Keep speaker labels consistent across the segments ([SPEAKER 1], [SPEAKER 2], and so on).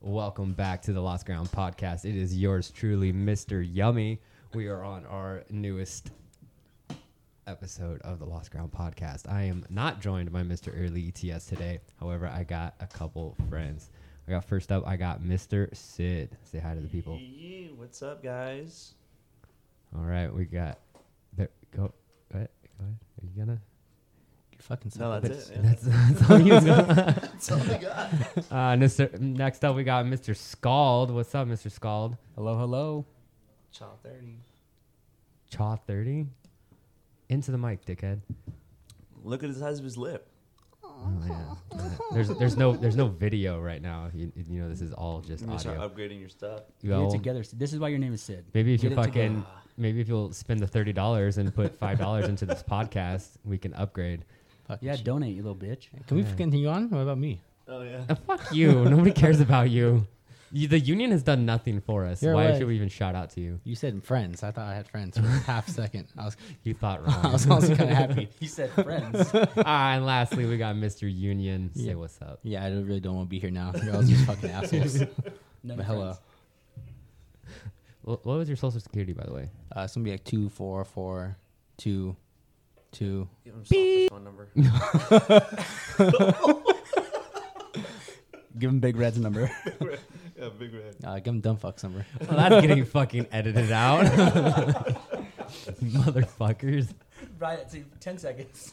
[SPEAKER 1] Welcome back to the Lost Ground podcast. It is yours truly, Mr. Yummy. We are on our newest episode of the Lost Ground podcast. I am not joined by Mr. Early ETS today. However, I got a couple friends. I got first up, I got Mr. Sid. Say hi to the people.
[SPEAKER 2] Yeah, what's up, guys?
[SPEAKER 1] All right, we got. There, go, go ahead. Go ahead. Are you gonna?
[SPEAKER 3] You fucking son
[SPEAKER 2] No,
[SPEAKER 3] of a
[SPEAKER 2] that's
[SPEAKER 3] bitch.
[SPEAKER 2] it.
[SPEAKER 1] That's, that's all he was going
[SPEAKER 2] That's all I got.
[SPEAKER 1] Uh, Mr. Next up, we got Mr. Scald. What's up, Mr. Scald?
[SPEAKER 3] Hello, hello.
[SPEAKER 2] Chaw thirty.
[SPEAKER 1] Chaw 30? Into the mic, dickhead.
[SPEAKER 2] Look at the size of his lip.
[SPEAKER 1] Oh, yeah. There's there's no there's no video right now. You, you know this is all just
[SPEAKER 2] You need to start
[SPEAKER 1] audio.
[SPEAKER 2] upgrading your stuff.
[SPEAKER 3] Get it
[SPEAKER 1] Well,
[SPEAKER 3] together. This is why your name is Sid.
[SPEAKER 1] maybe if
[SPEAKER 3] Get
[SPEAKER 1] you
[SPEAKER 3] it together.
[SPEAKER 1] fucking maybe if you'll spend the thirty dollars and put five dollars into this podcast, we can upgrade.
[SPEAKER 3] yeah, donate, you little bitch.
[SPEAKER 4] Can we continue on? What about me?
[SPEAKER 2] Oh yeah.
[SPEAKER 1] Uh, fuck you. Nobody cares about you. you. The union has done nothing for us.
[SPEAKER 4] You're
[SPEAKER 1] Why
[SPEAKER 4] right.
[SPEAKER 1] should we even shout out to you?
[SPEAKER 4] You said friends. I thought I had friends for a half second. I was,
[SPEAKER 1] You thought
[SPEAKER 4] I
[SPEAKER 1] wrong.
[SPEAKER 4] was also kind of happy.
[SPEAKER 3] He said friends.
[SPEAKER 1] Ah, and lastly, we got Mr. Union. Say
[SPEAKER 4] Yeah.
[SPEAKER 1] what's up.
[SPEAKER 4] Yeah, I don't- really don't want to be here now. You're all just fucking assholes.
[SPEAKER 3] No
[SPEAKER 4] But hello.
[SPEAKER 1] Wh- What was your social security, by the way?
[SPEAKER 4] Uh, it's gonna be like two, four, four, two, two.
[SPEAKER 2] Give him Stalker's phone number.
[SPEAKER 3] Give him Big Red's number.
[SPEAKER 2] yeah, big red.
[SPEAKER 4] Uh, give them dumb fucks number.
[SPEAKER 1] Well, that's getting fucking edited out. Motherfuckers.
[SPEAKER 3] right at ten seconds.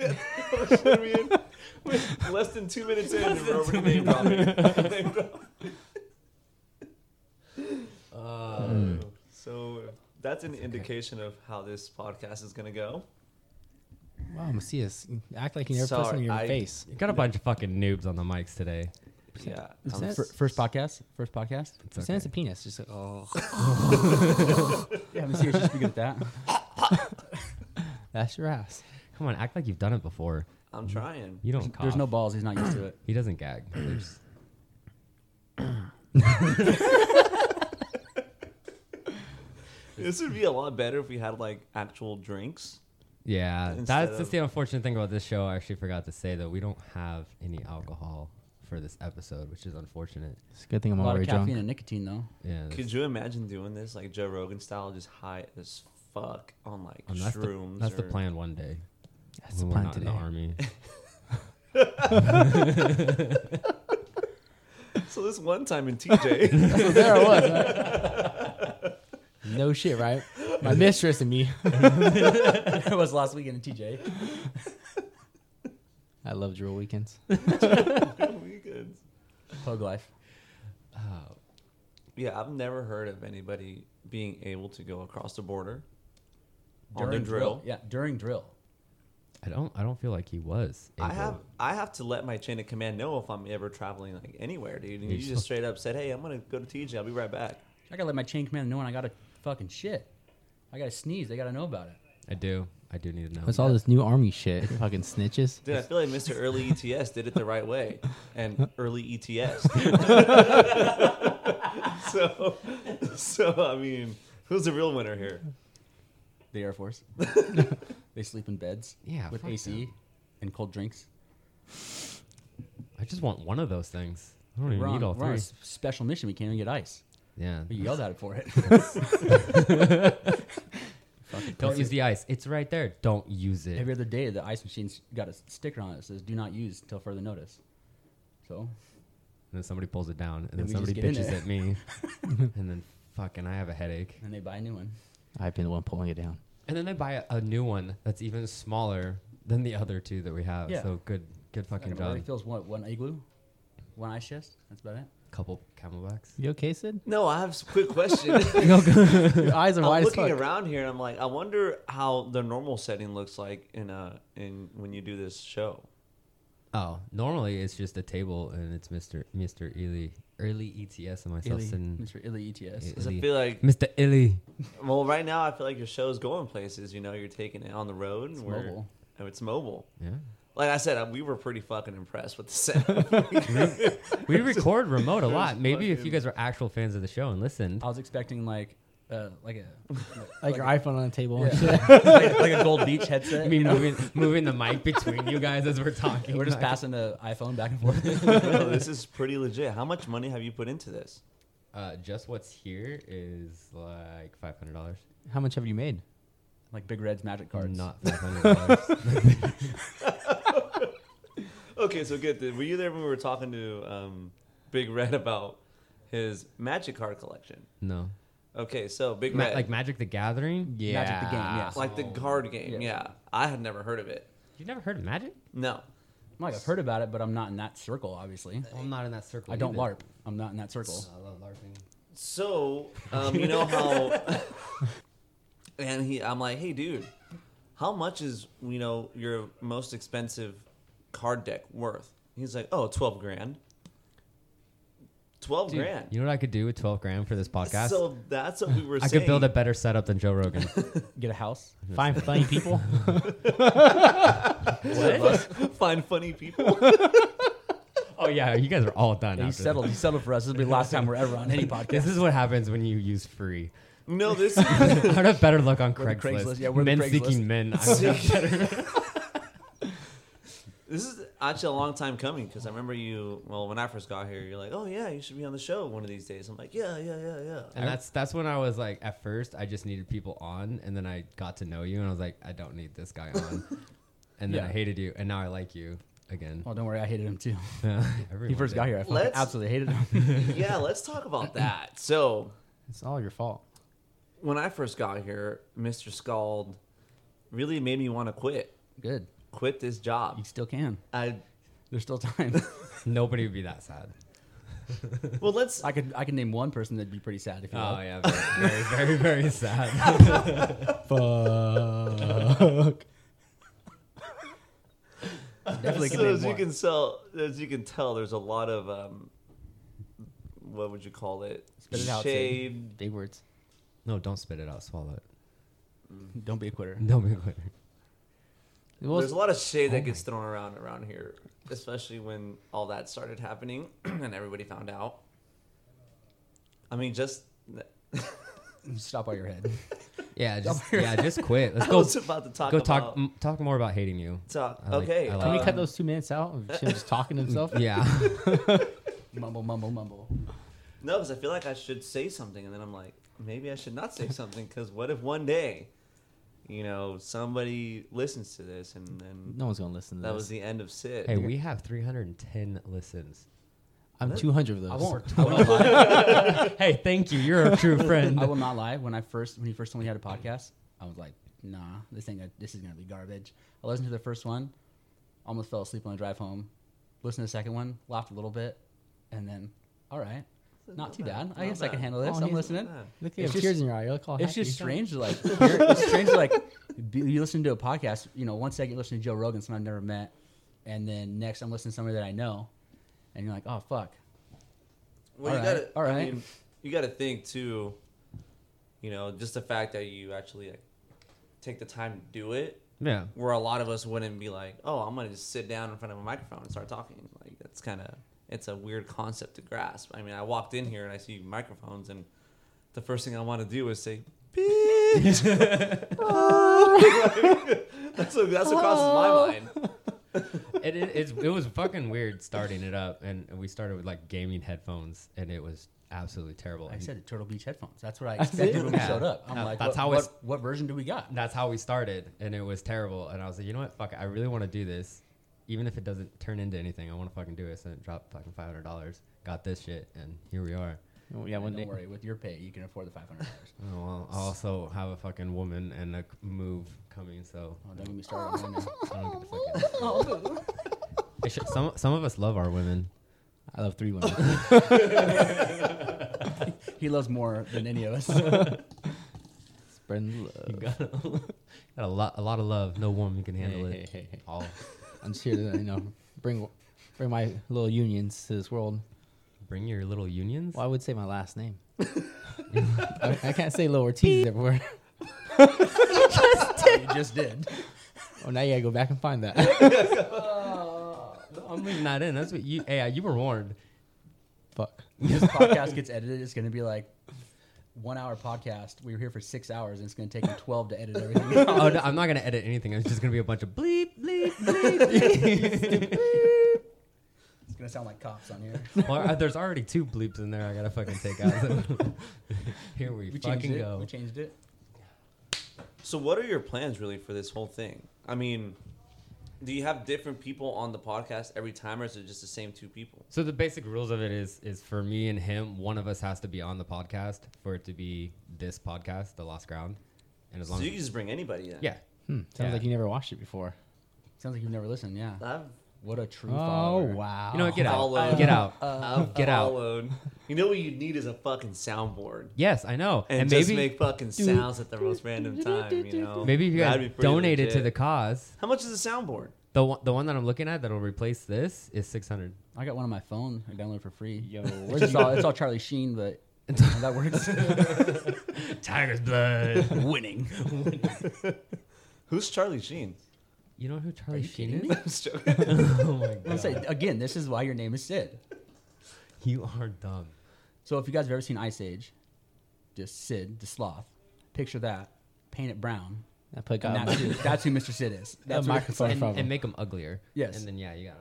[SPEAKER 2] Oh, Less than two minutes in, and we're already name dropping. Name drop. Uh, So that's an indication of how this podcast is gonna go.
[SPEAKER 4] Wow, Macias, you act like you never
[SPEAKER 2] Sorry,
[SPEAKER 4] put something in your
[SPEAKER 2] I-
[SPEAKER 4] face.
[SPEAKER 1] You got a bunch of fucking noobs on the mics today.
[SPEAKER 2] Yeah.
[SPEAKER 3] Um,
[SPEAKER 4] Fir-
[SPEAKER 2] I'm
[SPEAKER 4] First, podcast. First podcast.
[SPEAKER 1] It's
[SPEAKER 4] Send us
[SPEAKER 1] okay.
[SPEAKER 4] a penis. Just like, oh,
[SPEAKER 3] yeah, I'm serious. You should be good at that.
[SPEAKER 4] that's your ass.
[SPEAKER 1] Come on, act like you've done it before.
[SPEAKER 2] I'm trying.
[SPEAKER 1] You don't cough.
[SPEAKER 3] There's no balls. He's not used to it.
[SPEAKER 1] He doesn't gag. There's-
[SPEAKER 2] This would be a lot better if we had like actual drinks.
[SPEAKER 1] yeah,
[SPEAKER 2] Instead
[SPEAKER 1] that's
[SPEAKER 2] of-
[SPEAKER 1] just the unfortunate thing about this show. I actually forgot to say though, we don't have any alcohol for this episode, which is unfortunate.
[SPEAKER 4] It's a good thing I'm
[SPEAKER 3] A lot of
[SPEAKER 4] already
[SPEAKER 3] caffeine
[SPEAKER 4] drunk.
[SPEAKER 3] and nicotine, though.
[SPEAKER 1] Yeah, that's-
[SPEAKER 2] Could you imagine doing this like Joe Rogan style, just high as fuck on like
[SPEAKER 1] um, that's, the,
[SPEAKER 2] shrooms?
[SPEAKER 1] that's the
[SPEAKER 2] or-
[SPEAKER 1] plan one day.
[SPEAKER 4] That's the
[SPEAKER 1] when
[SPEAKER 4] plan
[SPEAKER 1] we're not
[SPEAKER 4] today.
[SPEAKER 1] in the army.
[SPEAKER 2] So this one time in TJ,
[SPEAKER 4] So there I was. right? no shit, right? My mistress and me.
[SPEAKER 3] it was last weekend in TJ.
[SPEAKER 4] I love drill weekends.
[SPEAKER 2] weekends.
[SPEAKER 3] Pug life.
[SPEAKER 1] Oh,
[SPEAKER 2] Yeah, I've never heard of anybody being able to go across the border on the
[SPEAKER 3] During
[SPEAKER 2] drill.
[SPEAKER 3] Yeah, during drill.
[SPEAKER 1] I don't. I don't feel like he was.
[SPEAKER 2] I
[SPEAKER 1] able-
[SPEAKER 2] have I have to let my chain of command know if I'm ever traveling like anywhere, dude. And
[SPEAKER 1] You're
[SPEAKER 2] you just
[SPEAKER 1] supposed-
[SPEAKER 2] straight up said, "Hey, I'm gonna go to TJ. I'll be right back."
[SPEAKER 3] I gotta let my chain commander know when I gotta fucking shit. I gotta sneeze. They gotta know about it.
[SPEAKER 1] I do. I do need to know.
[SPEAKER 4] What's all this new army shit? Fucking snitches.
[SPEAKER 2] Dude, I feel like Mr. Early ETS did it the right way, and Early E ETS. so, so I mean, who's the real winner here?
[SPEAKER 3] The Air Force. they sleep in beds.
[SPEAKER 1] Yeah,
[SPEAKER 3] With
[SPEAKER 1] fuck
[SPEAKER 3] AC
[SPEAKER 1] them.
[SPEAKER 3] and cold drinks.
[SPEAKER 1] I just want one of those things. I don't
[SPEAKER 3] We're
[SPEAKER 1] even
[SPEAKER 3] on,
[SPEAKER 1] need all
[SPEAKER 3] we're on a
[SPEAKER 1] three.
[SPEAKER 3] s- special mission. We can't even get ice.
[SPEAKER 1] Yeah.
[SPEAKER 3] We yelled at it for it.
[SPEAKER 1] Don't use the ice. It's right there. Don't use it.
[SPEAKER 3] Every other day, the ice machine's got a s- sticker on it that says "Do not use till further notice." So
[SPEAKER 1] And then somebody pulls it down, and then,
[SPEAKER 3] we just
[SPEAKER 1] somebody
[SPEAKER 3] get in
[SPEAKER 1] bitches
[SPEAKER 3] it.
[SPEAKER 1] at me, and then fucking I have a headache.
[SPEAKER 3] and they buy a new one.
[SPEAKER 4] I've been the one pulling it down.
[SPEAKER 1] And then they buy a, a new one that's even smaller than the other two that we have.
[SPEAKER 3] Yeah.
[SPEAKER 1] So good, good fucking
[SPEAKER 3] Fucking already
[SPEAKER 1] job.
[SPEAKER 3] fills what one igloo, one ice chest. That's about it.
[SPEAKER 1] Couple Camelbacks.
[SPEAKER 4] You okay, Sid?
[SPEAKER 2] No, I have a quick question.
[SPEAKER 4] Your eyes are
[SPEAKER 3] Oh,
[SPEAKER 2] I'm
[SPEAKER 4] wide as
[SPEAKER 2] looking
[SPEAKER 4] fuck.
[SPEAKER 2] around here, and I'm like, I wonder how the normal setting looks like in uh in when you do this show.
[SPEAKER 1] Oh, normally it's just a table, and it's Mister Mister Ely, early ETS, and myself
[SPEAKER 3] Illy,
[SPEAKER 1] sitting.
[SPEAKER 3] Mr. Illy E ETS.
[SPEAKER 1] Yeah.
[SPEAKER 2] 'Cause I
[SPEAKER 1] Really?
[SPEAKER 2] feel like,
[SPEAKER 1] Mister Ely.
[SPEAKER 2] well, right now I feel like your show's going places. You know, you're taking it on the road.
[SPEAKER 3] It's
[SPEAKER 2] and we're-
[SPEAKER 3] mobile.
[SPEAKER 2] Oh, it's mobile.
[SPEAKER 1] Yeah.
[SPEAKER 2] Like I said, uh, we were pretty fucking impressed with the setup.
[SPEAKER 1] We record remote a lot. Maybe if you
[SPEAKER 2] fucking-
[SPEAKER 1] guys were actual fans of the show and listened,
[SPEAKER 3] I was expecting like a uh, like a
[SPEAKER 4] Like, your iPhone on the table. and shit.
[SPEAKER 3] like, like a gold beach headset.
[SPEAKER 1] I mean, moving moving the mic between you guys as we're talking.
[SPEAKER 3] We're just
[SPEAKER 1] Like,
[SPEAKER 3] passing the iPhone back and forth.
[SPEAKER 2] No, this is pretty legit. How much money have you put into this?
[SPEAKER 1] Uh, just what's here is like five hundred dollars.
[SPEAKER 4] How much have you made?
[SPEAKER 3] like Big Red's magic cards.
[SPEAKER 1] Not five hundred dollars.
[SPEAKER 2] Okay, so get this. Were you there when we were talking to um, Big Red about his magic card collection?
[SPEAKER 1] no,
[SPEAKER 2] Okay, so Big
[SPEAKER 1] Ma-
[SPEAKER 2] Red,
[SPEAKER 1] like Magic the Gathering.
[SPEAKER 3] Magic the Game, yes.
[SPEAKER 2] like the card game.
[SPEAKER 3] Yeah.
[SPEAKER 2] Yeah. I had never heard of it.
[SPEAKER 1] You never heard of Magic?
[SPEAKER 2] No,
[SPEAKER 3] Like I've heard about it, but I'm not in that circle. Obviously,
[SPEAKER 1] I'm not in that circle. Uh,
[SPEAKER 3] I don't LARP. I'm not in that circle.
[SPEAKER 1] I love LARPing.
[SPEAKER 2] so um, you know how. and he, I'm like, hey, dude, how much is you know your most expensive card deck worth? He's like, oh, 12 grand. 12 grand.
[SPEAKER 1] You know what I could do with twelve grand for this podcast?
[SPEAKER 2] So that's what we were
[SPEAKER 1] I
[SPEAKER 2] saying.
[SPEAKER 1] could build a better setup than Joe Rogan.
[SPEAKER 3] Get a house.
[SPEAKER 4] Find funny people.
[SPEAKER 2] Find funny people.
[SPEAKER 1] oh yeah, you guys are all done.
[SPEAKER 3] You
[SPEAKER 1] after
[SPEAKER 3] settled. You settled for us. This will be the last time we're ever on any podcast.
[SPEAKER 1] This. this is what happens when you use free.
[SPEAKER 2] No, this
[SPEAKER 1] I have better luck on
[SPEAKER 3] We're the
[SPEAKER 1] Craigslist.
[SPEAKER 3] Craigslist, yeah, we're the
[SPEAKER 1] men
[SPEAKER 3] Craigslist.
[SPEAKER 1] seeking men. I would have better-
[SPEAKER 2] this is actually a long time coming because I remember you. Well, when I first got here, you're like, "Oh yeah, you should be on the show one of these days." I'm like, "Yeah, yeah, yeah, yeah."
[SPEAKER 1] and that's that's when I was like, at first, I just needed people on, and then I got to know you, and I was like, I don't need this guy on. and then I
[SPEAKER 3] Yeah.
[SPEAKER 1] hated you, and now I like you again.
[SPEAKER 3] Well, don't worry. I hated him too.
[SPEAKER 1] Everyone
[SPEAKER 3] He first
[SPEAKER 1] did.
[SPEAKER 3] got here. I fucking
[SPEAKER 2] Let's-
[SPEAKER 3] absolutely hated him.
[SPEAKER 2] yeah, let's talk about that. So
[SPEAKER 4] it's all your fault.
[SPEAKER 2] when I first got here, Mr. Scald really made me want to quit,
[SPEAKER 3] Good.
[SPEAKER 2] quit this
[SPEAKER 3] You
[SPEAKER 2] job.
[SPEAKER 3] still can.
[SPEAKER 2] I
[SPEAKER 3] There's still time.
[SPEAKER 1] Nobody would be that sad.
[SPEAKER 2] well, let's.
[SPEAKER 3] I could. I could name one person that'd be pretty sad if you.
[SPEAKER 1] Oh
[SPEAKER 3] want.
[SPEAKER 1] yeah, very, very, very, very sad.
[SPEAKER 4] Fuck.
[SPEAKER 3] Definitely could
[SPEAKER 2] so
[SPEAKER 3] name
[SPEAKER 2] as you
[SPEAKER 3] one.
[SPEAKER 2] can tell, as you can tell, there's a lot of um, what would you call it?
[SPEAKER 3] Spit it out, Sid.
[SPEAKER 2] Shade.
[SPEAKER 4] Big words.
[SPEAKER 1] no, don't spit it out. Swallow it.
[SPEAKER 3] Don't be a quitter.
[SPEAKER 1] Don't be a quitter.
[SPEAKER 4] Well,
[SPEAKER 2] There's a lot of shade
[SPEAKER 1] oh
[SPEAKER 2] that gets thrown around around here, especially when all that started happening and everybody found out. I mean, just
[SPEAKER 3] Stop by your head.
[SPEAKER 1] Yeah, just yeah, just quit. Let's go.
[SPEAKER 2] I was about to talk.
[SPEAKER 1] go
[SPEAKER 2] about,
[SPEAKER 1] talk m- talk more about hating you.
[SPEAKER 2] talk-
[SPEAKER 1] I like-
[SPEAKER 2] okay, uh,
[SPEAKER 1] I like
[SPEAKER 4] can we
[SPEAKER 1] that.
[SPEAKER 4] cut those two minutes out of him just talking to himself?
[SPEAKER 1] Yeah.
[SPEAKER 3] mumble, mumble, mumble.
[SPEAKER 2] No, because I feel like I should say something, and then I'm like, maybe I should not say something, because what if one day, you know, somebody listens to this, and then
[SPEAKER 4] No one's gonna listen to
[SPEAKER 2] that
[SPEAKER 4] this.
[SPEAKER 2] was the end of Sid.
[SPEAKER 1] Hey, we have 310 listens.
[SPEAKER 4] I'm 200 of those.
[SPEAKER 3] I won't. I won't lie.
[SPEAKER 1] hey, thank you. You're a true friend.
[SPEAKER 3] I will not lie. When I first, when he first told me he had a podcast, I was like, "Nah, this ain't. Gonna, this is gonna be garbage." I listened to the first one, almost fell asleep on the drive home. Listened to the second one, laughed a little bit, and then, all right, not too bad. I
[SPEAKER 2] Not
[SPEAKER 3] guess I can
[SPEAKER 2] bad.
[SPEAKER 3] handle this.
[SPEAKER 4] Oh,
[SPEAKER 3] I'm
[SPEAKER 4] he's-
[SPEAKER 3] listening.
[SPEAKER 2] Ah.
[SPEAKER 4] Look at you have
[SPEAKER 3] just-
[SPEAKER 4] tears in your eye. You look all
[SPEAKER 3] It's
[SPEAKER 4] happy.
[SPEAKER 3] just strange to like. hear- it's strange to like. Be, you listen to a podcast. You know, one second you listen to Joe Rogan, someone I've never met, and then next I'm listening to somebody that I know, and you're like, "Oh fuck."
[SPEAKER 2] Well,
[SPEAKER 3] All
[SPEAKER 2] you
[SPEAKER 3] right,
[SPEAKER 2] gotta,
[SPEAKER 3] all
[SPEAKER 2] I
[SPEAKER 3] right.
[SPEAKER 2] mean, you gotta think too. You know, just the fact that you actually like, take the time to do it,
[SPEAKER 1] yeah.
[SPEAKER 2] where a lot of us wouldn't be like, oh, I'm gonna just sit down in front of a microphone and start talking. Like that's kind of it's a weird concept to grasp. I mean, I walked in here and I see microphones, and the first thing I want to do is say, "Bitch." that's what that's what crosses my mind.
[SPEAKER 1] It, it, it's, it was fucking weird starting it up, and we started with like gaming headphones, and it was absolutely terrible.
[SPEAKER 3] I
[SPEAKER 1] And
[SPEAKER 3] said Turtle Beach headphones. That's what I expected when we
[SPEAKER 1] Yeah.
[SPEAKER 3] showed up. I'm
[SPEAKER 1] No,
[SPEAKER 3] like,
[SPEAKER 1] that's
[SPEAKER 3] what,
[SPEAKER 1] how
[SPEAKER 3] what,
[SPEAKER 1] it's-
[SPEAKER 3] what version do we got?
[SPEAKER 1] that's how we started, and it was terrible. And I was like, you know what? Fuck it. I really want to do this. Even if it doesn't turn into anything, I want to fucking do it. So it dropped fucking $500, got this shit, and here we are.
[SPEAKER 4] Oh, yeah,
[SPEAKER 3] And
[SPEAKER 4] one
[SPEAKER 3] don't
[SPEAKER 4] day.
[SPEAKER 3] worry, with your pay, you can afford the five hundred dollars.
[SPEAKER 1] Oh, well, I also have a fucking woman and a c- move coming, so
[SPEAKER 3] Oh, don't get me started on that now.
[SPEAKER 1] I don't get the fucking. It should- some some of us love our women.
[SPEAKER 4] I love three women.
[SPEAKER 3] He loves more than any of us.
[SPEAKER 4] Spreading love.
[SPEAKER 1] Got a, got a lot a lot of love. No woman can handle
[SPEAKER 4] Hey,
[SPEAKER 1] it.
[SPEAKER 4] hey, hey, hey.
[SPEAKER 1] All
[SPEAKER 4] I'm just here to you know bring bring my little unions to this world.
[SPEAKER 1] bring your little unions.
[SPEAKER 4] Well, I would say my last name. I, I can't say Little Ortiz everywhere.
[SPEAKER 3] you just did.
[SPEAKER 4] Oh, now you gotta go back and find that.
[SPEAKER 1] I'm leaving that in. That's what you. Hey, you were warned.
[SPEAKER 4] Fuck.
[SPEAKER 3] This podcast gets edited. It's gonna be like one hour podcast. We were here for six hours, and it's going to take him twelve to edit everything. out.
[SPEAKER 1] oh, no, I'm not gonna edit anything. It's just gonna be a bunch of bleep, bleep, bleep. bleep.
[SPEAKER 3] It's going to sound like cops on here.
[SPEAKER 1] well, uh, there's already two bleeps in there. I gotta fucking take out. So. Here we,
[SPEAKER 3] We changed
[SPEAKER 1] fucking
[SPEAKER 3] it.
[SPEAKER 1] go.
[SPEAKER 3] We changed it.
[SPEAKER 2] So, what are your plans really for this whole thing? I mean, do you have different people on the podcast every time, or is it just the same two people?
[SPEAKER 1] So the basic rules of it is is for me and him, one of us has to be on the podcast for it to be this podcast, The Lost Ground. And as
[SPEAKER 2] So
[SPEAKER 1] long
[SPEAKER 2] you
[SPEAKER 1] as
[SPEAKER 2] can just bring anybody in.
[SPEAKER 1] yeah,
[SPEAKER 4] Hmm, sounds
[SPEAKER 1] Yeah.
[SPEAKER 4] like you never watched it before.
[SPEAKER 3] Sounds like you've never listened. Yeah.
[SPEAKER 2] I've
[SPEAKER 3] What a true
[SPEAKER 4] Oh
[SPEAKER 3] follower.
[SPEAKER 4] wow!
[SPEAKER 1] you know, what? get
[SPEAKER 2] Follow.
[SPEAKER 1] out, get out,
[SPEAKER 2] uh, I've
[SPEAKER 1] get out.
[SPEAKER 2] followed. You know what you need is a fucking soundboard.
[SPEAKER 1] Yes, I know.
[SPEAKER 2] And,
[SPEAKER 1] And,
[SPEAKER 2] just
[SPEAKER 1] maybe
[SPEAKER 2] make fucking sounds at the most random time, you know?
[SPEAKER 1] maybe if you
[SPEAKER 2] That'd
[SPEAKER 1] guys
[SPEAKER 2] be pretty
[SPEAKER 1] donated to the
[SPEAKER 2] legit.
[SPEAKER 1] cause,
[SPEAKER 2] How much is a soundboard?
[SPEAKER 1] the one, the one that I'm looking at that'll replace this is 600.
[SPEAKER 3] I got one on my phone. I downloaded for free.
[SPEAKER 4] Yo,
[SPEAKER 3] it's, just all, it's all Charlie Sheen, but that works.
[SPEAKER 1] Tiger's blood.
[SPEAKER 3] Winning.
[SPEAKER 2] Who's Charlie Sheen?
[SPEAKER 1] You know who Charlie
[SPEAKER 3] you
[SPEAKER 1] Sheen
[SPEAKER 3] kidding
[SPEAKER 1] is?
[SPEAKER 2] I'm just joking.
[SPEAKER 1] oh my god,
[SPEAKER 3] I'm saying again, this is why your name is Sid.
[SPEAKER 1] you are dumb.
[SPEAKER 3] So if you guys have ever seen Ice Age, just Sid the sloth. Picture that. Paint it brown.
[SPEAKER 4] I put
[SPEAKER 3] And
[SPEAKER 4] God.
[SPEAKER 3] that's, who, that's who Mr. Sid is.
[SPEAKER 4] a
[SPEAKER 3] That's what-
[SPEAKER 4] microphone
[SPEAKER 1] And,
[SPEAKER 4] problem.
[SPEAKER 1] and make them uglier.
[SPEAKER 3] Yes.
[SPEAKER 1] And then yeah, you got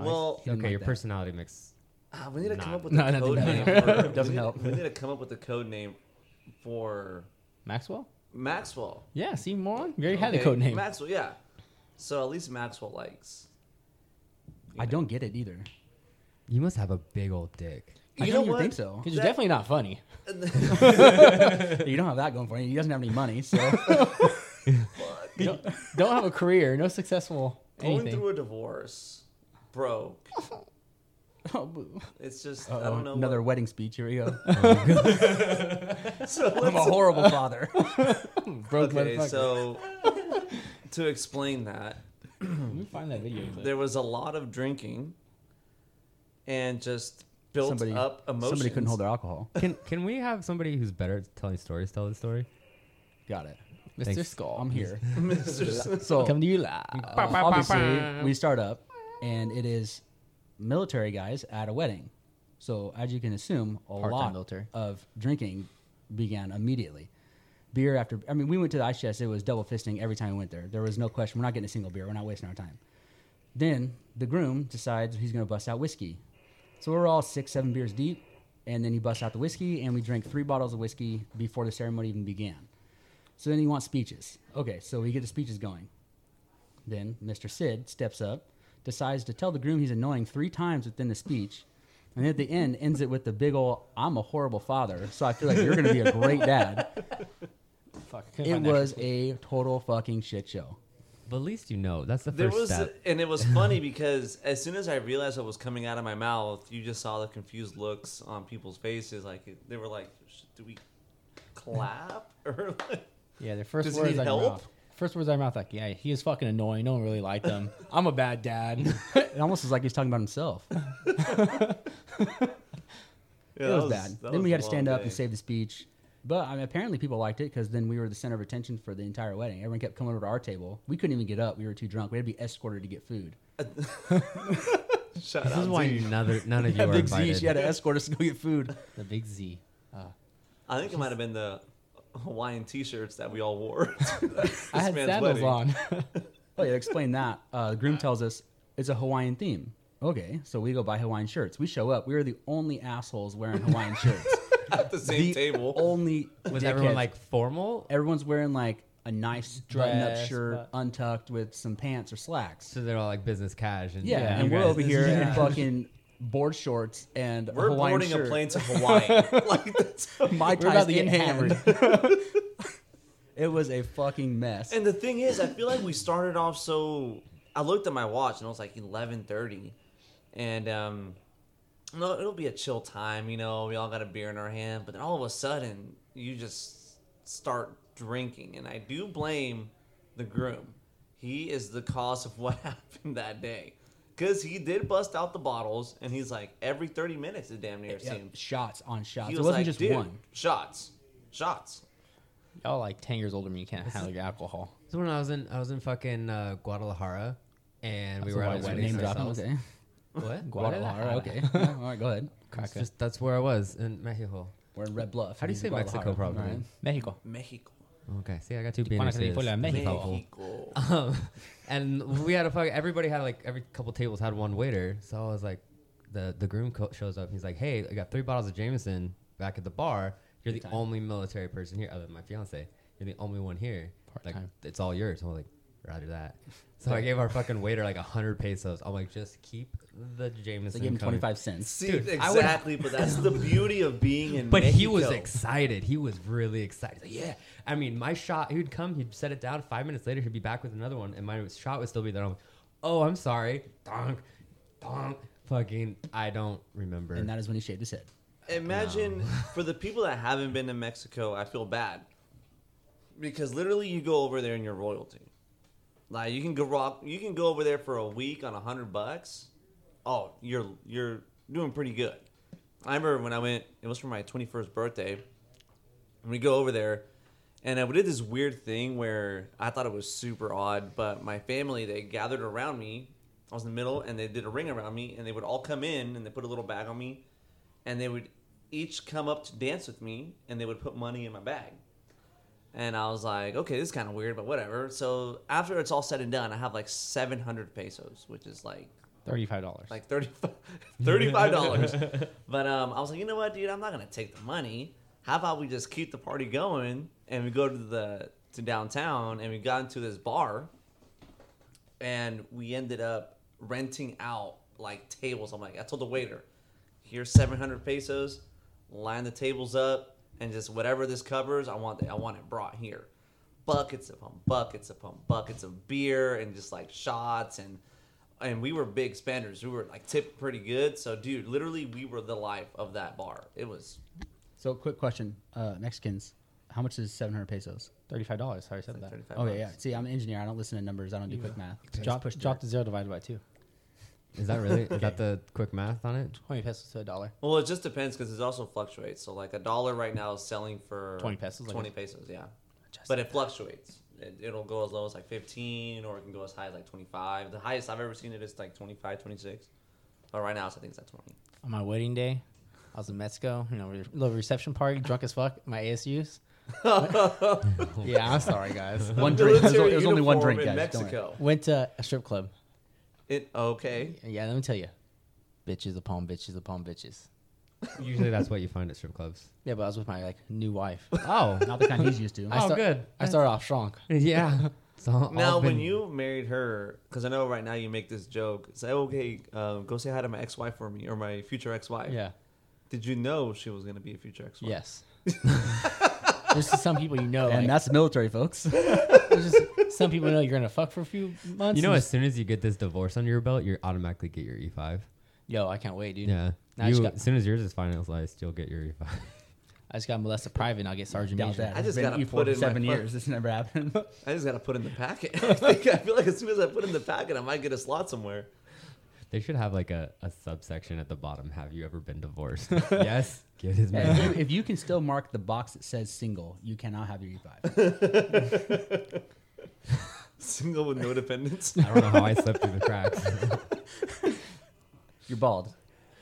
[SPEAKER 1] 'em.
[SPEAKER 2] well,
[SPEAKER 3] He didn't
[SPEAKER 1] Okay,
[SPEAKER 3] like
[SPEAKER 1] your
[SPEAKER 3] that.
[SPEAKER 1] personality mix.
[SPEAKER 2] ah, we need to come
[SPEAKER 1] Nah.
[SPEAKER 2] up with
[SPEAKER 4] No,
[SPEAKER 2] a
[SPEAKER 4] I don't
[SPEAKER 2] code name.
[SPEAKER 4] think that
[SPEAKER 2] for-
[SPEAKER 3] Doesn't
[SPEAKER 2] we need-
[SPEAKER 3] help.
[SPEAKER 2] We need to come up with a code name for
[SPEAKER 4] Maxwell?
[SPEAKER 2] Maxwell.
[SPEAKER 4] Yeah, see moron. You already had the
[SPEAKER 2] Okay,
[SPEAKER 4] code name.
[SPEAKER 2] Maxwell, yeah. So at least Maxwell likes.
[SPEAKER 3] I don't get it either.
[SPEAKER 1] You must have a big old dick.
[SPEAKER 3] I
[SPEAKER 2] You
[SPEAKER 3] don't
[SPEAKER 2] know
[SPEAKER 3] even think
[SPEAKER 2] what?
[SPEAKER 3] so.
[SPEAKER 4] Because
[SPEAKER 2] that-
[SPEAKER 4] you're definitely not funny.
[SPEAKER 3] you don't have that going for you. He doesn't have any money, so
[SPEAKER 4] You don't, don't have a career, no successful
[SPEAKER 2] Going
[SPEAKER 4] anything.
[SPEAKER 2] through a divorce, broke.
[SPEAKER 3] oh, boo.
[SPEAKER 2] It's just I
[SPEAKER 3] Uh-oh,
[SPEAKER 2] don't know.
[SPEAKER 3] uh, another wedding speech. Here we go.
[SPEAKER 2] what- so
[SPEAKER 3] I'm a
[SPEAKER 2] let's-
[SPEAKER 3] horrible father.
[SPEAKER 4] Broke
[SPEAKER 2] Okay,
[SPEAKER 4] motherfucker.
[SPEAKER 2] so to explain that,
[SPEAKER 4] Let me find that video clip.
[SPEAKER 2] there was a lot of drinking, and just built
[SPEAKER 3] somebody,
[SPEAKER 2] up emotions.
[SPEAKER 3] somebody couldn't hold their alcohol.
[SPEAKER 1] Can can we have somebody who's better at telling stories tell the story?
[SPEAKER 3] Got it.
[SPEAKER 4] Mr.
[SPEAKER 1] Thanks.
[SPEAKER 4] Skull.
[SPEAKER 3] I'm here.
[SPEAKER 2] Mr.
[SPEAKER 3] So
[SPEAKER 4] Come to you live.
[SPEAKER 3] Uh, obviously, we start up, and it is military guys at a wedding. So, as you can assume, a
[SPEAKER 4] Part-time
[SPEAKER 3] lot
[SPEAKER 4] military.
[SPEAKER 3] of drinking began immediately. Beer after, I mean, we went to the ice chest. It was double fisting every time we went there. There was no question. We're not getting a single beer. We're not wasting our time. Then the groom decides he's going to bust out whiskey. So we're all six, seven beers deep, and then he busts out the whiskey, and we drink three bottles of whiskey before the ceremony even began. So then he wants speeches. Okay, so we get the speeches going. Then Mr. Sid steps up, decides to tell the groom he's annoying three times within the speech, and at the end ends it with the big ol' "I'm a horrible father, so I feel like you're going to be a great dad."
[SPEAKER 4] Fuck, I couldn't
[SPEAKER 3] It
[SPEAKER 4] find that.
[SPEAKER 3] was a total fucking shit show.
[SPEAKER 1] But at least you know that's the
[SPEAKER 2] There
[SPEAKER 1] first
[SPEAKER 2] was,
[SPEAKER 1] step.
[SPEAKER 2] and it was funny because as soon as I realized what was coming out of my mouth, you just saw the confused looks on people's faces. Like they were like, "Sh- "Do we clap?" Or like,
[SPEAKER 4] Yeah, their first
[SPEAKER 2] Does he
[SPEAKER 4] words
[SPEAKER 2] need
[SPEAKER 4] out of my
[SPEAKER 2] help?
[SPEAKER 4] mouth. First words out of my mouth like, yeah, he was fucking annoying. No one really liked him. I'm a bad dad.
[SPEAKER 3] It almost was like he was talking about himself.
[SPEAKER 2] Yeah,
[SPEAKER 3] it
[SPEAKER 2] that
[SPEAKER 3] was, bad.
[SPEAKER 2] that
[SPEAKER 3] Then
[SPEAKER 2] was
[SPEAKER 3] we
[SPEAKER 2] a
[SPEAKER 3] had to stand
[SPEAKER 2] long
[SPEAKER 3] up and
[SPEAKER 2] day.
[SPEAKER 3] save the speech. But I mean, apparently people liked it because then we were the center of attention for the entire wedding. Everyone kept coming over to our table. We couldn't even get up. We were too drunk. We had to be escorted to get food.
[SPEAKER 2] Shout
[SPEAKER 1] This
[SPEAKER 2] out
[SPEAKER 1] is why
[SPEAKER 2] to you.
[SPEAKER 1] none, none of you are
[SPEAKER 3] Big Z,
[SPEAKER 1] invited.
[SPEAKER 3] she had to escort us to go get food.
[SPEAKER 4] the big Z.
[SPEAKER 2] I think it might have been the Hawaiian T-shirts that we all wore.
[SPEAKER 4] I had sandals on.
[SPEAKER 3] Oh yeah, explain that. Uh, the groom tells us it's a Hawaiian theme. Okay, so we go buy Hawaiian shirts. We show up. We are the only assholes wearing Hawaiian shirts.
[SPEAKER 2] at the same
[SPEAKER 3] the
[SPEAKER 2] table.
[SPEAKER 3] Only
[SPEAKER 1] Was everyone
[SPEAKER 3] dickheads.
[SPEAKER 1] like formal?
[SPEAKER 3] everyone's wearing like a nice button-up
[SPEAKER 4] Dress,
[SPEAKER 3] shirt,
[SPEAKER 4] but-
[SPEAKER 3] untucked with some pants or slacks.
[SPEAKER 1] So they're all like business cash and
[SPEAKER 3] Yeah,
[SPEAKER 4] Yeah,
[SPEAKER 3] and
[SPEAKER 1] you
[SPEAKER 3] we're
[SPEAKER 1] guys-
[SPEAKER 3] over here
[SPEAKER 2] yeah.
[SPEAKER 3] in fucking board shorts and a
[SPEAKER 2] We're
[SPEAKER 3] Hawaiian
[SPEAKER 2] boarding
[SPEAKER 3] shirt.
[SPEAKER 2] a plane to Hawaii. like that's
[SPEAKER 3] My
[SPEAKER 4] We're about
[SPEAKER 3] ties
[SPEAKER 4] to get
[SPEAKER 3] in hand.
[SPEAKER 4] hammered.
[SPEAKER 3] It was a fucking mess.
[SPEAKER 2] And the thing is, I feel like we started off so. I looked at my watch and it was like eleven thirty, and um, no, it'll be a chill time. You know, we all got a beer in our hand, but then all of a sudden, you just start drinking, and I do blame the groom. He is the cause of what happened that day, because he did bust out the bottles, and he's like every thirty minutes, it damn near
[SPEAKER 3] Yeah,
[SPEAKER 2] seemed.
[SPEAKER 3] shots on shots.
[SPEAKER 2] He
[SPEAKER 3] It
[SPEAKER 2] was
[SPEAKER 3] wasn't
[SPEAKER 2] like,
[SPEAKER 3] just
[SPEAKER 2] "Dude,
[SPEAKER 3] one.
[SPEAKER 2] shots, shots.
[SPEAKER 4] Y'all like 10 years older than me. You can't handle your alcohol.
[SPEAKER 1] So when I was in I was in fucking uh, Guadalajara, and we
[SPEAKER 4] That's
[SPEAKER 1] were
[SPEAKER 4] why
[SPEAKER 1] at a
[SPEAKER 4] it's
[SPEAKER 1] wedding.
[SPEAKER 4] named
[SPEAKER 1] for
[SPEAKER 4] after-
[SPEAKER 1] ourselves.
[SPEAKER 3] Okay.
[SPEAKER 1] What?
[SPEAKER 3] Guadalajara. Okay. Yeah, all right, go ahead.
[SPEAKER 1] It's
[SPEAKER 4] Cracker.
[SPEAKER 1] just that's where I was in Mexico.
[SPEAKER 3] We're in Red Bluff.
[SPEAKER 1] How do you
[SPEAKER 3] in
[SPEAKER 1] say Mexico
[SPEAKER 3] Guadalajara,
[SPEAKER 1] probably?
[SPEAKER 3] alright?
[SPEAKER 4] Mexico.
[SPEAKER 2] Mexico.
[SPEAKER 1] Okay, see, I got two
[SPEAKER 4] Tijuana,
[SPEAKER 1] penises.
[SPEAKER 4] California, Mexico.
[SPEAKER 2] Mexico.
[SPEAKER 1] Um, and we had a fuck. Everybody had like every couple tables had one waiter. So I was like, the the groom co- shows up. He's like, hey, I got three bottles of Jameson back at the bar. You're the
[SPEAKER 3] Big time.
[SPEAKER 1] only military person here, other than my fiance. You're the only one here. like
[SPEAKER 4] Part-time.
[SPEAKER 1] it's all yours. I'm like, roger that. So I gave our fucking waiter like hundred pesos. I'm like, just keep the Jameson.
[SPEAKER 3] They gave him
[SPEAKER 1] coming."
[SPEAKER 3] 25 cents.
[SPEAKER 2] See,
[SPEAKER 1] Dude, I would-
[SPEAKER 2] exactly, but that's the beauty of being in
[SPEAKER 1] But
[SPEAKER 2] Mexico.
[SPEAKER 1] he was excited. He was really excited. He's like, yeah. I mean, my shot, he would come, he'd set it down. Five minutes later, he'd be back with another one, and my shot would still be there. I'm like, oh, I'm sorry. Donk, donk. Fucking, I don't remember.
[SPEAKER 3] And that is when he shaved his head.
[SPEAKER 2] Imagine for the people that haven't been to Mexico, I feel bad because literally you go over there and you're royalty. Like you can go rock, you can go over there for a week on a hundred bucks. Oh, you're you're doing pretty good. I remember when I went, it was for my 21st birthday. And we go over there, and uh, we did this weird thing where I thought it was super odd, but my family they gathered around me. I was in the middle, and they did a ring around me, and they would all come in, and they put a little bag on me, and they would each come up to dance with me, and they would put money in my bag. And I was like, okay, this is kind of weird, but whatever. So after it's all said and done, I have like 700 pesos, which is like
[SPEAKER 4] Thirty-five dollars.
[SPEAKER 2] like 30, 35 dollars. but um, I was like, you know what, dude, I'm not gonna take the money. How about we just keep the party going and we go to the to downtown and we got into this bar and we ended up renting out like tables. I'm like, I told the waiter, here's 700 pesos, line the tables up, and just whatever this covers, I want I want it brought here. Buckets upon buckets upon buckets of beer and just like shots and and we were big spenders. We were like tipped pretty good. So dude, literally we were the life of that bar. It was
[SPEAKER 3] So, quick question. Uh, Mexicans, how much is 700 pesos?
[SPEAKER 4] Thirty-five dollars. Sorry, I said that.
[SPEAKER 2] 35
[SPEAKER 3] Oh,
[SPEAKER 2] bucks.
[SPEAKER 3] yeah, yeah. See, I'm an engineer. I don't listen to numbers. I don't do quick math. Just
[SPEAKER 4] Drop,
[SPEAKER 3] push
[SPEAKER 4] drop
[SPEAKER 3] dirt.
[SPEAKER 4] the zero divided by two.
[SPEAKER 1] Is that really? Is that the quick math on it?
[SPEAKER 4] Twenty pesos to a dollar.
[SPEAKER 2] Well, it just depends because it also fluctuates. So like a dollar right now is selling for
[SPEAKER 4] 20 pesos, I
[SPEAKER 2] Twenty pesos, yeah. but it fluctuates. It, it'll go as low as like fifteen, or it can go as high as like twenty-five. The highest I've ever seen it is like 25, 26. But right now, it's, I think it's at twenty.
[SPEAKER 4] On my wedding day, I was in Mexico. You know, re- little reception party, drunk as fuck. My ASU's.
[SPEAKER 3] Yeah, I'm sorry, guys.
[SPEAKER 2] A
[SPEAKER 3] one drink. It was,
[SPEAKER 2] military
[SPEAKER 3] it was only one
[SPEAKER 2] uniform
[SPEAKER 3] drink,
[SPEAKER 2] in
[SPEAKER 3] guys. Don't worry.
[SPEAKER 2] Mexico.
[SPEAKER 4] Went to a strip club.
[SPEAKER 2] It okay.
[SPEAKER 4] Yeah, let me tell you, bitches upon bitches upon bitches.
[SPEAKER 1] Usually that's what you find at strip clubs.
[SPEAKER 4] Yeah, but I was with my like new wife.
[SPEAKER 1] Oh,
[SPEAKER 3] Not the kind he's used to.
[SPEAKER 4] I
[SPEAKER 1] Oh,
[SPEAKER 4] start-
[SPEAKER 1] good.
[SPEAKER 4] I started off strong.
[SPEAKER 1] yeah. So all
[SPEAKER 2] Now, when
[SPEAKER 1] been-
[SPEAKER 2] you married her, because I know right now you make this joke, say, okay, um, go say hi to my ex-wife for me or my future ex-wife.
[SPEAKER 4] Yeah.
[SPEAKER 2] Did you know she was gonna be a future ex-wife?
[SPEAKER 4] Yes. there's just some people you know,
[SPEAKER 3] and
[SPEAKER 4] like,
[SPEAKER 3] that's the military, folks.
[SPEAKER 4] there's just some people know you're gonna fuck for a few months.
[SPEAKER 1] you know,
[SPEAKER 4] and
[SPEAKER 1] as soon as you get this divorce under your belt, you automatically get your E5.
[SPEAKER 4] just- Yo, I can't wait, dude.
[SPEAKER 1] Yeah.
[SPEAKER 4] Now
[SPEAKER 1] You-
[SPEAKER 4] she got-
[SPEAKER 1] as soon as yours is finalized, you'll get your E E5.
[SPEAKER 4] I just got molested private. and I'll get sergeant
[SPEAKER 3] Doubt
[SPEAKER 4] major.
[SPEAKER 3] that.
[SPEAKER 2] I just
[SPEAKER 3] It's been
[SPEAKER 2] gotta
[SPEAKER 3] E4
[SPEAKER 2] put
[SPEAKER 3] for
[SPEAKER 2] in my
[SPEAKER 3] seven
[SPEAKER 2] phone.
[SPEAKER 3] years. This never happened.
[SPEAKER 2] I just gotta put in the packet. I, think, I feel like as soon as I put in the packet, I might get a slot somewhere.
[SPEAKER 1] They should have like a, a subsection at the bottom. Have you ever been divorced? yes. Get his
[SPEAKER 3] Yeah,
[SPEAKER 1] man.
[SPEAKER 3] if, you, if you can still mark the box that says single, you cannot have your E E5.
[SPEAKER 2] Single with no dependents.
[SPEAKER 1] I don't know how I slipped through the cracks.
[SPEAKER 3] You're bald.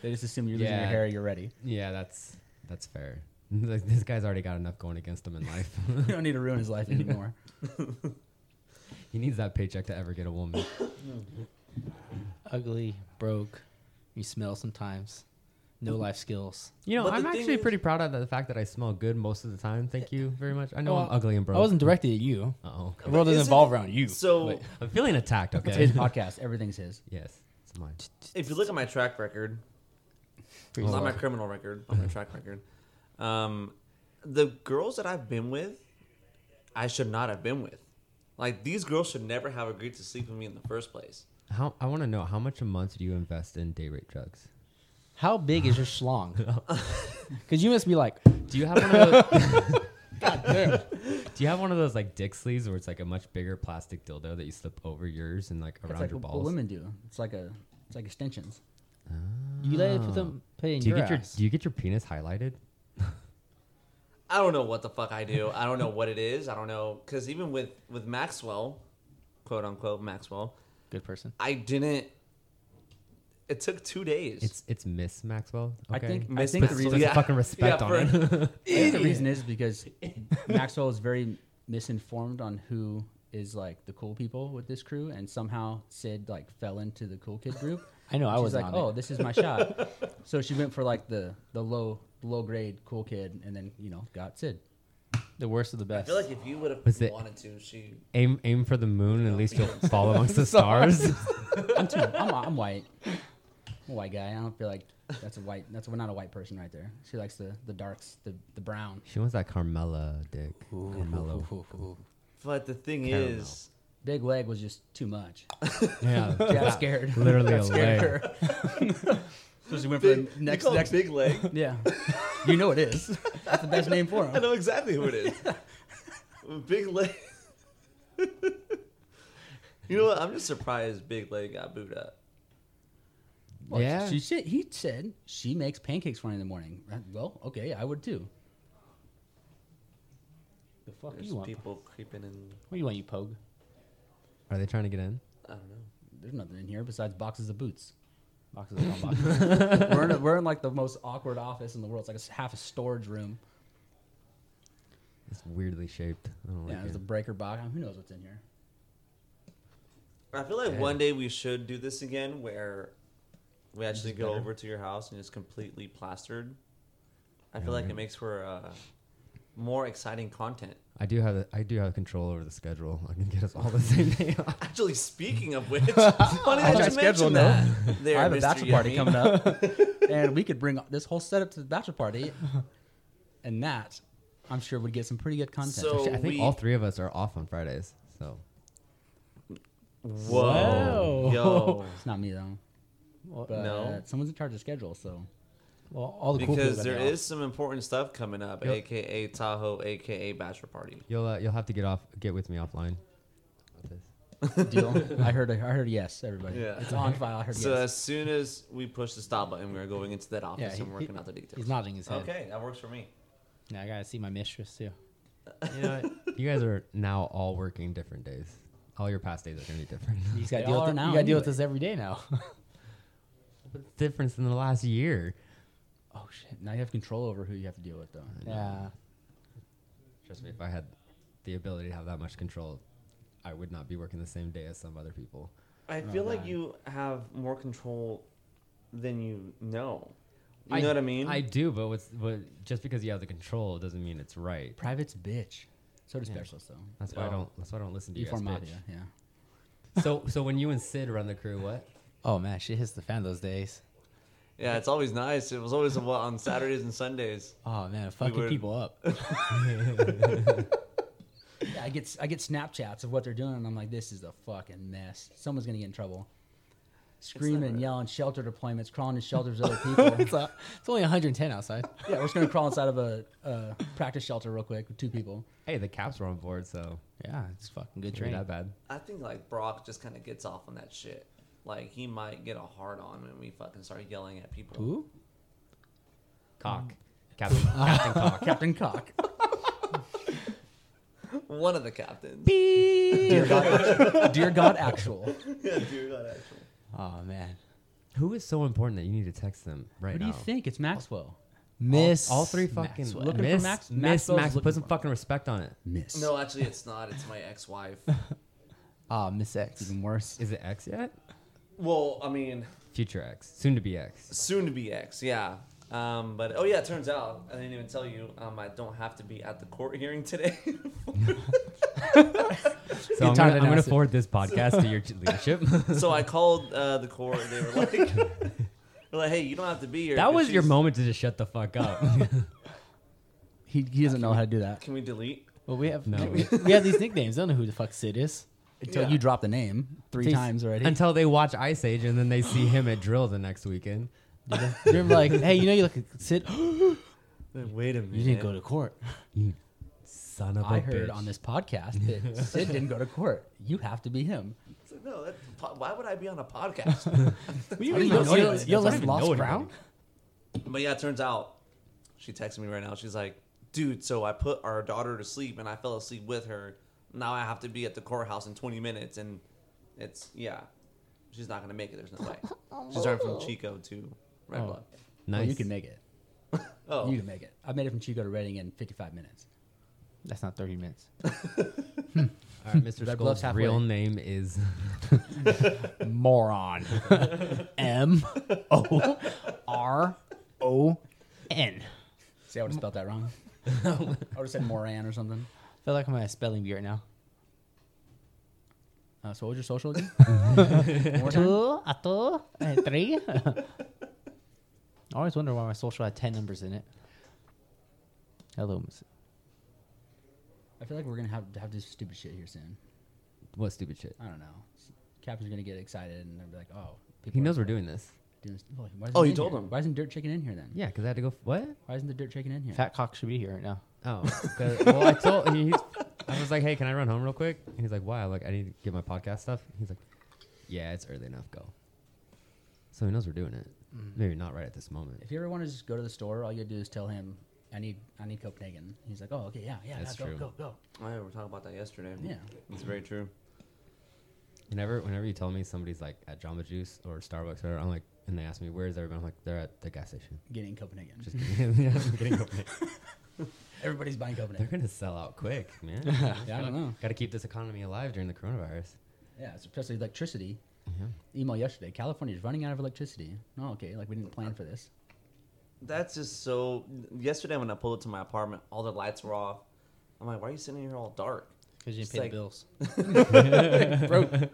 [SPEAKER 3] They just assume you're losing
[SPEAKER 1] Yeah.
[SPEAKER 3] your hair. You're ready.
[SPEAKER 1] yeah, that's that's fair. Like, this guy's already got enough going against him in life.
[SPEAKER 3] You don't need to ruin his life anymore.
[SPEAKER 1] he needs that paycheck to ever get a woman.
[SPEAKER 4] Ugly, broke. You smell sometimes. No
[SPEAKER 2] Mm-hmm.
[SPEAKER 4] life skills.
[SPEAKER 1] You know,
[SPEAKER 2] But the
[SPEAKER 1] I'm
[SPEAKER 2] thing
[SPEAKER 1] actually
[SPEAKER 2] is-
[SPEAKER 1] pretty proud of the fact that I smell good most of the time. Thank you very much. I know
[SPEAKER 2] Oh,
[SPEAKER 1] I'm
[SPEAKER 4] Well,
[SPEAKER 1] ugly and broke.
[SPEAKER 4] I wasn't directed at you.
[SPEAKER 1] Oh,
[SPEAKER 4] The world doesn't
[SPEAKER 2] Isn't-
[SPEAKER 4] revolve around you.
[SPEAKER 2] So
[SPEAKER 4] But-
[SPEAKER 1] I'm feeling attacked.
[SPEAKER 3] It's his
[SPEAKER 1] Okay.
[SPEAKER 3] podcast. Everything's his.
[SPEAKER 1] yes, it's mine.
[SPEAKER 2] if you look at my track record,
[SPEAKER 4] Pretty
[SPEAKER 2] not
[SPEAKER 4] soft.
[SPEAKER 2] my criminal record, not my track record, um, the girls that I've been with, I should not have been with. Like these girls should never have agreed to sleep with me in the first place.
[SPEAKER 1] How I want to know how much a month do you invest in day rate drugs?
[SPEAKER 4] How big is your schlong? Because you must be like,
[SPEAKER 1] Do you have one of those? Do you have one of those like dick sleeves where it's like a much bigger plastic dildo that you slip over yours and like
[SPEAKER 3] It's
[SPEAKER 1] around
[SPEAKER 3] like
[SPEAKER 1] your
[SPEAKER 3] what
[SPEAKER 1] balls?
[SPEAKER 3] women do. It's like a. It's like extensions.
[SPEAKER 4] you let it put them put it in
[SPEAKER 1] Do you
[SPEAKER 4] your
[SPEAKER 1] get your
[SPEAKER 4] ass.
[SPEAKER 1] Do you get your penis highlighted?
[SPEAKER 2] I don't know what the fuck I do. I don't know what it is. I don't know because even with with Maxwell, quote unquote Maxwell,
[SPEAKER 4] Good person.
[SPEAKER 2] I didn't. It took two days.
[SPEAKER 1] It's it's Miss Maxwell.
[SPEAKER 3] I
[SPEAKER 1] Okay.
[SPEAKER 3] think-
[SPEAKER 1] But
[SPEAKER 3] I
[SPEAKER 2] Miss
[SPEAKER 3] think the
[SPEAKER 1] put
[SPEAKER 2] Maxwell.
[SPEAKER 3] reason-
[SPEAKER 1] some fucking respect
[SPEAKER 2] Yeah,
[SPEAKER 1] on it.
[SPEAKER 2] for-
[SPEAKER 3] I think the reason is because Maxwell is very misinformed on who is like the cool people with this crew, and somehow Sid like fell into the cool kid group.
[SPEAKER 4] I know. I
[SPEAKER 3] She's
[SPEAKER 4] was
[SPEAKER 3] like,
[SPEAKER 4] on
[SPEAKER 3] oh,
[SPEAKER 4] it.
[SPEAKER 3] this is my shot. so she went for like the the low low grade cool kid, and then you know got Sid.
[SPEAKER 4] The worst of the
[SPEAKER 2] I
[SPEAKER 4] best.
[SPEAKER 2] feel like if you would
[SPEAKER 1] Was it-
[SPEAKER 2] have wanted to, she
[SPEAKER 1] aim aim for the moon and at least you'll fall amongst the stars.
[SPEAKER 3] I'm too. I'm, I'm white. I'm a white guy. I don't feel like that's a white. That's not a white person right there. She likes the the darks, the the brown.
[SPEAKER 1] she wants that Carmela dick. Carmelo.
[SPEAKER 2] But the thing
[SPEAKER 1] Caramel.
[SPEAKER 2] is,
[SPEAKER 3] Big leg was just too much.
[SPEAKER 1] Yeah.
[SPEAKER 3] She got scared.
[SPEAKER 1] Literally
[SPEAKER 3] Got
[SPEAKER 1] a
[SPEAKER 3] scared
[SPEAKER 1] leg.
[SPEAKER 3] her. so she went for
[SPEAKER 2] big, next,
[SPEAKER 3] the next
[SPEAKER 2] you call next
[SPEAKER 3] next.
[SPEAKER 2] big leg.
[SPEAKER 3] Yeah, you know it is. That's the best name for
[SPEAKER 2] I
[SPEAKER 3] him.
[SPEAKER 2] know exactly who it is. big leg. you know what? I'm just surprised Big Leg got booed up.
[SPEAKER 3] Well,
[SPEAKER 1] Yeah.
[SPEAKER 3] she said he said she makes pancakes for me in the morning. Uh, Well, okay, I would too.
[SPEAKER 4] the
[SPEAKER 3] Oh,
[SPEAKER 4] fuck
[SPEAKER 2] There's
[SPEAKER 4] you want?
[SPEAKER 2] people creeping in.
[SPEAKER 4] What do you want, you pogue?
[SPEAKER 1] Are they trying to get in?
[SPEAKER 2] I don't know.
[SPEAKER 3] There's nothing in here besides boxes of boots.
[SPEAKER 4] Boxes on boxes.
[SPEAKER 3] we're, in, we're in like the most awkward office in the world. It's like a s half a storage room.
[SPEAKER 1] It's weirdly shaped. I don't
[SPEAKER 3] Yeah,
[SPEAKER 1] like
[SPEAKER 3] there's a
[SPEAKER 1] it.
[SPEAKER 3] breaker box. Who knows what's in here?
[SPEAKER 2] I feel like
[SPEAKER 1] Yeah.
[SPEAKER 2] one day we should do this again, where we actually
[SPEAKER 3] is
[SPEAKER 2] go
[SPEAKER 3] better.
[SPEAKER 2] over to your house and it's completely plastered. I
[SPEAKER 1] Yeah,
[SPEAKER 2] feel like
[SPEAKER 1] maybe.
[SPEAKER 2] it makes for uh, more exciting content.
[SPEAKER 1] I do have the, I do have control over the schedule. I can get us all the same day. off.
[SPEAKER 2] Actually, speaking of which, funny
[SPEAKER 3] I
[SPEAKER 2] that
[SPEAKER 3] got
[SPEAKER 2] you
[SPEAKER 3] scheduled
[SPEAKER 2] mentioned
[SPEAKER 3] now.
[SPEAKER 2] that. There,
[SPEAKER 3] I have a
[SPEAKER 2] Mr.
[SPEAKER 3] bachelor party
[SPEAKER 2] Yummy.
[SPEAKER 3] coming up, and we could bring this whole setup to the bachelor party, and that I'm sure would get some pretty good content.
[SPEAKER 2] So-
[SPEAKER 1] Actually, I think
[SPEAKER 2] we-
[SPEAKER 1] all three of us are off on Fridays. So
[SPEAKER 2] Whoa,
[SPEAKER 4] Whoa.
[SPEAKER 2] yo,
[SPEAKER 3] it's not me though,
[SPEAKER 4] well,
[SPEAKER 3] but
[SPEAKER 2] No.
[SPEAKER 3] someone's in charge of schedule, so
[SPEAKER 4] well, all the cool
[SPEAKER 2] because
[SPEAKER 4] people
[SPEAKER 2] there
[SPEAKER 4] got me
[SPEAKER 2] is some important stuff coming up,
[SPEAKER 1] Yep.
[SPEAKER 2] aka Tahoe, aka Bachelor Party.
[SPEAKER 1] you'll uh, you'll have to get off get with me offline. About this.
[SPEAKER 3] deal. I heard, I heard yes, everybody.
[SPEAKER 2] Yeah.
[SPEAKER 3] It's on file. I heard
[SPEAKER 2] So
[SPEAKER 3] yes.
[SPEAKER 2] as soon as we push the stop button, we're going into that
[SPEAKER 4] off.
[SPEAKER 2] office
[SPEAKER 4] Yeah, he-
[SPEAKER 2] and working
[SPEAKER 4] he-
[SPEAKER 2] out the details.
[SPEAKER 4] He's nodding his head.
[SPEAKER 2] Okay, that works for me.
[SPEAKER 4] Now I gotta see my mistress too.
[SPEAKER 1] You know, what? you guys are now all working different days. All your past days are gonna be different.
[SPEAKER 4] He's got
[SPEAKER 3] They
[SPEAKER 4] to deal
[SPEAKER 3] all
[SPEAKER 4] with
[SPEAKER 3] are
[SPEAKER 4] it-
[SPEAKER 3] now
[SPEAKER 4] You got to deal with
[SPEAKER 3] anyway.
[SPEAKER 4] this every day now.
[SPEAKER 1] Difference in the last year.
[SPEAKER 3] Oh shit! Now you have control over who you have to deal with, though.
[SPEAKER 4] yeah.
[SPEAKER 1] Trust me, if I had the ability to have that much control, I would not be working the same day as some other people.
[SPEAKER 2] I
[SPEAKER 3] Oh,
[SPEAKER 2] feel like
[SPEAKER 3] God.
[SPEAKER 2] you have more control than you know. You
[SPEAKER 1] I-
[SPEAKER 2] know what I mean?
[SPEAKER 1] I do, but what's but just because you have the control doesn't mean it's right.
[SPEAKER 3] Private's bitch. So do
[SPEAKER 1] Yeah.
[SPEAKER 3] specialists, though.
[SPEAKER 1] That's why I
[SPEAKER 2] Oh.
[SPEAKER 1] don't. That's why I don't listen to you guys.
[SPEAKER 3] Before
[SPEAKER 1] Bitch.
[SPEAKER 3] mafia, yeah.
[SPEAKER 1] So so when you and Sid run the crew, what?
[SPEAKER 4] Oh man, shit hits the fan those days.
[SPEAKER 2] yeah, it's always nice. It was always a- on Saturdays and Sundays.
[SPEAKER 4] Oh man, fucking
[SPEAKER 2] were-
[SPEAKER 4] people up.
[SPEAKER 3] Yeah, I get I get Snapchats of what they're doing, and I'm like, this is a fucking mess. Someone's gonna get in trouble. Screaming,
[SPEAKER 2] never-
[SPEAKER 3] yelling, shelter deployments, crawling in shelters of other people.
[SPEAKER 4] it's, uh, it's only 110 outside.
[SPEAKER 3] yeah, we're just gonna crawl inside of a, a practice shelter real quick with two people.
[SPEAKER 1] Hey, the Caps were on board, so
[SPEAKER 4] Yeah, it's fucking good
[SPEAKER 1] it ain't
[SPEAKER 4] training.
[SPEAKER 1] that bad.
[SPEAKER 2] I think like Brock just kind of gets off on that shit. Like he might get a hard on when we fucking start yelling at people.
[SPEAKER 4] Who?
[SPEAKER 1] Cock, Captain, Captain Cock.
[SPEAKER 3] Uh, Captain Cock.
[SPEAKER 2] One of the captains.
[SPEAKER 3] Dear God, actual. Dear God, actual.
[SPEAKER 2] yeah, dude, that actually.
[SPEAKER 4] Oh man,
[SPEAKER 1] Who is so important that you need to text them right
[SPEAKER 3] Who do
[SPEAKER 1] now?
[SPEAKER 3] you think? It's Maxwell.
[SPEAKER 4] Miss
[SPEAKER 1] All three fucking
[SPEAKER 4] Maxwell.
[SPEAKER 3] Looking for
[SPEAKER 1] miss,
[SPEAKER 3] Max-
[SPEAKER 1] miss
[SPEAKER 3] Maxwell's
[SPEAKER 1] Max.
[SPEAKER 3] looking
[SPEAKER 1] Put some
[SPEAKER 3] for him.
[SPEAKER 1] fucking respect on it.
[SPEAKER 3] Miss.
[SPEAKER 2] No, actually, it's not. It's my ex-wife.
[SPEAKER 4] Ah, Miss X.
[SPEAKER 3] even worse.
[SPEAKER 1] Is it X yet?
[SPEAKER 2] well, I mean,
[SPEAKER 1] Future X, soon to be X.
[SPEAKER 2] soon to be ex, yeah. Um, but oh yeah, it turns out I didn't even tell you. Um, I don't have to be at the court hearing today.
[SPEAKER 1] So I'm gonna, I'm
[SPEAKER 4] time to
[SPEAKER 1] gonna
[SPEAKER 4] announce it.
[SPEAKER 1] forward this podcast to your leadership.
[SPEAKER 2] so I called uh, the court. And they were like, they're like, "Hey, you don't have to be here."
[SPEAKER 1] that
[SPEAKER 2] 'cause
[SPEAKER 1] was your
[SPEAKER 2] she's-
[SPEAKER 1] moment to just shut the fuck up.
[SPEAKER 3] He, he doesn't know how to do that
[SPEAKER 2] Can we delete?
[SPEAKER 4] Well, we have
[SPEAKER 1] No.
[SPEAKER 4] we, we have these nicknames. I don't know who the fuck Sid is.
[SPEAKER 3] until
[SPEAKER 2] Yeah.
[SPEAKER 3] you drop the name three
[SPEAKER 1] Please.
[SPEAKER 3] times already.
[SPEAKER 1] Until they watch Ice Age and then they see him at drill the next weekend.
[SPEAKER 4] You remember, like, hey, you know you look at Sid. you
[SPEAKER 2] Wait a minute.
[SPEAKER 4] didn't go to court.
[SPEAKER 1] You son of a
[SPEAKER 3] I heard
[SPEAKER 1] bitch.
[SPEAKER 3] on this podcast that Sid didn't go to court. You have to be him.
[SPEAKER 2] It's like, no, that, po- why would I be on a podcast?
[SPEAKER 4] You
[SPEAKER 1] don't even know
[SPEAKER 4] you-
[SPEAKER 1] anybody. I
[SPEAKER 4] you
[SPEAKER 1] don't
[SPEAKER 4] listen to
[SPEAKER 1] even
[SPEAKER 4] Lost
[SPEAKER 1] know
[SPEAKER 4] Ground.
[SPEAKER 1] anybody.
[SPEAKER 2] but yeah, it turns out she texted me right now. She's like, "Dude, so I put our daughter to sleep and I fell asleep with her. Now I have to be at the courthouse in 20 minutes, and it's yeah, She's not gonna make it. There's no way. She's starting from Chico to Red
[SPEAKER 3] Oh.
[SPEAKER 2] Bluff.
[SPEAKER 1] Nice.
[SPEAKER 3] Well, you can make it.
[SPEAKER 2] Oh,
[SPEAKER 3] You can make it. I made it from Chico to Reading in 55 minutes.
[SPEAKER 4] That's not 30 minutes.
[SPEAKER 1] All right, Mr.
[SPEAKER 3] Red Bluff's
[SPEAKER 1] Skull's real
[SPEAKER 3] halfway.
[SPEAKER 1] name is
[SPEAKER 4] moron. M O R O N.
[SPEAKER 3] See, I would have spelled that wrong. I would have said Moran or something.
[SPEAKER 4] I feel like I'm at a spelling bee right now.
[SPEAKER 3] Uh, so, what was your social again?
[SPEAKER 4] Two, a two, and Eh, three. I always wonder why my social had 10 numbers in it. Hello, Miss.
[SPEAKER 3] I feel like we're gonna have to have this stupid shit here soon.
[SPEAKER 1] what stupid shit.
[SPEAKER 3] I don't know. Captain's gonna get excited and they'll be like, "Oh, people
[SPEAKER 1] He
[SPEAKER 3] are
[SPEAKER 1] knows we're doing this.
[SPEAKER 3] doing." st- well, why
[SPEAKER 2] Oh,
[SPEAKER 3] isn't
[SPEAKER 2] you
[SPEAKER 3] in
[SPEAKER 2] told
[SPEAKER 3] here?
[SPEAKER 2] him.
[SPEAKER 3] Why isn't Dirt Chicken in here then?
[SPEAKER 1] Yeah, because I had to go. What?
[SPEAKER 3] Why isn't the Dirt Chicken in here?
[SPEAKER 4] Fat Cock should be here right now.
[SPEAKER 1] Oh, 'cause- well, I told he, he's- I was like, hey, can I run home real quick? And he's like, why? I'm like, I need to get my podcast stuff. He's like, yeah, it's early enough. Go. So he knows we're doing it.
[SPEAKER 3] Mm-hmm.
[SPEAKER 1] Maybe not right at this moment.
[SPEAKER 3] If you ever want to just go to the store, all you gotta do is tell him, "I need, I need Copenhagen." He's like, "Oh, okay, yeah, yeah,
[SPEAKER 1] That's
[SPEAKER 3] yeah, go,
[SPEAKER 1] true.
[SPEAKER 3] go, go."
[SPEAKER 2] I oh, we were talking about that yesterday.
[SPEAKER 3] Yeah.
[SPEAKER 2] it's very true.
[SPEAKER 1] Whenever, whenever you tell me somebody's like at Jamba Juice or Starbucks, or I'm like, and they ask me where's everyone, I'm like, they're at the gas station.
[SPEAKER 3] Getting Copenhagen.
[SPEAKER 1] Just kidding. Yeah, I'm kidding.
[SPEAKER 3] Everybody's buying
[SPEAKER 1] They're
[SPEAKER 3] Copenhagen.
[SPEAKER 1] gonna sell out quick, man.
[SPEAKER 3] yeah, I don't know.
[SPEAKER 1] Got to keep this economy alive during the coronavirus.
[SPEAKER 3] Yeah, especially electricity.
[SPEAKER 1] Yeah.
[SPEAKER 3] Email yesterday. California's running out of electricity. Oh, okay. Like we didn't plan for this.
[SPEAKER 2] That's just so. Yesterday when I pulled up to my apartment, all the lights were off. I'm like, why are you sitting here all dark?
[SPEAKER 4] Because you
[SPEAKER 2] didn't It's pay the like-
[SPEAKER 4] bills.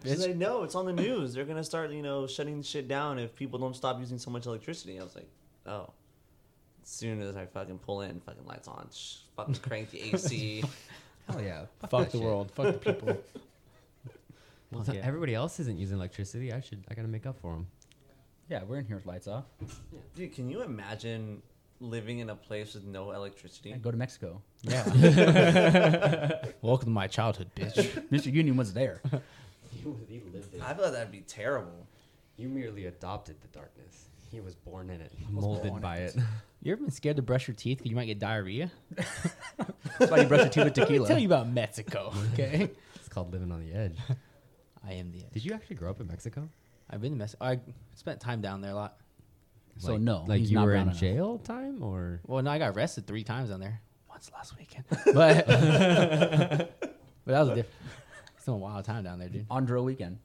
[SPEAKER 2] She's like, no, it's on the news. They're gonna start, you know, shutting shit down if people don't stop using so much electricity. I was like, oh. As soon as I fucking pull in, fucking lights on, sh- fucking crank the AC.
[SPEAKER 1] Hell yeah.
[SPEAKER 4] Fuck
[SPEAKER 1] that
[SPEAKER 4] the
[SPEAKER 1] shit.
[SPEAKER 4] world. Fuck the people.
[SPEAKER 1] Well,
[SPEAKER 4] Fuck
[SPEAKER 1] so
[SPEAKER 4] yeah.
[SPEAKER 1] everybody else isn't using electricity. I should. I gotta make up for them.
[SPEAKER 3] Yeah, we're in here with lights off.
[SPEAKER 2] Dude, can you imagine living in a place with no electricity?
[SPEAKER 3] Yeah, go to Mexico.
[SPEAKER 4] Yeah. Welcome to my childhood, bitch.
[SPEAKER 3] Mr. Union was there.
[SPEAKER 1] You, you lived it.
[SPEAKER 2] I thought that'd be terrible.
[SPEAKER 1] You merely adopted the darkness. He was born in it,
[SPEAKER 3] was
[SPEAKER 1] molded
[SPEAKER 3] born
[SPEAKER 1] by it.
[SPEAKER 4] You ever been scared to brush your teeth because you might get diarrhea?
[SPEAKER 3] That's why you brush your
[SPEAKER 4] Let
[SPEAKER 3] teeth with
[SPEAKER 4] me
[SPEAKER 3] tequila.
[SPEAKER 4] tell you about Mexico, okay?
[SPEAKER 1] It's called living on the edge.
[SPEAKER 4] I am the
[SPEAKER 1] Did you actually grow up in Mexico?
[SPEAKER 4] I've been to Mexico. I spent time down there a lot.
[SPEAKER 3] So
[SPEAKER 1] Like-
[SPEAKER 3] no,
[SPEAKER 1] like
[SPEAKER 3] he's
[SPEAKER 1] you
[SPEAKER 3] not
[SPEAKER 1] were
[SPEAKER 3] brown
[SPEAKER 1] in
[SPEAKER 3] enough.
[SPEAKER 1] jail time, or
[SPEAKER 4] Well, no, I got arrested three times down there. Once last weekend, but but that was a different. It's been a wild time down there, dude.
[SPEAKER 3] On drill weekend.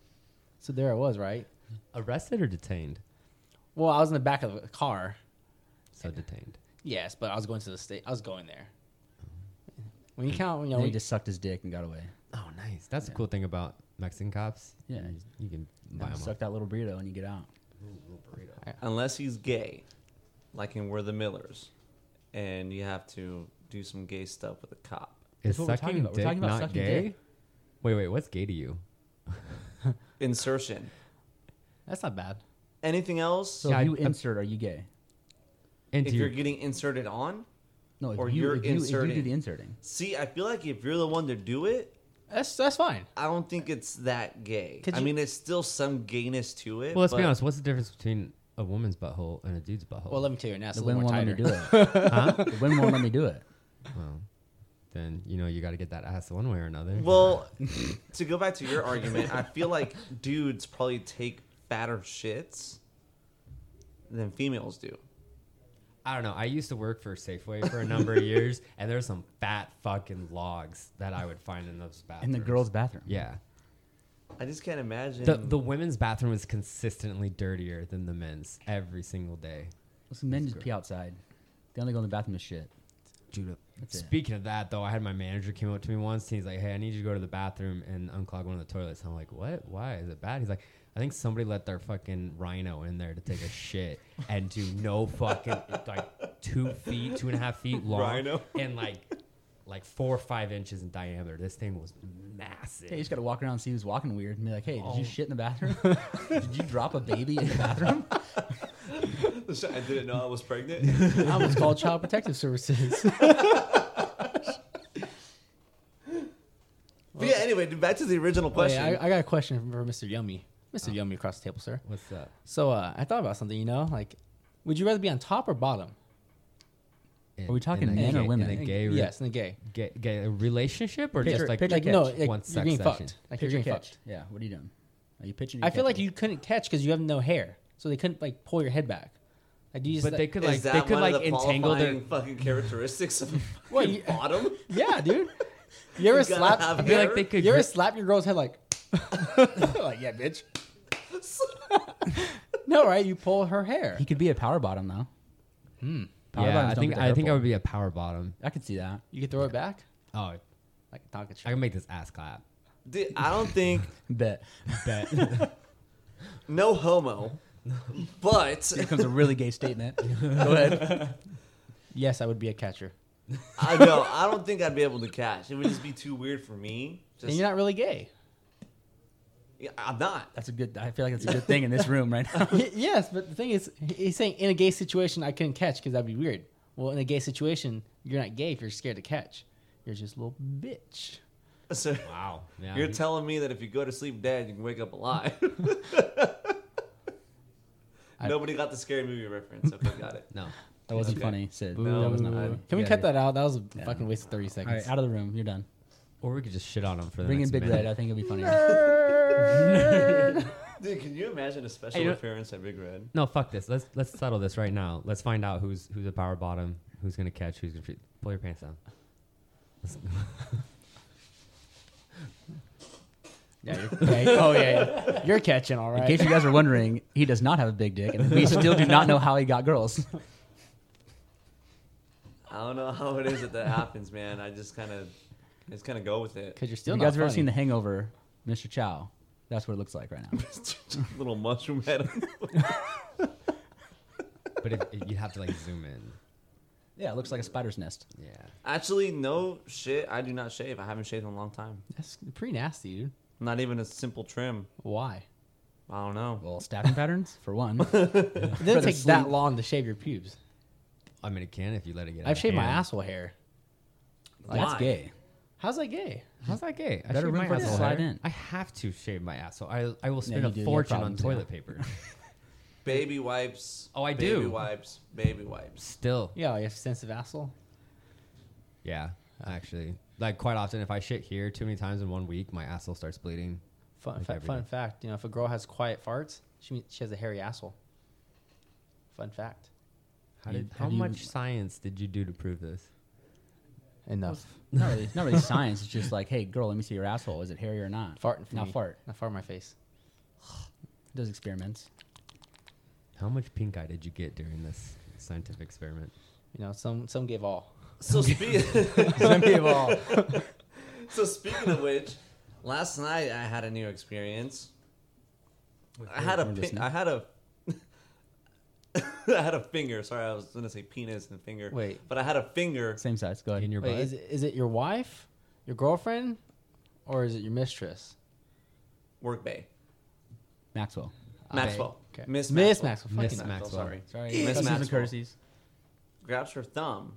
[SPEAKER 4] So there I was, right?
[SPEAKER 1] arrested or detained?
[SPEAKER 4] Well, I was in the back of a car.
[SPEAKER 1] So detained.
[SPEAKER 4] Yes, but I was going to the state. I was going there. When you count, you know,
[SPEAKER 3] And
[SPEAKER 4] we
[SPEAKER 3] he just sucked his dick and got away.
[SPEAKER 1] Oh, nice. That's the cool thing about Mexican cops.
[SPEAKER 3] Yeah.
[SPEAKER 1] you, you can buy
[SPEAKER 3] Now
[SPEAKER 1] them.
[SPEAKER 3] suck that little burrito and you get out.
[SPEAKER 2] Unless he's gay, like in We're the Millers, and you have to do some gay stuff with a cop.
[SPEAKER 1] Is
[SPEAKER 3] That's what we're talking
[SPEAKER 1] sucking
[SPEAKER 3] about. We're
[SPEAKER 1] dick
[SPEAKER 3] talking about
[SPEAKER 1] not
[SPEAKER 3] sucking
[SPEAKER 1] gay?
[SPEAKER 3] dick.
[SPEAKER 1] Wait, wait. What's gay to you?
[SPEAKER 2] Insertion.
[SPEAKER 4] that's not bad.
[SPEAKER 2] Anything else?
[SPEAKER 3] So
[SPEAKER 1] Yeah, I-
[SPEAKER 3] if you
[SPEAKER 1] I-
[SPEAKER 3] insert, are you gay?
[SPEAKER 1] Into
[SPEAKER 2] if you're
[SPEAKER 1] your
[SPEAKER 2] getting inserted on,
[SPEAKER 3] No, if
[SPEAKER 2] Or
[SPEAKER 3] you,
[SPEAKER 2] you're
[SPEAKER 3] if you, if you do
[SPEAKER 2] inserting.
[SPEAKER 3] the inserting.
[SPEAKER 2] see, I feel like if you're the one to do it,
[SPEAKER 4] That's that's fine.
[SPEAKER 2] I don't think it's that gay.
[SPEAKER 4] Could
[SPEAKER 2] I
[SPEAKER 4] you-
[SPEAKER 2] mean, it's still some gayness to it.
[SPEAKER 1] Well, let's be
[SPEAKER 2] but-
[SPEAKER 1] honest. What's the difference between a woman's butthole and a dude's butthole?
[SPEAKER 4] Well, let me tell you right now, it's a
[SPEAKER 3] The
[SPEAKER 4] little more
[SPEAKER 3] women won't let
[SPEAKER 4] tighter.
[SPEAKER 3] me do it. The women won't let me do it.
[SPEAKER 1] Well, then you know you got to get that ass one way or another.
[SPEAKER 2] Well, to go back to your argument, I feel like dudes probably take fatter shits than females do.
[SPEAKER 1] I don't know. I used to work for Safeway for a number of years, and there's some fat fucking logs that I would find in those
[SPEAKER 3] In
[SPEAKER 1] bathrooms.
[SPEAKER 3] the girls' bathroom.
[SPEAKER 1] Yeah.
[SPEAKER 2] I just can't imagine.
[SPEAKER 1] The the women's bathroom is consistently dirtier than the men's every single day.
[SPEAKER 3] Listen, men just pee outside. They only go in the bathroom to shit.
[SPEAKER 1] Dude,
[SPEAKER 3] That's it.
[SPEAKER 1] speaking of that though, I had my manager came up to me once and he's like, "Hey, I need you to go to the bathroom and unclog one of the toilets." I'm like, "What? Why is it bad?" He's like, "I think somebody let their fucking rhino in there to take a shit and do no fucking like two feet, two and a half feet long,
[SPEAKER 2] Rhino?
[SPEAKER 1] and like like four or five inches in diameter. This thing was massive."
[SPEAKER 3] Yeah, you just gotta walk around and see who's walking weird and be like, hey, did you shit in the bathroom? did you drop a baby in the bathroom?
[SPEAKER 2] I didn't know I was pregnant.
[SPEAKER 4] I was called Child Protective Services.
[SPEAKER 2] but yeah, anyway, back to the original
[SPEAKER 4] Wait,
[SPEAKER 2] question.
[SPEAKER 4] I, I got a question for Mr. Yummy. Mr. Yummy across the table, sir.
[SPEAKER 1] What's up?
[SPEAKER 4] So uh, I thought about something, you know, like, would you rather be on top or bottom?
[SPEAKER 1] In-
[SPEAKER 3] Are we talking
[SPEAKER 1] in a
[SPEAKER 3] men or
[SPEAKER 1] gay-
[SPEAKER 3] women?
[SPEAKER 1] In a gay, re-
[SPEAKER 4] yes, in the gay.
[SPEAKER 1] gay, gay relationship or
[SPEAKER 3] Picture-
[SPEAKER 1] just like
[SPEAKER 3] picture
[SPEAKER 4] Like no,
[SPEAKER 3] catch.
[SPEAKER 4] like,
[SPEAKER 1] One
[SPEAKER 4] you're
[SPEAKER 1] sex
[SPEAKER 4] getting
[SPEAKER 1] session.
[SPEAKER 4] fucked. Like
[SPEAKER 3] Picture
[SPEAKER 4] you're getting
[SPEAKER 3] catch.
[SPEAKER 4] fucked.
[SPEAKER 3] Yeah, what are you doing? Are you pitching? or
[SPEAKER 4] I feel like
[SPEAKER 3] catching?
[SPEAKER 4] you couldn't catch because you have no hair, so they couldn't like pull your head back. Like you just,
[SPEAKER 1] But they could like
[SPEAKER 2] Is that
[SPEAKER 1] they could
[SPEAKER 2] one of
[SPEAKER 1] like
[SPEAKER 2] the
[SPEAKER 1] entangle their.
[SPEAKER 2] qualifying fucking characteristics of
[SPEAKER 4] Well,
[SPEAKER 2] fucking
[SPEAKER 4] you-
[SPEAKER 2] bottom?
[SPEAKER 4] yeah, dude. You ever
[SPEAKER 2] gotta
[SPEAKER 4] slap?
[SPEAKER 2] have
[SPEAKER 4] I feel
[SPEAKER 2] hair.
[SPEAKER 4] like they could. You
[SPEAKER 1] gri-
[SPEAKER 4] ever slap your girl's head like? like yeah, bitch. no, right? You pull her hair.
[SPEAKER 3] He could be a power bottom though. Power
[SPEAKER 1] Yeah,
[SPEAKER 3] bottoms
[SPEAKER 1] I
[SPEAKER 3] don't
[SPEAKER 1] think
[SPEAKER 3] get the
[SPEAKER 1] I
[SPEAKER 3] hair
[SPEAKER 1] think I
[SPEAKER 3] pull.
[SPEAKER 1] would be a power bottom.
[SPEAKER 3] I could see that.
[SPEAKER 4] You could throw it back
[SPEAKER 1] Oh,
[SPEAKER 4] like a Tonka
[SPEAKER 1] I
[SPEAKER 4] tree.
[SPEAKER 1] can make this ass clap.
[SPEAKER 2] Dude, I don't think
[SPEAKER 3] Bet.
[SPEAKER 1] Bet.
[SPEAKER 2] no homo, but
[SPEAKER 3] Here comes a really gay statement. Go ahead.
[SPEAKER 4] Yes, I would be a catcher.
[SPEAKER 2] I know I don't think I'd be able to catch. It would just be too weird for me. Just,
[SPEAKER 4] and you're not really gay.
[SPEAKER 2] Yeah, I'm not.
[SPEAKER 3] That's a good. I feel like that's a good thing in this room right now.
[SPEAKER 4] Y- yes, but the thing is, he- he's saying in a gay situation I couldn't catch because that'd be weird. Well, in a gay situation, you're not gay if you're scared to catch. You're just a little bitch.
[SPEAKER 2] So
[SPEAKER 1] wow. Yeah,
[SPEAKER 2] you're
[SPEAKER 1] he-
[SPEAKER 2] telling me that if you go to sleep dead, you can wake up alive.
[SPEAKER 4] I-
[SPEAKER 2] Nobody got the scary movie reference. Okay, got it.
[SPEAKER 1] no.
[SPEAKER 3] That wasn't
[SPEAKER 2] Okay.
[SPEAKER 3] funny, Sid.
[SPEAKER 2] No,
[SPEAKER 3] that was not
[SPEAKER 2] I-
[SPEAKER 3] funny.
[SPEAKER 4] Can we
[SPEAKER 3] Yeah,
[SPEAKER 4] cut
[SPEAKER 3] you're-
[SPEAKER 4] that out? That was a
[SPEAKER 3] Yeah.
[SPEAKER 4] fucking waste of 30
[SPEAKER 3] All right,
[SPEAKER 4] seconds.
[SPEAKER 3] out of the room. You're done.
[SPEAKER 1] Or we could just shit on him for the
[SPEAKER 3] Bring in
[SPEAKER 1] next
[SPEAKER 3] Big
[SPEAKER 1] minute.
[SPEAKER 3] Red. I think it'd be funny.
[SPEAKER 2] Dude, can you imagine a special
[SPEAKER 1] Hey, you-
[SPEAKER 2] appearance at Big Red?
[SPEAKER 1] No, fuck this. Let's let's settle this right now. Let's find out who's who's a power bottom, who's gonna catch, who's gonna shoot. pull your pants down.
[SPEAKER 4] yeah, you're, yeah, oh, yeah, yeah. You're catching, all
[SPEAKER 3] In
[SPEAKER 4] right.
[SPEAKER 3] case you guys are wondering, he does not have a big dick, and we still do not know how he got girls.
[SPEAKER 2] I don't know how it is that that happens, man. I just kind of, just kind of go with it.
[SPEAKER 4] Because you're still
[SPEAKER 3] If you
[SPEAKER 4] not
[SPEAKER 3] guys have ever
[SPEAKER 4] funny.
[SPEAKER 3] seen The Hangover, Mr. Chow? That's what it looks like right now.
[SPEAKER 2] Little mushroom head.
[SPEAKER 1] But if, you'd have to like zoom in.
[SPEAKER 3] Yeah, it looks like a spider's nest.
[SPEAKER 1] Yeah.
[SPEAKER 2] Actually, no shit. I do not shave. I haven't shaved in a long time.
[SPEAKER 4] That's pretty nasty, dude.
[SPEAKER 2] Not even a simple trim.
[SPEAKER 4] Why?
[SPEAKER 2] I don't know.
[SPEAKER 3] Well, staffing patterns for one.
[SPEAKER 4] It doesn't
[SPEAKER 3] the
[SPEAKER 4] take that
[SPEAKER 3] sleep.
[SPEAKER 4] long to shave your pubes.
[SPEAKER 1] I mean, it can if you let it get. out
[SPEAKER 4] I've
[SPEAKER 1] of
[SPEAKER 4] shaved my
[SPEAKER 1] hand.
[SPEAKER 4] asshole hair.
[SPEAKER 3] That's
[SPEAKER 2] Why?
[SPEAKER 3] gay.
[SPEAKER 4] How's that gay?
[SPEAKER 1] How's that gay? I shaved
[SPEAKER 3] Better room
[SPEAKER 1] my
[SPEAKER 3] for it to
[SPEAKER 1] asshole
[SPEAKER 3] slide
[SPEAKER 1] hair.
[SPEAKER 3] in.
[SPEAKER 1] I have to shave my asshole. I I will spend
[SPEAKER 3] you
[SPEAKER 1] a
[SPEAKER 3] do. You have
[SPEAKER 1] fortune
[SPEAKER 3] problems,
[SPEAKER 1] on toilet
[SPEAKER 3] yeah.
[SPEAKER 1] paper.
[SPEAKER 2] Baby wipes.
[SPEAKER 1] Oh, I
[SPEAKER 2] baby
[SPEAKER 1] do.
[SPEAKER 2] wipes. Baby wipes.
[SPEAKER 1] Still.
[SPEAKER 4] Yeah, like a sensitive asshole.
[SPEAKER 1] Yeah. Actually, like quite often, if I shit here too many times in one week, my asshole starts bleeding.
[SPEAKER 4] Fun,
[SPEAKER 1] Like
[SPEAKER 4] fa-
[SPEAKER 1] every
[SPEAKER 4] fun
[SPEAKER 1] day.
[SPEAKER 4] fact, you know, if a girl has quiet farts, she means she has a hairy asshole. Fun fact.
[SPEAKER 1] How
[SPEAKER 3] You-
[SPEAKER 1] did?
[SPEAKER 3] have
[SPEAKER 1] How
[SPEAKER 3] you-
[SPEAKER 1] much science did you do to prove this?
[SPEAKER 4] Enough.
[SPEAKER 3] Not really. It's not really science. It's just like, hey, girl, let me see your asshole. Is it hairy or not?
[SPEAKER 4] Farting for
[SPEAKER 3] Now
[SPEAKER 4] me.
[SPEAKER 3] fart.
[SPEAKER 4] Not fart in my face.
[SPEAKER 3] Does experiments.
[SPEAKER 1] How much pink eye did you get during this scientific experiment?
[SPEAKER 4] You know, some some gave all.
[SPEAKER 2] So speak.
[SPEAKER 3] Some people.
[SPEAKER 2] so speaking of which, last night I had a new experience. I had a
[SPEAKER 3] We're
[SPEAKER 2] pi-
[SPEAKER 3] listening.
[SPEAKER 2] I had a I had a finger. Sorry, I was gonna say penis and finger.
[SPEAKER 4] Wait.
[SPEAKER 2] but I had a finger.
[SPEAKER 3] Same size. Go ahead.
[SPEAKER 1] In your
[SPEAKER 4] Wait,
[SPEAKER 1] butt?
[SPEAKER 4] is it, is it your wife, your girlfriend, or is it your mistress?
[SPEAKER 2] Work bay.
[SPEAKER 3] Maxwell.
[SPEAKER 2] Maxwell.
[SPEAKER 4] Okay.
[SPEAKER 2] Miss
[SPEAKER 4] Miss
[SPEAKER 2] Maxwell.
[SPEAKER 4] Maxwell,
[SPEAKER 1] Miss
[SPEAKER 4] fucking
[SPEAKER 1] Maxwell.
[SPEAKER 2] Sorry.
[SPEAKER 3] Sorry.
[SPEAKER 2] Miss
[SPEAKER 3] Customs and
[SPEAKER 2] Maxwell.
[SPEAKER 3] courtesies.
[SPEAKER 2] grabs her thumb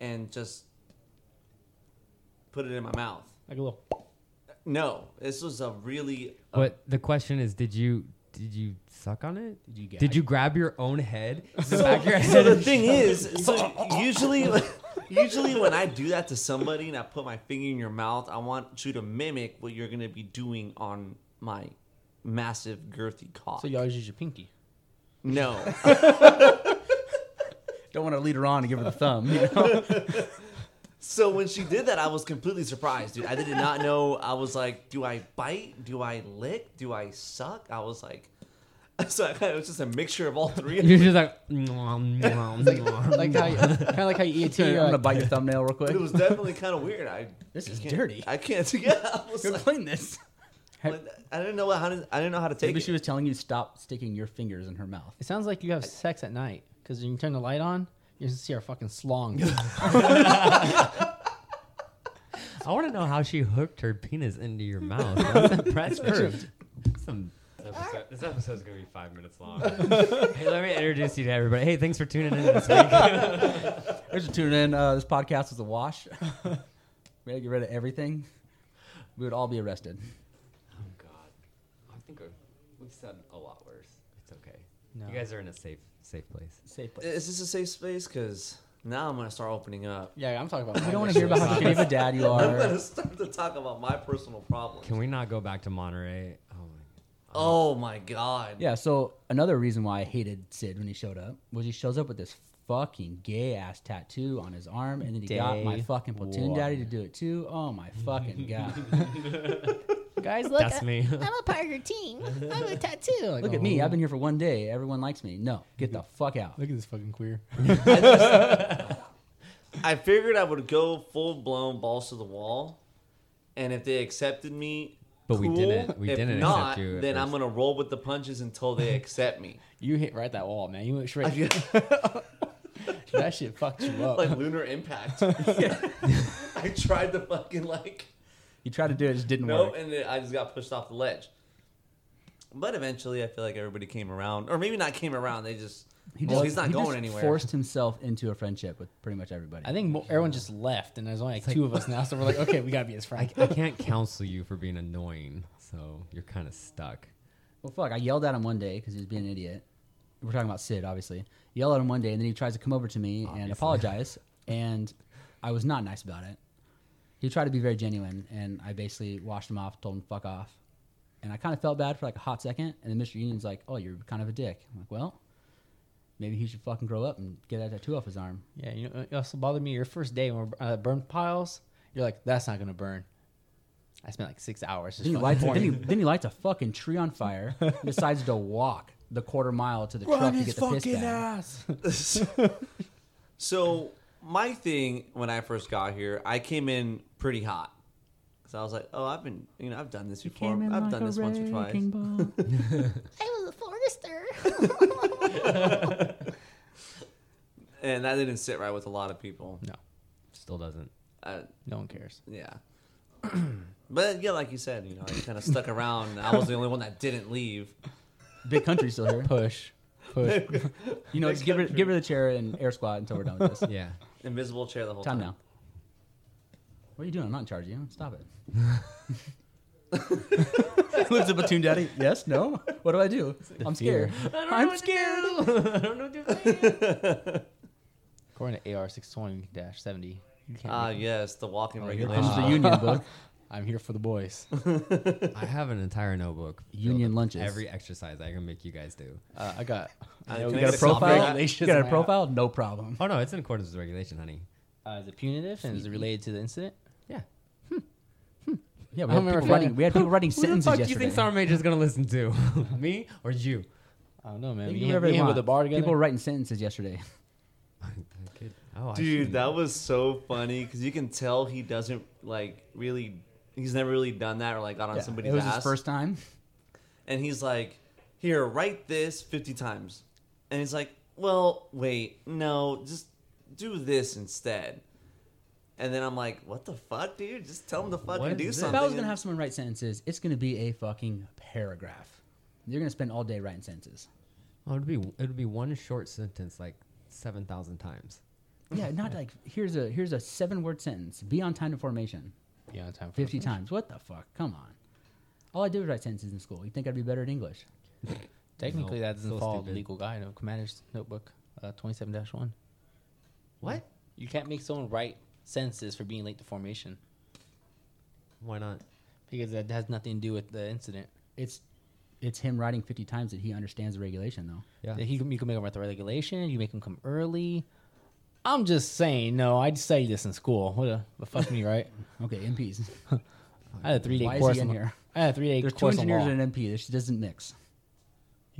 [SPEAKER 2] and just put it in my mouth.
[SPEAKER 4] Like a little.
[SPEAKER 2] No, this was a really
[SPEAKER 1] But the question is, did you did you suck on it? Did
[SPEAKER 3] you gag?
[SPEAKER 1] Did you grab your own head? The back of your
[SPEAKER 2] So
[SPEAKER 1] head
[SPEAKER 2] the thing is, so usually, usually when I do that to somebody and I put my finger in your mouth, I want you to mimic what you're gonna be doing on my massive girthy cock.
[SPEAKER 4] So you always use your pinky.
[SPEAKER 2] no,
[SPEAKER 3] Don't want to lead her on and give her the thumb. You know?
[SPEAKER 2] So when she did that, I was completely surprised, dude. I did not know. I was like, do I bite? Do I lick? Do I suck? I was like, so I, it was just a mixture of all three.
[SPEAKER 1] You're just like, "Nom, nom, nom."
[SPEAKER 4] Like how, kind of like how you eat.
[SPEAKER 3] I'm gonna bite your thumbnail real quick.
[SPEAKER 2] It was definitely kind of weird. I
[SPEAKER 3] This is
[SPEAKER 2] can't-
[SPEAKER 3] dirty.
[SPEAKER 2] I can't. Yeah, I was
[SPEAKER 3] You're
[SPEAKER 2] like,
[SPEAKER 3] playing this.
[SPEAKER 2] like, I didn't know how to. I didn't know how to take
[SPEAKER 3] Maybe
[SPEAKER 2] it.
[SPEAKER 3] she was telling you to stop sticking your fingers in her mouth.
[SPEAKER 4] It sounds like you have sex at night because when you turn the light on, you just see our fucking slong.
[SPEAKER 1] I want to know how she hooked her penis into your mouth. That's impressive. Some. Episode, this episode's gonna be five minutes long. hey, let me introduce you to everybody. Hey, thanks for tuning in this week.
[SPEAKER 3] Thanks for tuning in. Uh, this podcast was a wash. we had to get rid of everything. We would all be arrested.
[SPEAKER 1] Oh God, I think we've said a lot worse. It's okay.
[SPEAKER 4] No.
[SPEAKER 1] You guys are in a safe, safe place.
[SPEAKER 3] Safe place.
[SPEAKER 2] Is this a safe space? Because now I'm gonna start opening up.
[SPEAKER 4] yeah, I'm talking about.
[SPEAKER 3] We don't want to hear about how shitty of a dad you
[SPEAKER 2] I'm
[SPEAKER 3] are.
[SPEAKER 2] gonna start to talk about my personal problems.
[SPEAKER 1] Can we not go back to Monterey? Oh my God.
[SPEAKER 2] Oh my god.
[SPEAKER 3] Yeah, so another reason why I hated Sid when he showed up was he shows up with this fucking gay ass tattoo on his arm, and then he got my
[SPEAKER 4] Day
[SPEAKER 3] fucking platoon
[SPEAKER 4] one.
[SPEAKER 3] daddy to do it too. Oh my fucking god!
[SPEAKER 4] Guys, look. uh,
[SPEAKER 1] That's me.
[SPEAKER 4] I'm a part of your team. I have a tattoo. Like,
[SPEAKER 3] Look at me, I've been here for one day. Everyone likes me. No, get the fuck out.
[SPEAKER 5] Look at this fucking queer.
[SPEAKER 2] I figured I would go full blown balls to the wall, and if they accepted me,
[SPEAKER 1] But we
[SPEAKER 2] cool.
[SPEAKER 1] didn't- we
[SPEAKER 2] if
[SPEAKER 1] didn't accept
[SPEAKER 2] not,
[SPEAKER 1] you at
[SPEAKER 2] Then i I'm
[SPEAKER 1] first.
[SPEAKER 2] gonna roll with the punches until they accept me.
[SPEAKER 4] You hit right that wall, man. You went straight. that shit fucked you
[SPEAKER 1] Oh.
[SPEAKER 4] up.
[SPEAKER 2] like lunar impact. I tried to fucking like
[SPEAKER 3] You tried to do it, it just didn't
[SPEAKER 2] no,
[SPEAKER 3] work.
[SPEAKER 2] and then I just got pushed off the ledge. But eventually, I feel like everybody came around, or maybe not came around. They just
[SPEAKER 3] He
[SPEAKER 2] well,
[SPEAKER 3] just-
[SPEAKER 2] he's not
[SPEAKER 3] he
[SPEAKER 2] going
[SPEAKER 3] just
[SPEAKER 2] anywhere.
[SPEAKER 3] Forced himself into a friendship with pretty much everybody.
[SPEAKER 4] I think mo- everyone just left, and there's only like two of us now, so we're like, okay, we gotta be his
[SPEAKER 1] I,
[SPEAKER 4] friend.
[SPEAKER 1] I can't counsel you for being annoying, so you're kind of stuck.
[SPEAKER 3] Well, fuck! I yelled at him one day because he was being an idiot. We're talking about Sid, obviously. Yell at him one day, and then he tries to come over to me and apologize, and I was not nice about it. He tried to be very genuine, and I basically washed him off, told him fuck off, and I kind of felt bad for like a hot second. And then Mr. Union's like, "Oh, you're kind of a dick." I'm like, "Well, maybe he should fucking grow up and get that tattoo off his arm."
[SPEAKER 4] Yeah, you know, it also bothered me your first day when we're uh, burn piles. You're like, that's not gonna burn. I spent like six hours just
[SPEAKER 3] Then he,
[SPEAKER 4] fucking
[SPEAKER 3] lights, then, he,
[SPEAKER 4] pouring.
[SPEAKER 3] then he lights a fucking tree on fire and decides to walk the quarter mile to the truck to get the piss back.
[SPEAKER 4] ass.
[SPEAKER 2] So my thing when I first got here, I came in pretty hot. So I was like, oh, I've been, you know, I've done this before. I've done this once or twice.
[SPEAKER 4] I was a forester.
[SPEAKER 2] And that didn't sit right with a lot of people.
[SPEAKER 4] No,
[SPEAKER 1] Still doesn't.
[SPEAKER 2] Uh,
[SPEAKER 4] no one cares.
[SPEAKER 2] yeah. but yeah, like you said, you know, I kind of stuck around. and I was the only one that didn't leave.
[SPEAKER 3] Big country's still here.
[SPEAKER 4] Push, push.
[SPEAKER 3] You know, just give her, give her the chair and air squat until we're done with this.
[SPEAKER 1] Yeah.
[SPEAKER 2] Invisible chair the whole time.
[SPEAKER 3] Time now. What are you doing? I'm not in charge of you. Stop it. Looks at Platoon Daddy. Yes, no. What do I do? I'm
[SPEAKER 4] fear.
[SPEAKER 3] scared. I'm scared.
[SPEAKER 4] According to AR six twenty seventy, you can't.
[SPEAKER 2] Ah,
[SPEAKER 4] make it.
[SPEAKER 2] yes, the walking
[SPEAKER 4] here
[SPEAKER 2] regulation.
[SPEAKER 3] Oh, Comes
[SPEAKER 4] comes
[SPEAKER 3] the
[SPEAKER 4] Ah.
[SPEAKER 3] union book.
[SPEAKER 4] I'm here for the boys.
[SPEAKER 1] I have an entire notebook. filled
[SPEAKER 3] Union
[SPEAKER 1] with
[SPEAKER 3] lunches.
[SPEAKER 1] Every exercise I can make you guys do.
[SPEAKER 4] Uh, I got.
[SPEAKER 2] Uh,
[SPEAKER 4] I know
[SPEAKER 2] can
[SPEAKER 4] we
[SPEAKER 2] I
[SPEAKER 3] You got
[SPEAKER 2] It's
[SPEAKER 3] a
[SPEAKER 2] a
[SPEAKER 3] profile?
[SPEAKER 2] combination.
[SPEAKER 3] You got a profile? No problem.
[SPEAKER 1] Oh no, it's in accordance with regulation, honey.
[SPEAKER 4] Uh, is it punitive and is it related to the incident?
[SPEAKER 1] Yeah.
[SPEAKER 3] Hmm. Yeah,
[SPEAKER 4] I
[SPEAKER 3] we had
[SPEAKER 4] remember
[SPEAKER 3] people writing,
[SPEAKER 4] feeling-
[SPEAKER 3] we had people writing sentences
[SPEAKER 1] do you
[SPEAKER 3] yesterday.
[SPEAKER 1] think Sergeant Major's gonna listen to? Me or you?
[SPEAKER 4] I don't know, man.
[SPEAKER 3] They can
[SPEAKER 4] Me
[SPEAKER 3] do
[SPEAKER 4] and-
[SPEAKER 3] whatever
[SPEAKER 4] me
[SPEAKER 3] they
[SPEAKER 4] and with
[SPEAKER 3] want.
[SPEAKER 4] the bar together.
[SPEAKER 3] People were writing sentences yesterday.
[SPEAKER 1] Oh, I
[SPEAKER 2] Dude,
[SPEAKER 1] shouldn't.
[SPEAKER 2] that was so funny because you can tell he doesn't like really. He's never really done that or like got on
[SPEAKER 3] Yeah,
[SPEAKER 2] somebody's
[SPEAKER 3] it was
[SPEAKER 2] ass.
[SPEAKER 3] his first time.
[SPEAKER 2] and he's like, "Here, write this fifty times," and he's like, "Well, wait, no, just do this instead." And then I'm like, "What the fuck, dude? Just tell him to fucking
[SPEAKER 1] What
[SPEAKER 2] do
[SPEAKER 1] is this?
[SPEAKER 2] something."
[SPEAKER 3] If I was gonna have someone write sentences, it's gonna be a fucking paragraph. You're gonna spend all day writing sentences.
[SPEAKER 1] Oh, it'd be it'd be one short sentence like seven thousand times.
[SPEAKER 3] Yeah, not like here's a here's a seven word sentence. Be on time to formation.
[SPEAKER 4] Yeah, time for
[SPEAKER 3] Fifty times. What the fuck? Come on. All I did was write sentences in school. You think I'd be better at English?
[SPEAKER 4] Technically,
[SPEAKER 1] No,
[SPEAKER 4] that doesn't
[SPEAKER 1] so
[SPEAKER 4] follow the
[SPEAKER 1] stupid.
[SPEAKER 4] legal guide of Commander's Notebook uh, 27-1.
[SPEAKER 1] What?
[SPEAKER 4] You can't make someone write sentences for being late to formation
[SPEAKER 1] Why not?
[SPEAKER 4] because that has nothing to do with the incident.
[SPEAKER 3] It's it's him writing fifty times that he understands the regulation though.
[SPEAKER 1] Yeah.
[SPEAKER 4] He can, you can make them write the regulation. You make them come early. I'm just saying, no, I'd study this in school. What a, but fuck me, right?
[SPEAKER 3] Okay, MPs.
[SPEAKER 4] I had a three
[SPEAKER 3] Why
[SPEAKER 4] day
[SPEAKER 3] is
[SPEAKER 4] course
[SPEAKER 3] he in
[SPEAKER 4] on-
[SPEAKER 3] here?
[SPEAKER 4] I had a three day
[SPEAKER 3] There's two
[SPEAKER 4] course on law.
[SPEAKER 3] engineers and an MP. This doesn't mix.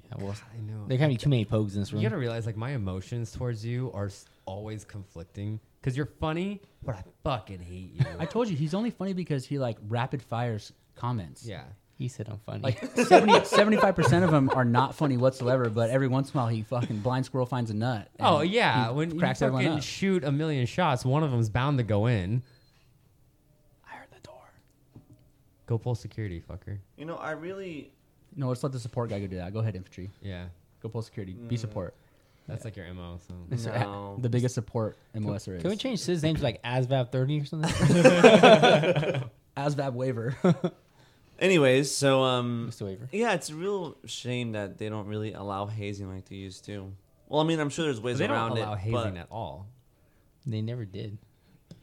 [SPEAKER 4] yeah, well,
[SPEAKER 1] I know.
[SPEAKER 4] there can't be too many pogues in this room.
[SPEAKER 1] You gotta realize, like, my emotions towards you are s- always conflicting because you're funny, but I fucking hate you.
[SPEAKER 3] I told you he's only funny because he like rapid fires comments.
[SPEAKER 1] yeah.
[SPEAKER 4] he said I'm funny.
[SPEAKER 3] Like 75 percent of them are not funny whatsoever, but every once in a while he fucking blind squirrel finds a nut. and
[SPEAKER 1] Oh yeah,
[SPEAKER 3] he
[SPEAKER 1] when you
[SPEAKER 3] cracks everyone
[SPEAKER 1] fucking
[SPEAKER 3] up.
[SPEAKER 1] shoot a million shots, one of them's bound to go in.
[SPEAKER 4] I heard the door.
[SPEAKER 1] Go pull security, fucker.
[SPEAKER 2] you know, I really
[SPEAKER 3] no, let's let the support guy go do that. Go ahead, infantry.
[SPEAKER 1] Yeah,
[SPEAKER 3] Go pull security. Be support.
[SPEAKER 1] that's like your mo. So
[SPEAKER 2] no.
[SPEAKER 3] The biggest support MOS there is.
[SPEAKER 4] Can we change his name to like ASVAB30 or something?
[SPEAKER 3] ASVAB waiver.
[SPEAKER 2] Anyways, so um,
[SPEAKER 4] Mr. Waver.
[SPEAKER 2] yeah, it's a real shame that they don't really allow hazing like they used to. Well, I mean, I'm sure there's ways
[SPEAKER 1] they
[SPEAKER 2] around
[SPEAKER 1] don't allow
[SPEAKER 2] it.
[SPEAKER 1] hazing
[SPEAKER 2] but,
[SPEAKER 1] at all.
[SPEAKER 4] They never did.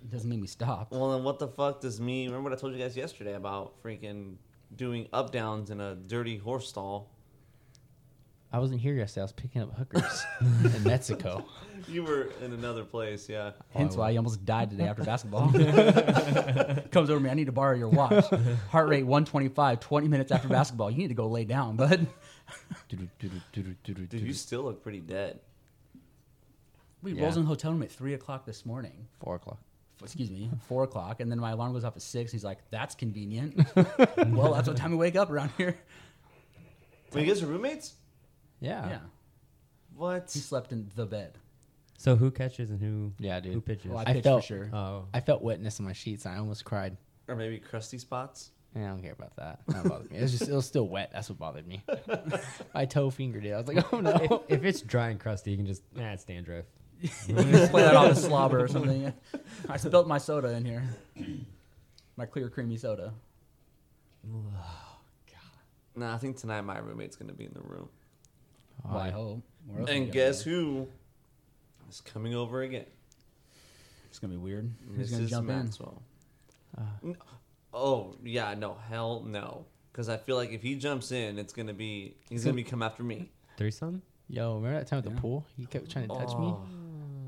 [SPEAKER 3] Doesn't mean we stop.
[SPEAKER 2] Oh, Well, then what the fuck does me? Remember what I told you guys yesterday about freaking doing up downs in a dirty horse stall.
[SPEAKER 4] I wasn't here yesterday. I was picking up hookers in Mexico.
[SPEAKER 2] You were in another place, yeah.
[SPEAKER 3] Hence why he almost died today after basketball. Comes over to me, I need to borrow your watch. Heart rate 125, 20 minutes after basketball. You need to go lay down, bud.
[SPEAKER 2] Dude, you still look pretty dead.
[SPEAKER 3] We
[SPEAKER 4] Yeah.
[SPEAKER 3] rolled in the hotel room at 3 o'clock this morning.
[SPEAKER 4] Four o'clock.
[SPEAKER 3] F- Excuse me, 4 o'clock. And then my alarm goes off at 6. He's like, that's convenient. well, that's what time we wake up around here.
[SPEAKER 2] Wait, you guys are roommates?
[SPEAKER 4] Yeah.
[SPEAKER 3] Yeah.
[SPEAKER 4] Yeah,
[SPEAKER 2] What?
[SPEAKER 3] He slept in the bed.
[SPEAKER 1] So who catches and who?
[SPEAKER 4] dude.
[SPEAKER 1] Who pitches?
[SPEAKER 3] Well, I
[SPEAKER 4] I
[SPEAKER 3] pitched
[SPEAKER 4] felt-
[SPEAKER 3] for sure.
[SPEAKER 1] oh,
[SPEAKER 4] I felt wetness on my sheets. And I almost cried.
[SPEAKER 2] Or maybe crusty spots?
[SPEAKER 4] Yeah, I don't care about that. That bothered me. It was just it was still wet. That's what bothered me. my toe fingered it. I was like, oh
[SPEAKER 1] if,
[SPEAKER 4] no.
[SPEAKER 1] if it's dry and crusty, you can just nah, it's dandruff.
[SPEAKER 3] Just play that off as slobber or something. I spilled my soda in here. My clear, creamy soda.
[SPEAKER 2] Nah, I think tonight my roommate's gonna be in the room.
[SPEAKER 3] Well, I hope. Where else would
[SPEAKER 2] And
[SPEAKER 3] you
[SPEAKER 2] guess
[SPEAKER 3] go?
[SPEAKER 2] who is coming over again?
[SPEAKER 3] It's gonna be weird. Who's gonna
[SPEAKER 2] Mrs.
[SPEAKER 3] jump in? Uh.
[SPEAKER 2] Maxwell. N- oh yeah, no, hell no. Because I feel like if he jumps in, it's gonna be he's gonna be come after me.
[SPEAKER 1] Threesome?
[SPEAKER 4] Yo, remember that time at the
[SPEAKER 3] Yeah.
[SPEAKER 4] pool? He kept trying to touch me. Oh.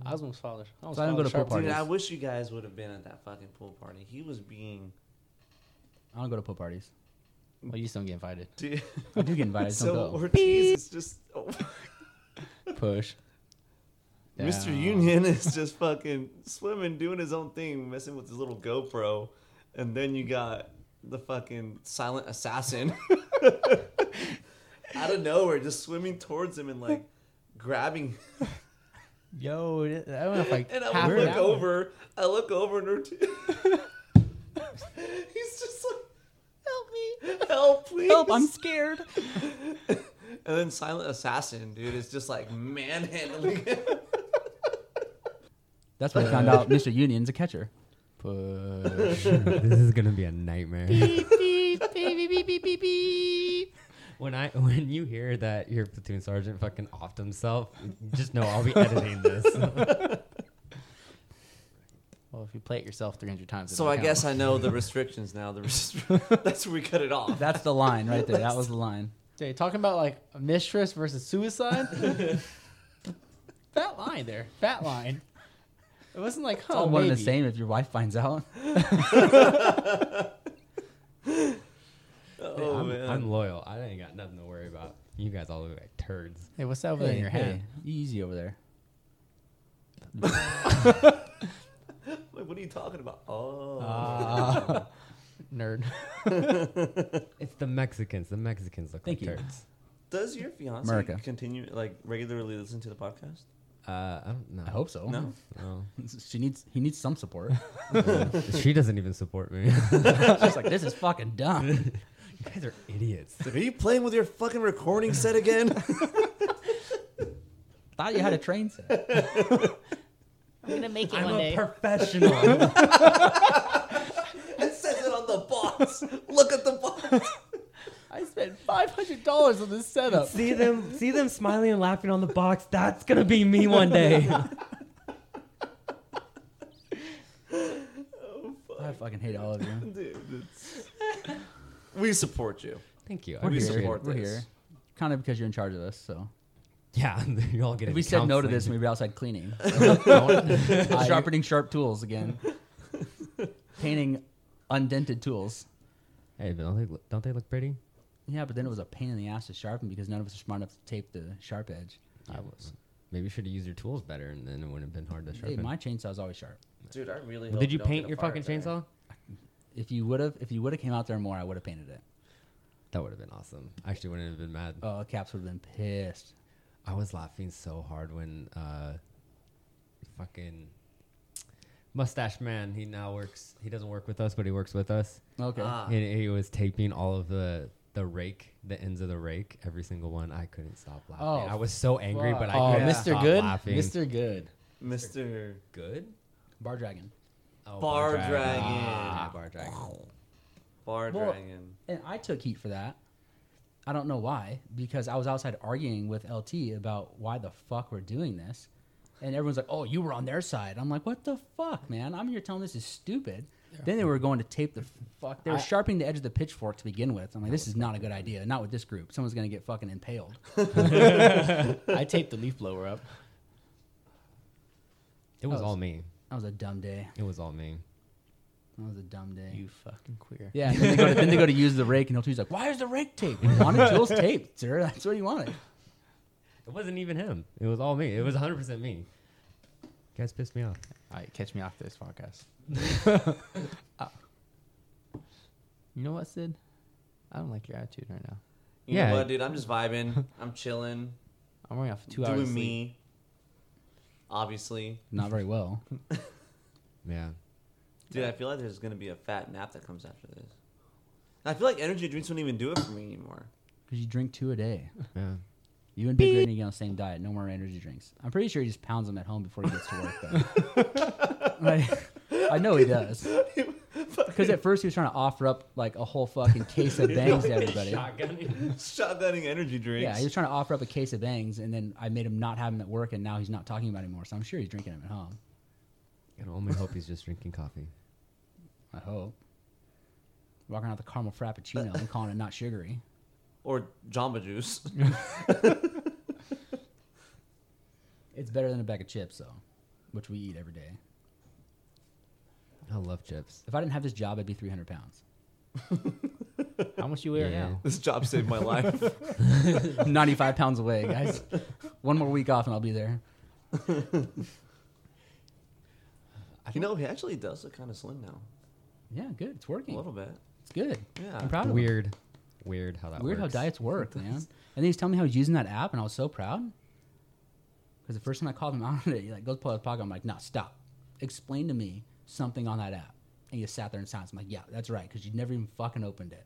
[SPEAKER 4] I was almost followed. I almost
[SPEAKER 3] So I don't
[SPEAKER 4] followed
[SPEAKER 3] go to pool
[SPEAKER 4] Sharpie.
[SPEAKER 3] parties.
[SPEAKER 2] Dude, I wish you guys would have been at that fucking pool party. He was being.
[SPEAKER 3] I don't go to pool parties.
[SPEAKER 4] Well, you just don't get invited.
[SPEAKER 2] Dude,
[SPEAKER 3] I do get invited. so
[SPEAKER 2] so
[SPEAKER 3] don't go.
[SPEAKER 2] Ortiz is just. oh,
[SPEAKER 4] Push.
[SPEAKER 2] Mr.
[SPEAKER 4] Down.
[SPEAKER 2] Union is just fucking swimming, doing his own thing, messing with his little GoPro. And then you got the fucking silent assassin out of nowhere, just swimming towards him and like grabbing
[SPEAKER 4] Yo, I don't know if like
[SPEAKER 2] And
[SPEAKER 4] half
[SPEAKER 2] I
[SPEAKER 4] an
[SPEAKER 2] look
[SPEAKER 4] hour.
[SPEAKER 2] over. I look over and Ortiz. He's just like, "Help me! Help, please!
[SPEAKER 3] Help! I'm scared.
[SPEAKER 2] And then Silent Assassin, dude, is just like manhandling him.
[SPEAKER 3] That's when I found out Mr. Union's a catcher.
[SPEAKER 1] uh,
[SPEAKER 4] Push.
[SPEAKER 1] this is gonna be a nightmare.
[SPEAKER 4] beep, beep, beep, beep, beep, beep, beep.
[SPEAKER 1] When I when you hear that your platoon sergeant fucking offed himself, just know I'll be editing this.
[SPEAKER 4] Well, if you play it yourself 300 times, it
[SPEAKER 2] So
[SPEAKER 4] don't
[SPEAKER 2] I
[SPEAKER 4] count.
[SPEAKER 2] guess I know the restrictions now. The that's where we cut it off.
[SPEAKER 3] That's the line right there. That was the line.
[SPEAKER 4] Dude, talking about like a mistress versus suicide. that line there, that line. It wasn't like,
[SPEAKER 3] It's
[SPEAKER 4] huh,
[SPEAKER 3] all one and
[SPEAKER 4] Oh,
[SPEAKER 3] the
[SPEAKER 4] maybe.
[SPEAKER 3] same. If your wife finds out,
[SPEAKER 2] Oh
[SPEAKER 1] I'm,
[SPEAKER 2] man,
[SPEAKER 1] I'm loyal. I ain't got nothing to worry about. You guys all look like turds.
[SPEAKER 4] Hey, what's that over there in your hand?
[SPEAKER 3] you easy over there.
[SPEAKER 2] Wait, what are you talking about? Oh,
[SPEAKER 4] Uh, Oh. Nerd.
[SPEAKER 1] It's the Mexicans. The Mexicans look
[SPEAKER 3] Thank
[SPEAKER 1] like
[SPEAKER 3] you.
[SPEAKER 1] turds.
[SPEAKER 2] does your fiance
[SPEAKER 3] America.
[SPEAKER 2] continue like regularly listen to the podcast?
[SPEAKER 1] Uh, I don't know.
[SPEAKER 3] I hope so.
[SPEAKER 2] No.
[SPEAKER 1] No.
[SPEAKER 3] She needs. He needs some support.
[SPEAKER 1] she doesn't even support me. you
[SPEAKER 3] She's like, this is fucking dumb.
[SPEAKER 1] guys are idiots.
[SPEAKER 2] Are you playing with your fucking recording set again?
[SPEAKER 3] Thought you had a train set.
[SPEAKER 4] I'm gonna make it
[SPEAKER 1] I'm a professional.
[SPEAKER 2] it says it on the box. Look at the box.
[SPEAKER 4] I spent five hundred dollars on this setup.
[SPEAKER 1] see them see them smiling and laughing on the box. That's gonna be me one day.
[SPEAKER 3] I fucking hate all of you.
[SPEAKER 2] Dude, it's... we support you.
[SPEAKER 1] Thank you. I
[SPEAKER 3] We're
[SPEAKER 2] We
[SPEAKER 3] here.
[SPEAKER 1] appreciate it.
[SPEAKER 2] support
[SPEAKER 3] We're
[SPEAKER 2] this.
[SPEAKER 3] here. Kind of because you're in charge of us, so.
[SPEAKER 1] Yeah, you're all getting.
[SPEAKER 3] If we said no to this,
[SPEAKER 1] counseling.
[SPEAKER 3] we'd be outside cleaning,
[SPEAKER 4] I-
[SPEAKER 3] sharpening sharp tools again, painting undented tools.
[SPEAKER 1] Hey, but don't they look, don't they look pretty?
[SPEAKER 3] Yeah, but then it was a pain in the ass to sharpen because none of us are smart enough to tape the sharp edge.
[SPEAKER 1] I was. Maybe you should have used your tools better, and then it wouldn't have been hard to
[SPEAKER 3] Hey,
[SPEAKER 1] sharpen.
[SPEAKER 3] my chainsaw's always sharp.
[SPEAKER 2] Dude, I really.
[SPEAKER 1] Did you paint your fucking chainsaw?
[SPEAKER 3] If you would have, if you would have came out there more, I would have painted it.
[SPEAKER 1] That would have been awesome. I actually wouldn't have been mad.
[SPEAKER 3] Oh, Caps would have been pissed.
[SPEAKER 1] I was laughing so hard when uh, fucking mustache man. He now works. He doesn't work with us, but he works with us.
[SPEAKER 3] Okay.
[SPEAKER 2] Ah.
[SPEAKER 1] And he was taping all of the the rake, the ends of the rake, every single one. I couldn't stop laughing.
[SPEAKER 4] Oh,
[SPEAKER 1] I was so angry, but I
[SPEAKER 4] oh,
[SPEAKER 1] couldn't
[SPEAKER 4] Mr.
[SPEAKER 1] stop
[SPEAKER 4] Good,
[SPEAKER 1] laughing.
[SPEAKER 4] Mr. Good.
[SPEAKER 2] Mr.
[SPEAKER 1] Good.
[SPEAKER 3] Bar Dragon.
[SPEAKER 1] Oh,
[SPEAKER 2] Bar Dragon.
[SPEAKER 1] Ah, bar dragon.
[SPEAKER 2] Bar
[SPEAKER 3] Well-
[SPEAKER 2] Dragon.
[SPEAKER 3] And I took heat for that. I don't know why, because I was outside arguing with LT about why the fuck we're doing this. And everyone's like, oh, you were on their side. I'm like, what the fuck, man? I'm here telling this is stupid. Then they were going to tape the fuck. They were
[SPEAKER 4] I-
[SPEAKER 3] sharpening the edge of the pitchfork to begin with. I'm like, this is not a good idea. Not with this group. Someone's gonna get fucking impaled.
[SPEAKER 4] I taped the leaf blower up.
[SPEAKER 1] It was
[SPEAKER 3] was-
[SPEAKER 1] all me.
[SPEAKER 3] That was a dumb day.
[SPEAKER 1] It was all me.
[SPEAKER 3] That was a dumb day.
[SPEAKER 4] You fucking queer.
[SPEAKER 3] yeah, and then, they go to, then they go to use the rake, and he's like, "Why is the rake tape? We wanted Jules tape, sir. That's where you want it."
[SPEAKER 1] It wasn't even him. It was all me. It was 100% me. You guys pissed me off.
[SPEAKER 4] All right, catch me after this podcast. Uh, you know what, Sid? I don't like your attitude right now.
[SPEAKER 2] You
[SPEAKER 1] Yeah.
[SPEAKER 2] know what, dude? I'm just vibing. I'm chilling.
[SPEAKER 4] I'm running off two
[SPEAKER 2] doing
[SPEAKER 4] hours. of sleep.
[SPEAKER 2] me. Obviously,
[SPEAKER 3] Not very well.
[SPEAKER 1] Yeah.
[SPEAKER 2] dude. I feel like there's gonna be a fat nap that comes after this. I feel like energy drinks don't even do it for me anymore.
[SPEAKER 3] Because you drink two a day.
[SPEAKER 1] Yeah.
[SPEAKER 3] You and Big Red need to get on the same diet. No more energy drinks. I'm pretty sure he just pounds them at home before he gets to work, though. Like, I know he does. Because at first he was trying to offer up like a whole fucking case of bangs to everybody.
[SPEAKER 2] Shotgunning energy drinks.
[SPEAKER 3] Yeah, he was trying to offer up a case of bangs, and then I made him not have them at work, and now he's not talking about it anymore. So I'm sure he's drinking them at home.
[SPEAKER 1] And only hope he's just drinking coffee.
[SPEAKER 3] I hope. Walking out the caramel frappuccino and calling it not sugary.
[SPEAKER 2] or Jamba Juice.
[SPEAKER 3] It's better than a bag of chips, though, which we eat every day.
[SPEAKER 1] I love chips.
[SPEAKER 3] If I didn't have this job, I'd be 300 pounds.
[SPEAKER 4] How much you weigh right
[SPEAKER 1] Yeah.
[SPEAKER 4] now?
[SPEAKER 2] this job saved my life.
[SPEAKER 3] 95 pounds away, guys. One more week off and I'll be there.
[SPEAKER 2] you know, he actually does look kind of slim now.
[SPEAKER 3] Yeah, good. It's
[SPEAKER 2] A
[SPEAKER 3] working.
[SPEAKER 2] little bit.
[SPEAKER 3] It's good.
[SPEAKER 2] Yeah.
[SPEAKER 3] I'm proud of him.
[SPEAKER 1] Weird. Weird how that
[SPEAKER 3] Weird
[SPEAKER 1] works.
[SPEAKER 3] how diets work, man. And then he's telling me how he's using that app, and I was so proud. Because the first time I called him out on it, he like goes pull out his pocket. I'm like, no, stop. Explain to me something on that app. And he just sat there in silence. I'm like, yeah, that's right, because you never even fucking opened it.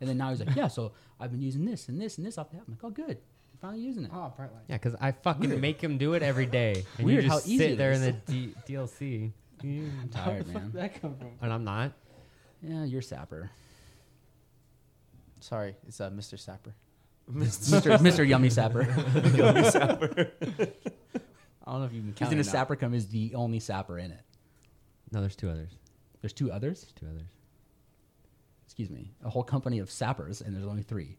[SPEAKER 3] And then now he's like, yeah, so I've been using this and this and this off the app. I'm like, oh, good. I'm finally using it.
[SPEAKER 4] Oh, bright light.
[SPEAKER 1] Yeah, because I fucking make him do it every day. And
[SPEAKER 3] Weird
[SPEAKER 1] you
[SPEAKER 3] how
[SPEAKER 1] just
[SPEAKER 3] easy it
[SPEAKER 1] sit there in
[SPEAKER 3] is.
[SPEAKER 1] the D- DLC.
[SPEAKER 3] I'm tired, man.
[SPEAKER 4] that come from?
[SPEAKER 1] And I'm not.
[SPEAKER 3] Yeah, you're sapper.
[SPEAKER 4] Sorry, it's uh, Mr. Sapper.
[SPEAKER 3] Mr. Mr. Yummy Sapper.
[SPEAKER 4] I don't know if you can
[SPEAKER 3] He's
[SPEAKER 4] count.
[SPEAKER 3] in
[SPEAKER 4] or
[SPEAKER 3] a
[SPEAKER 4] not.
[SPEAKER 3] sapper come is the only sapper in it.
[SPEAKER 1] No, there's two others.
[SPEAKER 3] There's two others.
[SPEAKER 1] There's two others.
[SPEAKER 3] Excuse me. A whole company of sappers, and there's only three.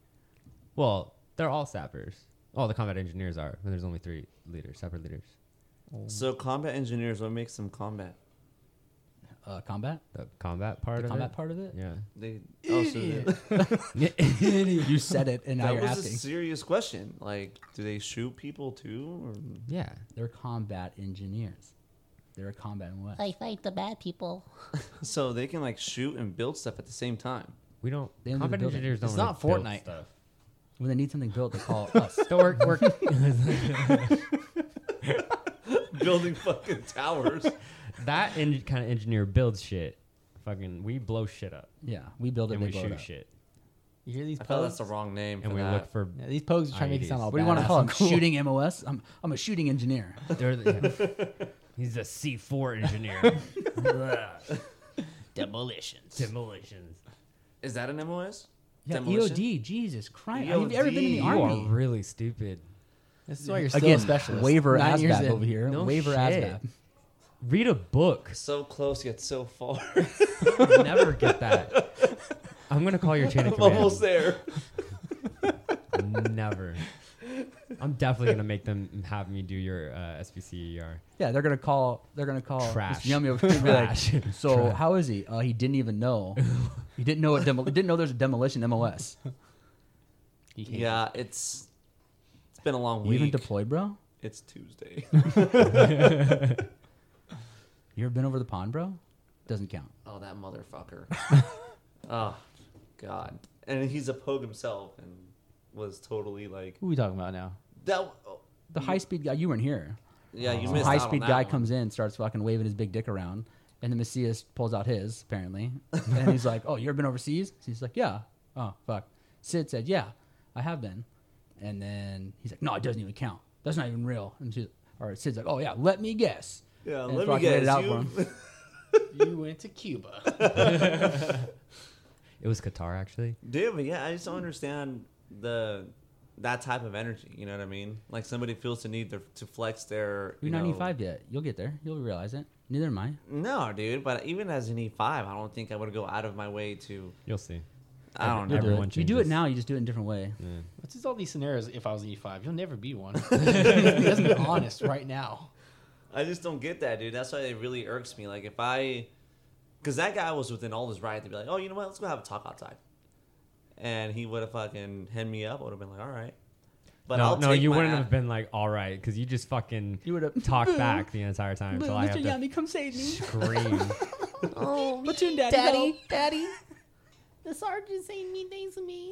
[SPEAKER 1] Well, they're all sappers. All the combat engineers are. And there's only three leaders, sapper leaders.
[SPEAKER 2] So combat engineers, what makes them combat?
[SPEAKER 3] Uh, combat.
[SPEAKER 1] The combat part
[SPEAKER 3] the
[SPEAKER 1] of
[SPEAKER 3] combat
[SPEAKER 1] it.
[SPEAKER 3] part of it.
[SPEAKER 1] Yeah.
[SPEAKER 2] They oh, so they-
[SPEAKER 3] you said it, and now
[SPEAKER 2] that
[SPEAKER 3] you're
[SPEAKER 2] was
[SPEAKER 3] asking.
[SPEAKER 2] a serious question. Like, do they shoot people too? Or?
[SPEAKER 1] Yeah.
[SPEAKER 3] They're combat engineers. They're a combat in what?
[SPEAKER 5] I fight the bad people.
[SPEAKER 2] So they can like shoot and build stuff at the same time.
[SPEAKER 1] We don't.
[SPEAKER 3] They don't do the
[SPEAKER 1] combat
[SPEAKER 3] building.
[SPEAKER 1] engineers don't.
[SPEAKER 4] It's not
[SPEAKER 1] really build
[SPEAKER 4] Fortnite.
[SPEAKER 1] stuff.
[SPEAKER 3] when they need something built, they call us.
[SPEAKER 1] So work, work.
[SPEAKER 2] Building fucking towers.
[SPEAKER 1] that en- kind of engineer builds shit. Fucking, we blow shit up
[SPEAKER 3] Yeah, we build it.
[SPEAKER 1] and
[SPEAKER 3] they
[SPEAKER 1] we
[SPEAKER 3] blow it
[SPEAKER 1] shoot
[SPEAKER 3] up.
[SPEAKER 1] shit
[SPEAKER 4] You hear these
[SPEAKER 2] I thought that's
[SPEAKER 4] pogs?
[SPEAKER 2] the wrong name.
[SPEAKER 1] and
[SPEAKER 2] for
[SPEAKER 1] we
[SPEAKER 2] that.
[SPEAKER 1] look for.
[SPEAKER 4] yeah, these pogs are trying to make it sound all.
[SPEAKER 3] What do you want to
[SPEAKER 4] badass
[SPEAKER 3] call them?
[SPEAKER 4] and cool.
[SPEAKER 3] Shooting MOS. I'm I'm a shooting engineer.
[SPEAKER 1] they're the- yeah. He's a C four engineer.
[SPEAKER 4] demolitions.
[SPEAKER 1] Demolitions.
[SPEAKER 2] Is that an MOS?
[SPEAKER 3] Yeah, E
[SPEAKER 2] Demolition?
[SPEAKER 3] EOD. Jesus Christ! Have you ever been in
[SPEAKER 1] E
[SPEAKER 2] EOD.
[SPEAKER 3] the
[SPEAKER 1] You
[SPEAKER 3] army?
[SPEAKER 1] are really stupid.
[SPEAKER 4] This is why you're still
[SPEAKER 3] Again,
[SPEAKER 4] a specialist.
[SPEAKER 3] waiver
[SPEAKER 4] Nine years
[SPEAKER 3] ASVAB
[SPEAKER 4] in.
[SPEAKER 3] over here.
[SPEAKER 1] No
[SPEAKER 3] waiver
[SPEAKER 1] shit.
[SPEAKER 3] ASVAB.
[SPEAKER 1] Read a book.
[SPEAKER 2] So close yet so far.
[SPEAKER 1] You'll never get that. I'm gonna call your chain of
[SPEAKER 2] I'm
[SPEAKER 1] command.
[SPEAKER 2] almost there.
[SPEAKER 1] Never. I'm definitely gonna make them have me do your uh, SPCER.
[SPEAKER 3] Yeah, they're gonna call. They're gonna call. Mr.
[SPEAKER 1] Trash.
[SPEAKER 3] Yummy over here and be like,
[SPEAKER 1] Trash.
[SPEAKER 3] so
[SPEAKER 1] Trash.
[SPEAKER 3] how is he? Uh, he didn't even know. he didn't know. It demo- didn't know there's a demolition MOS.
[SPEAKER 4] He hates
[SPEAKER 2] Yeah, it's it's been a long
[SPEAKER 3] You
[SPEAKER 2] week.
[SPEAKER 3] even deployed, bro?
[SPEAKER 2] it's Tuesday.
[SPEAKER 3] You ever been over the pond, bro? Doesn't count.
[SPEAKER 2] oh, that motherfucker. oh, God. And he's a pogue himself and was totally like
[SPEAKER 4] Who are we talking about now?
[SPEAKER 2] that. Oh,
[SPEAKER 3] The high speed guy. You weren't here.
[SPEAKER 2] yeah, you
[SPEAKER 3] Some
[SPEAKER 2] missed.
[SPEAKER 3] high
[SPEAKER 2] out on
[SPEAKER 3] speed
[SPEAKER 2] that
[SPEAKER 3] guy
[SPEAKER 2] one.
[SPEAKER 3] comes in, starts fucking waving his big dick around, and the Messias pulls out his apparently, and he's like, "Oh, you ever been overseas?" He's like, "Yeah." Oh fuck. Sid said, "Yeah, I have been," and then he's like, "No, it doesn't even count. That's not even real." And she's, or Sid's like, "Oh yeah, let me guess."
[SPEAKER 2] Yeah,
[SPEAKER 3] And
[SPEAKER 2] let me
[SPEAKER 3] fucking laid it
[SPEAKER 2] guess.
[SPEAKER 3] out
[SPEAKER 2] you-
[SPEAKER 3] for
[SPEAKER 4] you went to Cuba.
[SPEAKER 1] It was Qatar actually.
[SPEAKER 2] Dude, but yeah, I just don't understand the that type of energy. You know what I mean? Like somebody feels the need to, to flex their.
[SPEAKER 3] You're
[SPEAKER 2] you
[SPEAKER 3] not
[SPEAKER 2] know-
[SPEAKER 3] E five yet. You'll get there. You'll realize it. Neither am I.
[SPEAKER 2] No, dude. But even as an E five, I don't think I would go out of my way to.
[SPEAKER 1] You'll see.
[SPEAKER 2] I don't
[SPEAKER 3] You'll
[SPEAKER 2] know.
[SPEAKER 3] do
[SPEAKER 1] Everyone
[SPEAKER 3] it. You do it
[SPEAKER 1] changes.
[SPEAKER 3] now. You just do it in a different way.
[SPEAKER 4] What's just all these scenarios? If I was an E5, you'll never be one. Let's be honest right now.
[SPEAKER 2] I just don't get that, dude. That's why it really irks me. Like if I, because that guy was within all his right to be like, oh, you know what? Let's go have a talk outside. And he would have fucking hemmed me up. I would have been like, all right. But
[SPEAKER 1] no,
[SPEAKER 2] I'll
[SPEAKER 1] no,
[SPEAKER 2] take
[SPEAKER 1] you
[SPEAKER 2] my
[SPEAKER 1] wouldn't
[SPEAKER 2] ass-
[SPEAKER 1] have been like, all right, because you just fucking
[SPEAKER 3] You would have
[SPEAKER 1] talk back the entire time until I have
[SPEAKER 3] Mr.
[SPEAKER 1] to
[SPEAKER 3] Yummy, come save me.
[SPEAKER 1] scream.
[SPEAKER 5] Oh,
[SPEAKER 3] Platoon Daddy, help.
[SPEAKER 5] Daddy. The sergeant's saying mean things to me.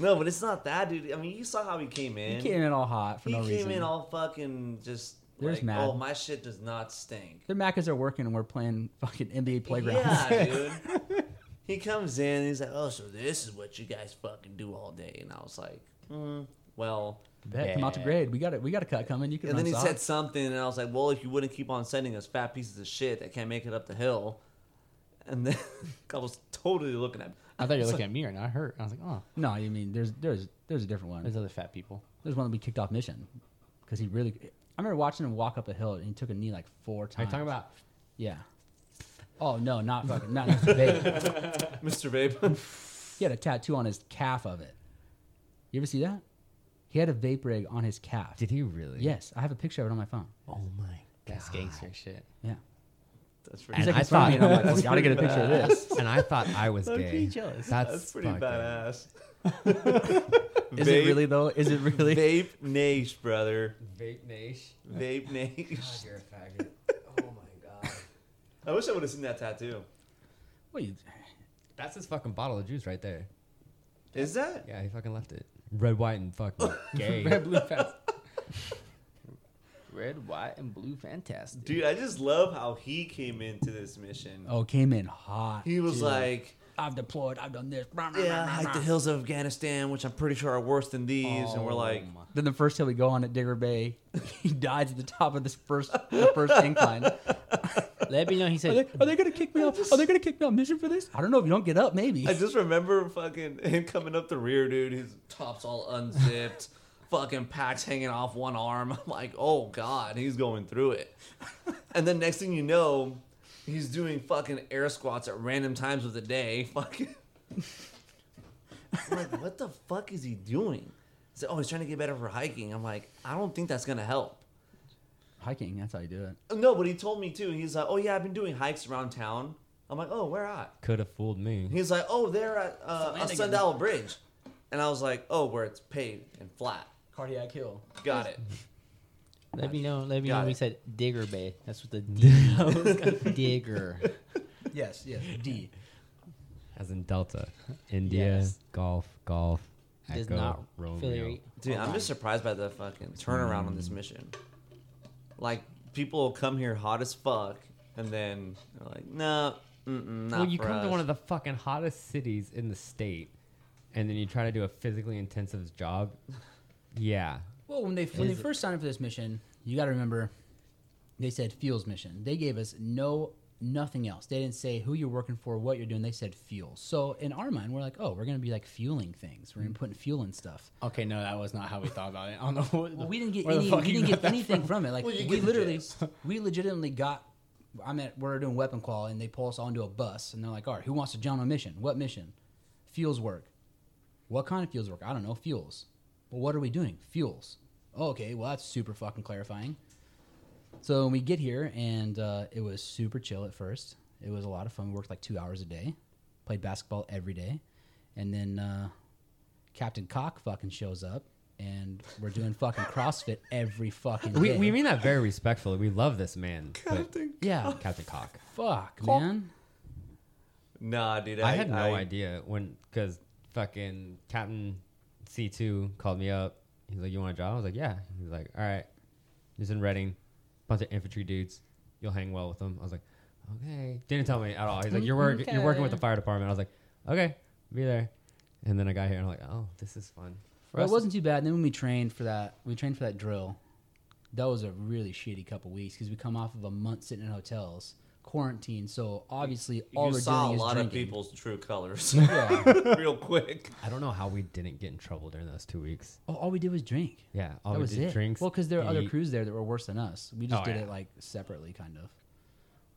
[SPEAKER 2] No, but it's not that, dude. I mean, you saw how he came in.
[SPEAKER 3] He came in all hot for
[SPEAKER 2] He
[SPEAKER 3] no
[SPEAKER 2] came
[SPEAKER 3] reason.
[SPEAKER 2] in all fucking just
[SPEAKER 3] They're
[SPEAKER 2] like,
[SPEAKER 3] just mad.
[SPEAKER 2] oh, my shit does not stink.
[SPEAKER 3] Their Maccas are working, and we're playing fucking NBA playgrounds.
[SPEAKER 2] Yeah, dude. he comes in and he's like, oh, so this is what you guys fucking do all day. And I was like, mm, well.
[SPEAKER 3] Bet, come out to
[SPEAKER 4] Yeah.
[SPEAKER 3] grade. We got it. We got a cut coming. You can.
[SPEAKER 2] And
[SPEAKER 3] run
[SPEAKER 2] then he
[SPEAKER 3] soft.
[SPEAKER 2] said something, and I was like, well, if you wouldn't keep on sending us fat pieces of shit that can't make it up the hill. And then I was totally looking at
[SPEAKER 4] I thought you were looking at me right now. I hurt. I was like, oh,
[SPEAKER 3] "No, you mean there's there's there's a different one.
[SPEAKER 4] there's other fat people.
[SPEAKER 3] There's one that we kicked off mission because he really. I remember watching him walk up a hill and he took a knee like four
[SPEAKER 1] Are you
[SPEAKER 3] times.
[SPEAKER 1] talking about?
[SPEAKER 3] Yeah. Oh no, not fucking not Mr. Babe.
[SPEAKER 2] Mr. Vape.
[SPEAKER 3] He had a tattoo on his calf of it. You ever see that? He had a vape rig on his calf.
[SPEAKER 1] Did he really?
[SPEAKER 3] Yes, I have a picture of it on my phone.
[SPEAKER 1] Oh my
[SPEAKER 4] That's gangster shit.
[SPEAKER 3] Yeah.
[SPEAKER 2] That's
[SPEAKER 1] And
[SPEAKER 3] He's
[SPEAKER 2] pretty,
[SPEAKER 3] like,
[SPEAKER 1] I
[SPEAKER 3] I thought. Me, and
[SPEAKER 1] thought-
[SPEAKER 3] I'm like, "We gotta get a picture of this.
[SPEAKER 1] And I thought I was
[SPEAKER 4] Low-key
[SPEAKER 1] gay.
[SPEAKER 4] jealous.
[SPEAKER 1] That's,
[SPEAKER 2] that's pretty
[SPEAKER 1] fucking-
[SPEAKER 2] badass.
[SPEAKER 3] Is
[SPEAKER 2] Vape-
[SPEAKER 3] it really though? Is it really?
[SPEAKER 2] Vape Nash, brother.
[SPEAKER 1] Vape Nash.
[SPEAKER 2] Vape Nash.
[SPEAKER 1] God, you're a faggot. Oh my god.
[SPEAKER 2] I wish I would have seen that tattoo.
[SPEAKER 3] What you-
[SPEAKER 1] That's his fucking bottle of juice right there.
[SPEAKER 2] Is that?
[SPEAKER 1] Yeah, he fucking left it. Red, white, and fucking gay.
[SPEAKER 4] Red, blue, fast. Red, white, and blue, fantastic.
[SPEAKER 2] Dude, I just love how he came into this mission.
[SPEAKER 3] Oh, came in hot.
[SPEAKER 2] he was
[SPEAKER 3] dude.
[SPEAKER 2] like,
[SPEAKER 3] "I've deployed. I've done this." Rah, rah,
[SPEAKER 2] yeah, I
[SPEAKER 3] rah, rah,
[SPEAKER 2] hike the
[SPEAKER 3] rah."
[SPEAKER 2] hills of Afghanistan, which I'm pretty sure are worse than these. and we're like,
[SPEAKER 4] Oh, my-
[SPEAKER 3] Then the first hill we go on at Digger Bay, he dies at the top of this first the first incline. Are
[SPEAKER 4] let me know. He
[SPEAKER 3] they,
[SPEAKER 4] said,
[SPEAKER 3] are they gonna kick me off? Are they gonna kick me on mission for this? I don't know. If you don't get up, maybe.
[SPEAKER 2] I just remember fucking him coming up the rear, dude. His top's all unzipped, fucking packs hanging off one arm. I'm like, oh god, he's going through it. and then next thing you know, he's doing fucking air squats at random times of the day. Fucking. I'm like, what the fuck is he doing? He's like, oh, he's trying to get better for hiking. I'm like, I don't think that's gonna help.
[SPEAKER 3] Hiking. That's how you do it.
[SPEAKER 2] No, but he told me too. He's like, oh yeah, I've been doing hikes around town. I'm like, oh, where at?
[SPEAKER 1] Could have fooled me.
[SPEAKER 2] He's like, oh, they're at uh, a
[SPEAKER 3] landing
[SPEAKER 2] Sundial Bridge. And I was like, oh, where it's paved and flat.
[SPEAKER 3] Cardiac hill.
[SPEAKER 2] Got it.
[SPEAKER 4] let me know. Let me
[SPEAKER 2] Got
[SPEAKER 4] know. He
[SPEAKER 2] it.
[SPEAKER 4] said, Digger Bay. That's what the D. Digger.
[SPEAKER 3] Yes. Yes. D.
[SPEAKER 1] As in Delta. India,
[SPEAKER 4] Yes.
[SPEAKER 1] golf, golf.
[SPEAKER 4] Does
[SPEAKER 1] Echo,
[SPEAKER 4] not
[SPEAKER 1] Romeo.
[SPEAKER 4] affiliate.
[SPEAKER 2] Dude, I'm just surprised by the fucking turnaround on this mission. Like, people come here hot as fuck, and then they're like, no, mm-mm, not
[SPEAKER 1] well, you
[SPEAKER 2] for
[SPEAKER 1] come
[SPEAKER 2] us.
[SPEAKER 1] to one of the fucking hottest cities in the state, and then you try to do a physically intensive job. Yeah,
[SPEAKER 3] Well, when they when they
[SPEAKER 1] Is it-
[SPEAKER 3] first signed up for this mission, you got to remember, they said fuels mission. They gave us no nothing else. They didn't say who you're working for, what you're doing. They said fuel. So in our mind, we're like, oh, we're gonna be like fueling things. We're gonna
[SPEAKER 1] Mm.
[SPEAKER 3] put fuel in stuff.
[SPEAKER 4] Okay, no, that was not how we thought about it. I don't know. What
[SPEAKER 3] Well, we didn't get
[SPEAKER 4] where the
[SPEAKER 3] any.
[SPEAKER 4] fuck
[SPEAKER 3] We
[SPEAKER 4] you
[SPEAKER 3] didn't
[SPEAKER 4] got
[SPEAKER 3] get
[SPEAKER 4] that
[SPEAKER 3] anything from it. Like
[SPEAKER 2] Well, you
[SPEAKER 3] we
[SPEAKER 2] get the
[SPEAKER 3] literally,
[SPEAKER 2] gist.
[SPEAKER 3] we legitimately got. I mean, we're doing weapon call, and they pull us onto a bus, and they're like, "All right, who wants to join a mission? What mission? Fuels work. What kind of fuels work? I don't know. Fuels. Well, what are we doing? Fuels. Oh, okay. Well, that's super fucking clarifying. So we get here, and uh, it was super chill at first. It was a lot of fun. We worked like two hours a day, played basketball every day, and then uh, Captain Cock fucking shows up, and we're doing fucking CrossFit every fucking
[SPEAKER 1] we,
[SPEAKER 3] day.
[SPEAKER 1] we mean that very respectfully. We love this man,
[SPEAKER 2] Captain-
[SPEAKER 3] yeah,
[SPEAKER 1] but Captain Cock.
[SPEAKER 3] fuck man.
[SPEAKER 2] Nah, dude. I,
[SPEAKER 1] I had no idea when because fucking Captain C two called me up. He's like, "You want a job?" I was like, "Yeah." He's like, "All right." He's in Reading, bunch of infantry dudes. You'll hang well with them. I was like, "Okay." Didn't tell me at all. He's like, "You're working. You're working with the
[SPEAKER 3] Okay.
[SPEAKER 1] fire department." I was like, "Okay, be there." And then I got here and I'm like, "Oh, this is fun."
[SPEAKER 3] Well, it wasn't too bad. And then when we trained for that, we trained for that drill. That was a really shitty couple weeks because we come off of a month sitting in hotels. quarantine, so obviously all
[SPEAKER 2] you
[SPEAKER 3] we're
[SPEAKER 2] saw a
[SPEAKER 3] doing is
[SPEAKER 2] lot
[SPEAKER 3] drinking.
[SPEAKER 2] of people's true colors
[SPEAKER 3] yeah.
[SPEAKER 2] real quick.
[SPEAKER 1] I don't know how we didn't get in trouble during those two weeks.
[SPEAKER 3] all, all we did was drink.
[SPEAKER 1] Yeah, all
[SPEAKER 3] that
[SPEAKER 1] we
[SPEAKER 3] was
[SPEAKER 1] did
[SPEAKER 3] it.
[SPEAKER 1] drinks.
[SPEAKER 3] well, because there were other
[SPEAKER 1] eat.
[SPEAKER 3] crews there that were worse than us. We just
[SPEAKER 1] Oh,
[SPEAKER 3] did
[SPEAKER 1] yeah.
[SPEAKER 3] it like separately, kind of.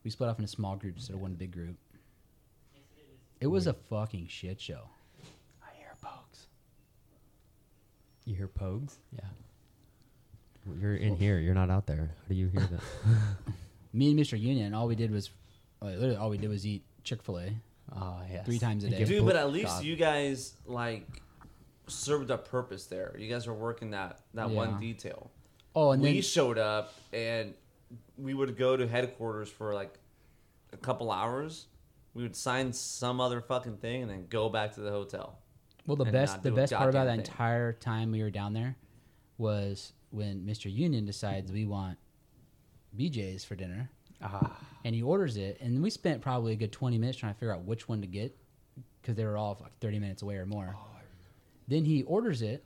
[SPEAKER 3] We split off into small groups instead of one big group. It was a fucking shit show.
[SPEAKER 4] I hear pokes.
[SPEAKER 1] You hear pogs?
[SPEAKER 4] Yeah.
[SPEAKER 1] Well, You're in here. You're not out there. How do you hear that?
[SPEAKER 3] Me and Mr. Union, all we did was, like, literally, all we did was eat Chick Fil A
[SPEAKER 1] Ah,
[SPEAKER 4] Oh yes.
[SPEAKER 3] three times a day.
[SPEAKER 2] Dude, but at least
[SPEAKER 4] God.
[SPEAKER 2] you guys like served a purpose there. You guys were working that that
[SPEAKER 3] Yeah.
[SPEAKER 2] one detail.
[SPEAKER 3] oh, and
[SPEAKER 2] we
[SPEAKER 3] then
[SPEAKER 2] showed up and we would go to headquarters for like a couple hours. We would sign some other fucking thing and then go back to the hotel.
[SPEAKER 3] Well, the
[SPEAKER 2] and
[SPEAKER 3] best
[SPEAKER 2] not
[SPEAKER 3] the
[SPEAKER 2] do a
[SPEAKER 3] best part about that
[SPEAKER 2] goddamn thing.
[SPEAKER 3] entire time we were down there was when Mr. Union decides we want BJ's for dinner,
[SPEAKER 4] Ah,
[SPEAKER 3] and he orders it, and we spent probably a good twenty minutes trying to figure out which one to get because they were all like thirty minutes away or
[SPEAKER 2] Oh,
[SPEAKER 3] more. then he orders it.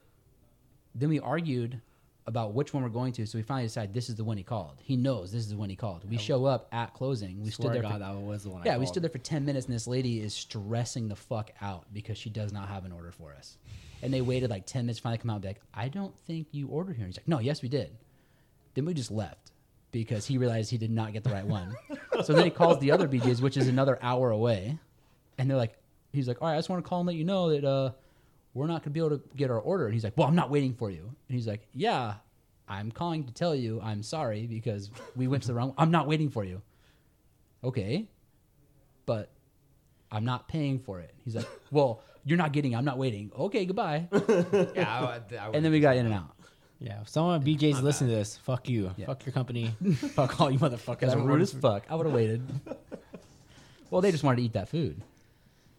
[SPEAKER 3] Then we argued about which one we're going to, so we finally decided this is the one he called. He knows this is the one he called. We show up at closing. We stood
[SPEAKER 4] swear
[SPEAKER 3] there.
[SPEAKER 4] to
[SPEAKER 3] for-
[SPEAKER 4] God, that was the one. I
[SPEAKER 3] yeah, we
[SPEAKER 4] called.
[SPEAKER 3] stood there for 10 minutes and this lady is stressing the fuck out because she does not have an order for us. And they waited like 10 minutes to finally come out and be like, I don't think you ordered here. And he's like, No, yes, we did. Then we just left because he realized he did not get the right one. so then he calls the other BJ's, which is another hour away. And they're like, He's like, All right, I just want to call and let you know that uh, we're not going to be able to get our order. And he's like, Well, I'm not waiting for you. And he's like, Yeah, I'm calling to tell you I'm sorry because we went to the wrong I'm not waiting for you. Okay but I'm not paying for it. He's like, well, you're not getting. it. I'm not waiting. Okay, goodbye.
[SPEAKER 1] yeah, I, I,
[SPEAKER 3] And then we got in and out.
[SPEAKER 4] Yeah, if someone at BJ's listening to this, fuck you,
[SPEAKER 3] Yeah.
[SPEAKER 4] fuck your company, fuck all you motherfuckers.
[SPEAKER 3] That's
[SPEAKER 4] I'm
[SPEAKER 3] rude as fuck. I would have waited. well, they just wanted to eat that food.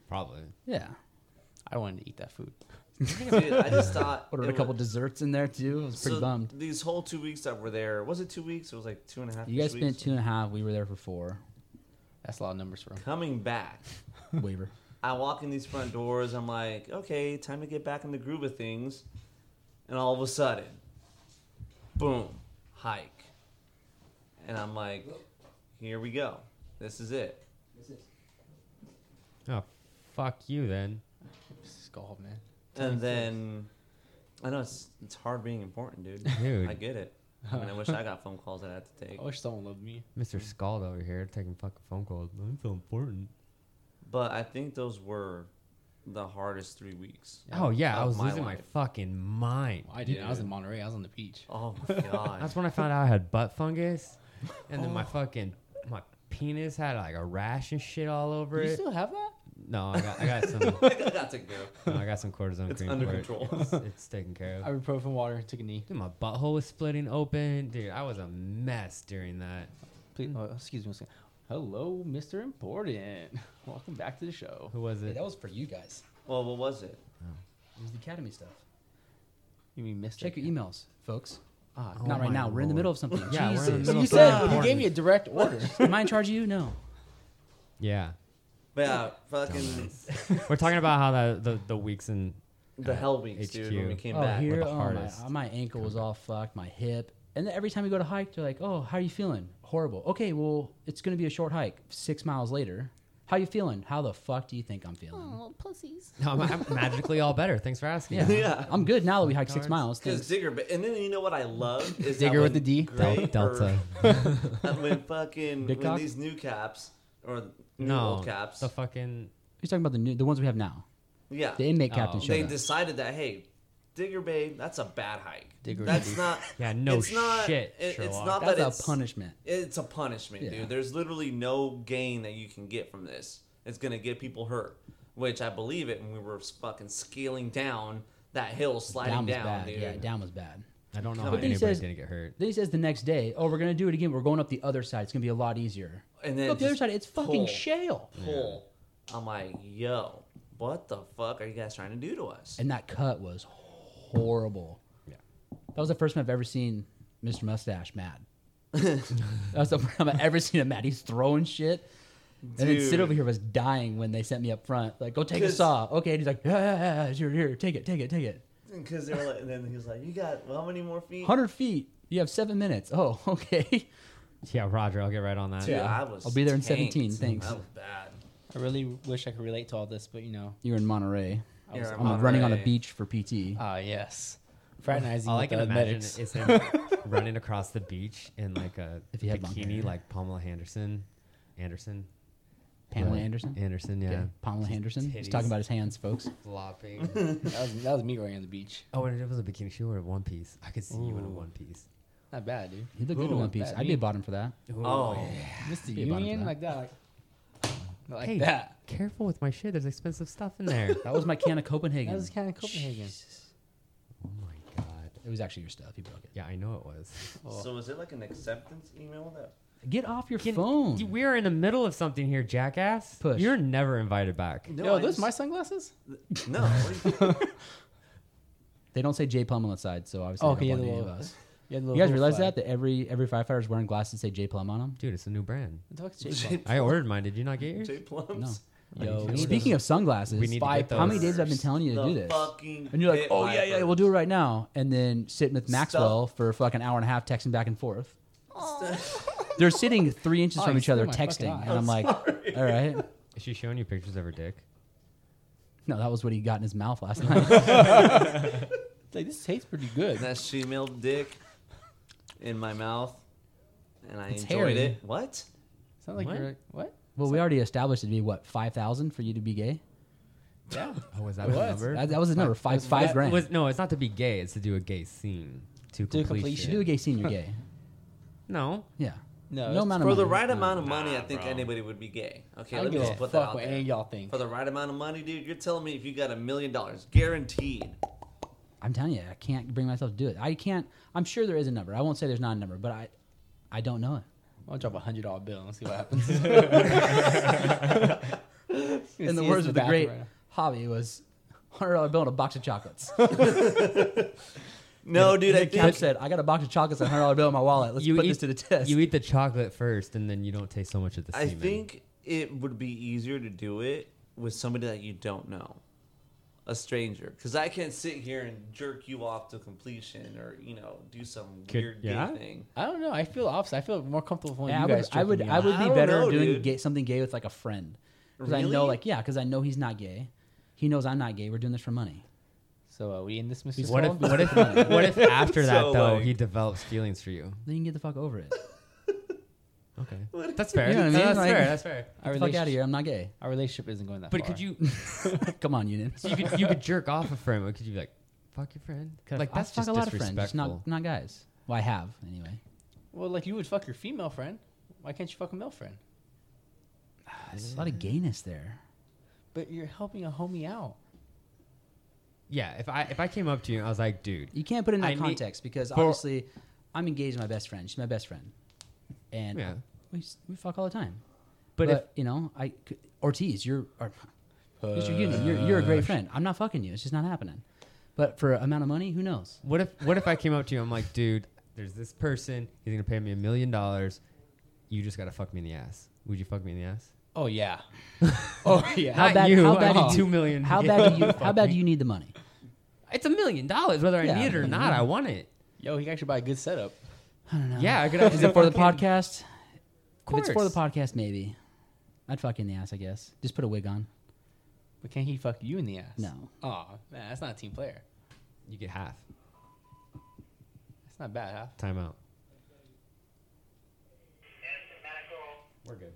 [SPEAKER 1] probably.
[SPEAKER 3] Yeah.
[SPEAKER 4] I wanted to eat that food.
[SPEAKER 2] Dude, I just thought
[SPEAKER 3] Ordered
[SPEAKER 2] it
[SPEAKER 3] a couple
[SPEAKER 2] was-
[SPEAKER 3] desserts in there too. I was pretty
[SPEAKER 2] so
[SPEAKER 3] bummed.
[SPEAKER 2] These whole two weeks that we're there, was it two weeks? It was like two and a half.
[SPEAKER 3] You guys
[SPEAKER 2] weeks.
[SPEAKER 3] spent two and a half. We were there for four.
[SPEAKER 4] That's a lot of numbers for him.
[SPEAKER 2] Coming back,
[SPEAKER 3] Waiver.
[SPEAKER 2] I walk in these front doors. I'm like, okay, time to get back in the groove of things. And all of a sudden, boom, hike. And I'm like, here we go. This is it.
[SPEAKER 1] Oh, fuck you then.
[SPEAKER 4] Skull man.
[SPEAKER 2] And then, I know it's it's hard being important, dude.
[SPEAKER 1] Dude.
[SPEAKER 2] I get it. I mean, I wish I got phone calls that I had to take.
[SPEAKER 4] I wish someone loved me.
[SPEAKER 1] Mr. Scald over here taking fucking phone calls. I'm so important.
[SPEAKER 2] But I think those were the hardest three weeks.
[SPEAKER 1] Oh yeah, I
[SPEAKER 2] Of
[SPEAKER 1] was
[SPEAKER 2] my
[SPEAKER 1] losing my
[SPEAKER 2] life.
[SPEAKER 1] fucking mind.
[SPEAKER 4] I did. I was
[SPEAKER 2] Dude.
[SPEAKER 4] in Monterey. I was on the beach.
[SPEAKER 2] Oh my god.
[SPEAKER 1] That's when I found out I had butt fungus, and then my fucking my penis had like a rash and shit all over
[SPEAKER 4] Do you
[SPEAKER 1] it.
[SPEAKER 4] still have that?
[SPEAKER 1] No, I got I got some
[SPEAKER 2] I got taken care of.
[SPEAKER 1] no, I got some cortisone
[SPEAKER 2] It's
[SPEAKER 1] cream.
[SPEAKER 2] under
[SPEAKER 1] for it.
[SPEAKER 2] control.
[SPEAKER 1] It's, it's taken care of.
[SPEAKER 4] Ibuprofen water. Took a knee.
[SPEAKER 1] Dude, my butthole was splitting open. Dude, I was a mess during that.
[SPEAKER 4] Please, oh, excuse me. one second. Hello, Mr. Important. Welcome back to the show.
[SPEAKER 1] Who was it?
[SPEAKER 3] that was for you guys.
[SPEAKER 2] Well, what was it?
[SPEAKER 3] It was the academy stuff.
[SPEAKER 4] You mean Mr.
[SPEAKER 3] Check your emails, folks.
[SPEAKER 4] Ah,
[SPEAKER 1] Oh
[SPEAKER 3] Not right
[SPEAKER 1] my
[SPEAKER 3] now. We're in the
[SPEAKER 1] lord.
[SPEAKER 3] middle of something.
[SPEAKER 1] Yeah, we're in the
[SPEAKER 3] Jesus.
[SPEAKER 1] middle
[SPEAKER 4] you
[SPEAKER 1] of
[SPEAKER 4] said
[SPEAKER 1] something.
[SPEAKER 4] you gave me a direct order.
[SPEAKER 3] Am I in charge of you? No.
[SPEAKER 1] Yeah,
[SPEAKER 2] But yeah, fucking
[SPEAKER 1] we're talking about how the the, the weeks in
[SPEAKER 2] the
[SPEAKER 1] Uh,
[SPEAKER 2] hell weeks, dude. When we
[SPEAKER 1] HQ.
[SPEAKER 2] came
[SPEAKER 3] Oh,
[SPEAKER 2] back,
[SPEAKER 3] here,
[SPEAKER 1] the
[SPEAKER 3] oh, my,
[SPEAKER 1] hardest.
[SPEAKER 3] oh, my ankle was all fucked, my hip. And then every time you go to hike, they're like, oh, how are you feeling? Horrible. Okay, well, it's going to be a short hike. Six miles later, how you feeling? How the fuck do you think I'm feeling?
[SPEAKER 5] Oh, pussies.
[SPEAKER 1] No, I'm, I'm magically all better. Thanks for asking.
[SPEAKER 3] Yeah.
[SPEAKER 2] Yeah.
[SPEAKER 3] I'm good now that we hiked six
[SPEAKER 1] Darn.
[SPEAKER 3] miles.
[SPEAKER 2] because
[SPEAKER 3] Thanks.
[SPEAKER 2] Digger. But and then you know what I love is
[SPEAKER 4] Digger
[SPEAKER 2] that
[SPEAKER 4] with
[SPEAKER 2] when
[SPEAKER 4] the D?
[SPEAKER 1] Del-
[SPEAKER 2] Gray,
[SPEAKER 1] Delta.
[SPEAKER 2] Or, when fucking
[SPEAKER 3] Big
[SPEAKER 2] when
[SPEAKER 3] cock?
[SPEAKER 2] these new caps or new
[SPEAKER 1] No.
[SPEAKER 2] old caps.
[SPEAKER 1] The fucking
[SPEAKER 3] You're talking about the new, the ones we have now.
[SPEAKER 2] yeah,
[SPEAKER 3] The inmate captain
[SPEAKER 1] Oh.
[SPEAKER 3] showed
[SPEAKER 2] they
[SPEAKER 3] up.
[SPEAKER 2] decided that hey, Digger Bay, that's a bad hike.
[SPEAKER 4] Digger
[SPEAKER 2] that's
[SPEAKER 4] Bay.
[SPEAKER 2] not.
[SPEAKER 1] Yeah, no
[SPEAKER 2] it's not,
[SPEAKER 1] shit,
[SPEAKER 2] it- it's
[SPEAKER 1] Sherlock.
[SPEAKER 2] not that
[SPEAKER 3] That's
[SPEAKER 2] it's
[SPEAKER 3] a punishment.
[SPEAKER 2] It's a punishment,
[SPEAKER 3] Yeah.
[SPEAKER 2] dude. There's literally no gain that you can get from this. It's gonna get people hurt, which I believe it. When we were fucking scaling down that hill, sliding
[SPEAKER 3] Down
[SPEAKER 2] down,
[SPEAKER 3] was bad.
[SPEAKER 2] dude.
[SPEAKER 3] Yeah, down was bad.
[SPEAKER 1] I don't know how
[SPEAKER 2] But then he
[SPEAKER 1] anybody
[SPEAKER 3] says-
[SPEAKER 1] didn't get hurt.
[SPEAKER 3] Then he says the next day, oh, we're going to do it again. We're going up the other side. It's going to be a lot easier.
[SPEAKER 2] And then
[SPEAKER 3] Go up the other
[SPEAKER 2] just
[SPEAKER 3] side. It's fucking
[SPEAKER 2] pull.
[SPEAKER 3] shale.
[SPEAKER 2] pull. I'm like, yo, what the fuck are you guys trying to do to us?
[SPEAKER 3] And that cut was horrible.
[SPEAKER 1] Yeah.
[SPEAKER 3] That was the first time I've ever seen Mr. Mustache mad. That's the first time I've ever seen him mad. He's throwing shit. And then Sid
[SPEAKER 2] Dude.
[SPEAKER 3] over here was dying when they sent me up front. Like, go take a
[SPEAKER 2] Cause-
[SPEAKER 3] saw. Okay. And he's like, yeah, yeah, yeah, yeah, here, here, take it, take it, take it.
[SPEAKER 2] Because they were like, and then he was like, you got well, how many more feet?
[SPEAKER 3] 100 feet. You have seven minutes. Oh, okay.
[SPEAKER 1] Yeah, Roger, I'll get right on that.
[SPEAKER 2] Dude, I was
[SPEAKER 3] I'll be there in
[SPEAKER 2] tanked.
[SPEAKER 3] 17, thanks.
[SPEAKER 2] That was bad.
[SPEAKER 4] I really wish I could relate to all this, but you know,
[SPEAKER 3] You were in Monterey.
[SPEAKER 4] I was,
[SPEAKER 2] Yeah,
[SPEAKER 3] I'm running on a
[SPEAKER 2] Monterey.
[SPEAKER 3] beach for PT.
[SPEAKER 4] ah yes, fraternizing
[SPEAKER 1] All I
[SPEAKER 4] with
[SPEAKER 1] can
[SPEAKER 4] the
[SPEAKER 1] imagine
[SPEAKER 4] medics.
[SPEAKER 1] is him running across the beach in like a
[SPEAKER 3] If he had long
[SPEAKER 1] bikini,
[SPEAKER 3] hair.
[SPEAKER 1] like Pamela Henderson. Anderson.
[SPEAKER 3] Pamela
[SPEAKER 1] Yeah.
[SPEAKER 3] Anderson.
[SPEAKER 1] Anderson, yeah.
[SPEAKER 3] Okay, Pamela Henderson. He's talking
[SPEAKER 1] titties.
[SPEAKER 3] about his hands, folks.
[SPEAKER 1] Flopping.
[SPEAKER 4] that, was, that was me running on the beach.
[SPEAKER 1] oh, and it was a bikini. She wore a one piece. I could see you in a
[SPEAKER 2] Ooh.
[SPEAKER 1] one piece.
[SPEAKER 4] Not bad, dude.
[SPEAKER 3] He looked good in
[SPEAKER 2] Ooh,
[SPEAKER 3] One Piece.
[SPEAKER 4] that
[SPEAKER 3] I'd be
[SPEAKER 4] mean-
[SPEAKER 3] a bottom for that.
[SPEAKER 2] Oh,
[SPEAKER 4] Mr.
[SPEAKER 3] Be a bottom
[SPEAKER 4] Union
[SPEAKER 3] for that.
[SPEAKER 4] like that, like, like
[SPEAKER 1] Hey.
[SPEAKER 4] that.
[SPEAKER 1] Careful with my shit. There's expensive stuff in there.
[SPEAKER 3] That was my can of Copenhagen.
[SPEAKER 4] That was kind of Copenhagen.
[SPEAKER 1] oh my god.
[SPEAKER 3] It was actually your stuff. You broke it.
[SPEAKER 1] Yeah, I know it was.
[SPEAKER 2] So was it like an acceptance email that?
[SPEAKER 3] Get off your
[SPEAKER 1] Can-
[SPEAKER 3] phone.
[SPEAKER 1] Dude, we are in the middle of something here, jackass.
[SPEAKER 3] Push.
[SPEAKER 1] You're never invited back.
[SPEAKER 2] No,
[SPEAKER 4] Yo,
[SPEAKER 2] I
[SPEAKER 4] those
[SPEAKER 2] just-
[SPEAKER 4] my sunglasses?
[SPEAKER 2] No. what are you-
[SPEAKER 3] They don't say J Plum on the side, so obviously
[SPEAKER 4] Oh,
[SPEAKER 3] they
[SPEAKER 4] okay,
[SPEAKER 3] don't
[SPEAKER 4] yeah,
[SPEAKER 3] want
[SPEAKER 4] the
[SPEAKER 3] any of
[SPEAKER 4] little-
[SPEAKER 3] us.
[SPEAKER 4] Yeah, the
[SPEAKER 3] You guys
[SPEAKER 4] little
[SPEAKER 3] realize
[SPEAKER 4] flag.
[SPEAKER 3] that that every every firefighter is wearing glasses that say J Plum on them.
[SPEAKER 1] Dude, it's a new brand.
[SPEAKER 4] What the fuck's J
[SPEAKER 2] J-
[SPEAKER 4] Plum?
[SPEAKER 1] I ordered mine. Did you not get yours?
[SPEAKER 2] J
[SPEAKER 3] No.
[SPEAKER 2] Plums.
[SPEAKER 4] Yo, we
[SPEAKER 3] Speaking of sunglasses,
[SPEAKER 1] We need to get
[SPEAKER 4] Spy-
[SPEAKER 1] those.
[SPEAKER 3] how many days have I been telling you to
[SPEAKER 2] The
[SPEAKER 3] do this?
[SPEAKER 2] fucking
[SPEAKER 3] And you're like,
[SPEAKER 2] pit
[SPEAKER 3] oh yeah, yeah,
[SPEAKER 2] vipers.
[SPEAKER 3] we'll do it right now, and then sitting with Maxwell for fucking hour and a half, texting back and forth. They're sitting three inches
[SPEAKER 4] Oh,
[SPEAKER 3] from
[SPEAKER 4] you
[SPEAKER 3] each other,
[SPEAKER 4] stole my fucking
[SPEAKER 3] texting,
[SPEAKER 4] eye.
[SPEAKER 3] and I'm, like, all right.
[SPEAKER 1] Is she showing you pictures of her dick?
[SPEAKER 3] No, that was what he got in his mouth last night.
[SPEAKER 4] Like, this tastes pretty good.
[SPEAKER 2] that female dick in my mouth, and I
[SPEAKER 3] It's
[SPEAKER 2] enjoyed
[SPEAKER 3] hairy.
[SPEAKER 2] it. What?
[SPEAKER 4] Sounds like
[SPEAKER 1] What?
[SPEAKER 4] you're what?
[SPEAKER 3] well, we already established it'd be what five thousand for you to be gay.
[SPEAKER 4] Yeah.
[SPEAKER 1] Oh, was that
[SPEAKER 4] It
[SPEAKER 1] the
[SPEAKER 4] was.
[SPEAKER 1] number?
[SPEAKER 3] That, that was the number five
[SPEAKER 4] was-
[SPEAKER 3] five
[SPEAKER 4] that
[SPEAKER 3] grand.
[SPEAKER 1] Was, no, it's not to be gay. It's to do a gay scene. To
[SPEAKER 4] Do
[SPEAKER 1] complete
[SPEAKER 3] you
[SPEAKER 4] completion.
[SPEAKER 3] should do a
[SPEAKER 1] shit.
[SPEAKER 3] gay senior gay.
[SPEAKER 1] No.
[SPEAKER 3] Yeah.
[SPEAKER 4] No,
[SPEAKER 3] No
[SPEAKER 4] it's-
[SPEAKER 3] amount of
[SPEAKER 2] For the
[SPEAKER 3] money.
[SPEAKER 2] right amount of money, I
[SPEAKER 1] Nah,
[SPEAKER 2] think
[SPEAKER 1] bro.
[SPEAKER 2] anybody would be gay. Okay,
[SPEAKER 4] I
[SPEAKER 2] let me
[SPEAKER 4] don't give a
[SPEAKER 2] just put that
[SPEAKER 4] fuck
[SPEAKER 2] out
[SPEAKER 4] what
[SPEAKER 2] there.
[SPEAKER 4] any of y'all think.
[SPEAKER 2] For the right amount of money, dude, you're telling me if you got a million dollars guaranteed,
[SPEAKER 3] I'm telling you, I can't bring myself to do it. I can't. I'm sure there is a number. I won't say there's not a number, but I, I don't know it.
[SPEAKER 4] I'll drop a hundred dollar bill and see what happens.
[SPEAKER 3] In the words of the great hobby was, hundred dollar bill and a box of chocolates.
[SPEAKER 2] no, dude, I
[SPEAKER 3] The Cap
[SPEAKER 2] think
[SPEAKER 3] said, "I got a box of chocolates and a hundred dollar bill in my wallet. Let's put this to the test."
[SPEAKER 1] You eat the chocolate first, and then you don't taste so much of the
[SPEAKER 2] I
[SPEAKER 1] semen.
[SPEAKER 2] think it would be easier to do it with somebody that you don't know, a stranger, because I can't sit here and jerk you off to completion or you know do some
[SPEAKER 1] Could-
[SPEAKER 2] weird gay
[SPEAKER 1] yeah?
[SPEAKER 2] thing.
[SPEAKER 4] I don't know. I feel opposite. I feel more comfortable with one
[SPEAKER 3] Yeah,
[SPEAKER 4] of
[SPEAKER 3] I
[SPEAKER 4] you
[SPEAKER 3] would,
[SPEAKER 4] guys.
[SPEAKER 3] I would,
[SPEAKER 4] jerking me
[SPEAKER 3] I
[SPEAKER 4] off.
[SPEAKER 3] would
[SPEAKER 2] I
[SPEAKER 3] be
[SPEAKER 2] don't
[SPEAKER 3] better
[SPEAKER 2] know,
[SPEAKER 3] doing
[SPEAKER 2] dude.
[SPEAKER 3] gay, something gay with like a friend because I know,
[SPEAKER 2] Really?
[SPEAKER 3] like, yeah, because I know he's not gay. He knows I'm not gay. We're doing this for money.
[SPEAKER 4] So are we in this, Mr.
[SPEAKER 1] What if,
[SPEAKER 4] Swallow?
[SPEAKER 1] what if, what if after that
[SPEAKER 2] So,
[SPEAKER 1] though
[SPEAKER 2] like-
[SPEAKER 1] he develops feelings for you?
[SPEAKER 3] Then you can get the fuck over it.
[SPEAKER 1] Okay, that's fair.
[SPEAKER 3] You know what I
[SPEAKER 1] No,
[SPEAKER 3] mean?
[SPEAKER 1] that's
[SPEAKER 3] Like-
[SPEAKER 1] fair. That's fair.
[SPEAKER 4] our,
[SPEAKER 3] Get the fuck
[SPEAKER 4] relationship,
[SPEAKER 3] out of here. I'm not gay.
[SPEAKER 4] our relationship isn't going that
[SPEAKER 1] But
[SPEAKER 4] far?
[SPEAKER 1] could you,
[SPEAKER 3] Come on, Union.
[SPEAKER 1] you could, you could jerk off a friend? But could you be like, fuck your friend? Like that's
[SPEAKER 3] just
[SPEAKER 1] fuck a lot of
[SPEAKER 3] friends, just
[SPEAKER 1] disrespectful.
[SPEAKER 3] not not guys. Well, I have anyway.
[SPEAKER 4] Well, like you would fuck your female friend. Why can't you fuck a male friend?
[SPEAKER 3] There's a lot of gayness there.
[SPEAKER 4] But you're helping a homie out.
[SPEAKER 1] Yeah, if I if I came up to you and I was like, dude,
[SPEAKER 3] You can't put it in that
[SPEAKER 1] I need-
[SPEAKER 3] context because
[SPEAKER 1] For-
[SPEAKER 3] obviously, I'm engaged to my best friend. She's my best friend, and
[SPEAKER 1] Yeah.
[SPEAKER 3] we, s- we fuck all the time.
[SPEAKER 1] But
[SPEAKER 3] But,
[SPEAKER 1] if- Uh,
[SPEAKER 3] you know, I could- Ortiz, you're or, Mr. Union, you're, you're a great friend. I'm not fucking you. It's just not happening. But for amount of money, who knows?
[SPEAKER 1] What if what if I came up to you? I'm like, dude, there's this person. He's gonna pay me a million dollars. You just gotta fuck me in the ass. Would you fuck me in the ass?
[SPEAKER 4] Oh yeah. oh yeah.
[SPEAKER 1] Not you. I need two million.
[SPEAKER 3] How
[SPEAKER 1] Yeah.
[SPEAKER 3] bad do you? How
[SPEAKER 1] Fuck
[SPEAKER 3] bad
[SPEAKER 1] me.
[SPEAKER 3] do you need the money?
[SPEAKER 1] It's a million dollars, whether I
[SPEAKER 3] Yeah,
[SPEAKER 1] need it or
[SPEAKER 3] I
[SPEAKER 1] not. I want it.
[SPEAKER 4] Yo, he can actually buy a good setup.
[SPEAKER 3] I don't know.
[SPEAKER 1] Yeah, I could.
[SPEAKER 3] Is it for the podcast?
[SPEAKER 1] Of course.
[SPEAKER 3] If it's for the podcast, maybe. I'd fuck you in the ass, I guess. Just put a wig on.
[SPEAKER 4] But can he fuck you in the ass?
[SPEAKER 3] No.
[SPEAKER 4] Oh man, that's not a team player.
[SPEAKER 1] You get half.
[SPEAKER 4] That's not bad, huh?
[SPEAKER 1] Time out.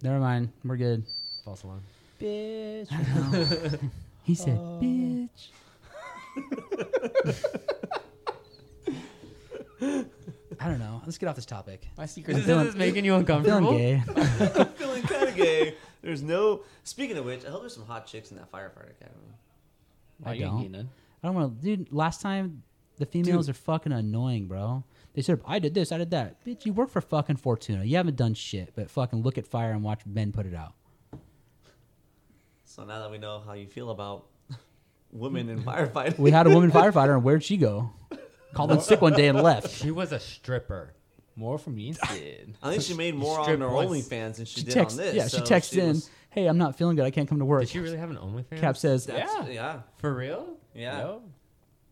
[SPEAKER 3] Never mind. We're good.
[SPEAKER 1] False alarm.
[SPEAKER 4] Bitch.
[SPEAKER 3] He said, "Bitch." I don't know. Let's get off this topic.
[SPEAKER 4] My secret.
[SPEAKER 1] Is
[SPEAKER 4] is
[SPEAKER 1] this making you
[SPEAKER 3] Feeling
[SPEAKER 1] uncomfortable?
[SPEAKER 3] gay.
[SPEAKER 2] I'm feeling kind of gay. There's no. Speaking of which, I hope there's some hot chicks in that firefighter academy.
[SPEAKER 4] Oh,
[SPEAKER 3] I
[SPEAKER 4] you ain't
[SPEAKER 3] don't.
[SPEAKER 4] getting none.
[SPEAKER 3] I don't want to, dude. Last time, the females are fucking annoying, bro. They said, "I did this, I did that." Bitch, you work for fucking Fortuna. You haven't done shit, but fucking look at fire and watch men put it out.
[SPEAKER 2] So now that we know how you feel about women in firefighting,
[SPEAKER 3] We had a woman firefighter, and where'd she go? Called in sick one day and left.
[SPEAKER 1] She was a stripper.
[SPEAKER 4] More from me instead.
[SPEAKER 2] I think she made more on
[SPEAKER 1] stripped
[SPEAKER 2] her
[SPEAKER 1] once.
[SPEAKER 2] OnlyFans than she,
[SPEAKER 3] She
[SPEAKER 2] did
[SPEAKER 3] texts,
[SPEAKER 2] on this.
[SPEAKER 3] yeah, she
[SPEAKER 2] so
[SPEAKER 3] texts in,
[SPEAKER 2] was-
[SPEAKER 3] "Hey, I'm not feeling good. I can't come to work."
[SPEAKER 1] Did she really have an OnlyFans?
[SPEAKER 3] Cap says, "Yeah,
[SPEAKER 2] that's-
[SPEAKER 4] Yeah.
[SPEAKER 2] yeah,
[SPEAKER 1] For real?
[SPEAKER 2] yeah,
[SPEAKER 4] Yo.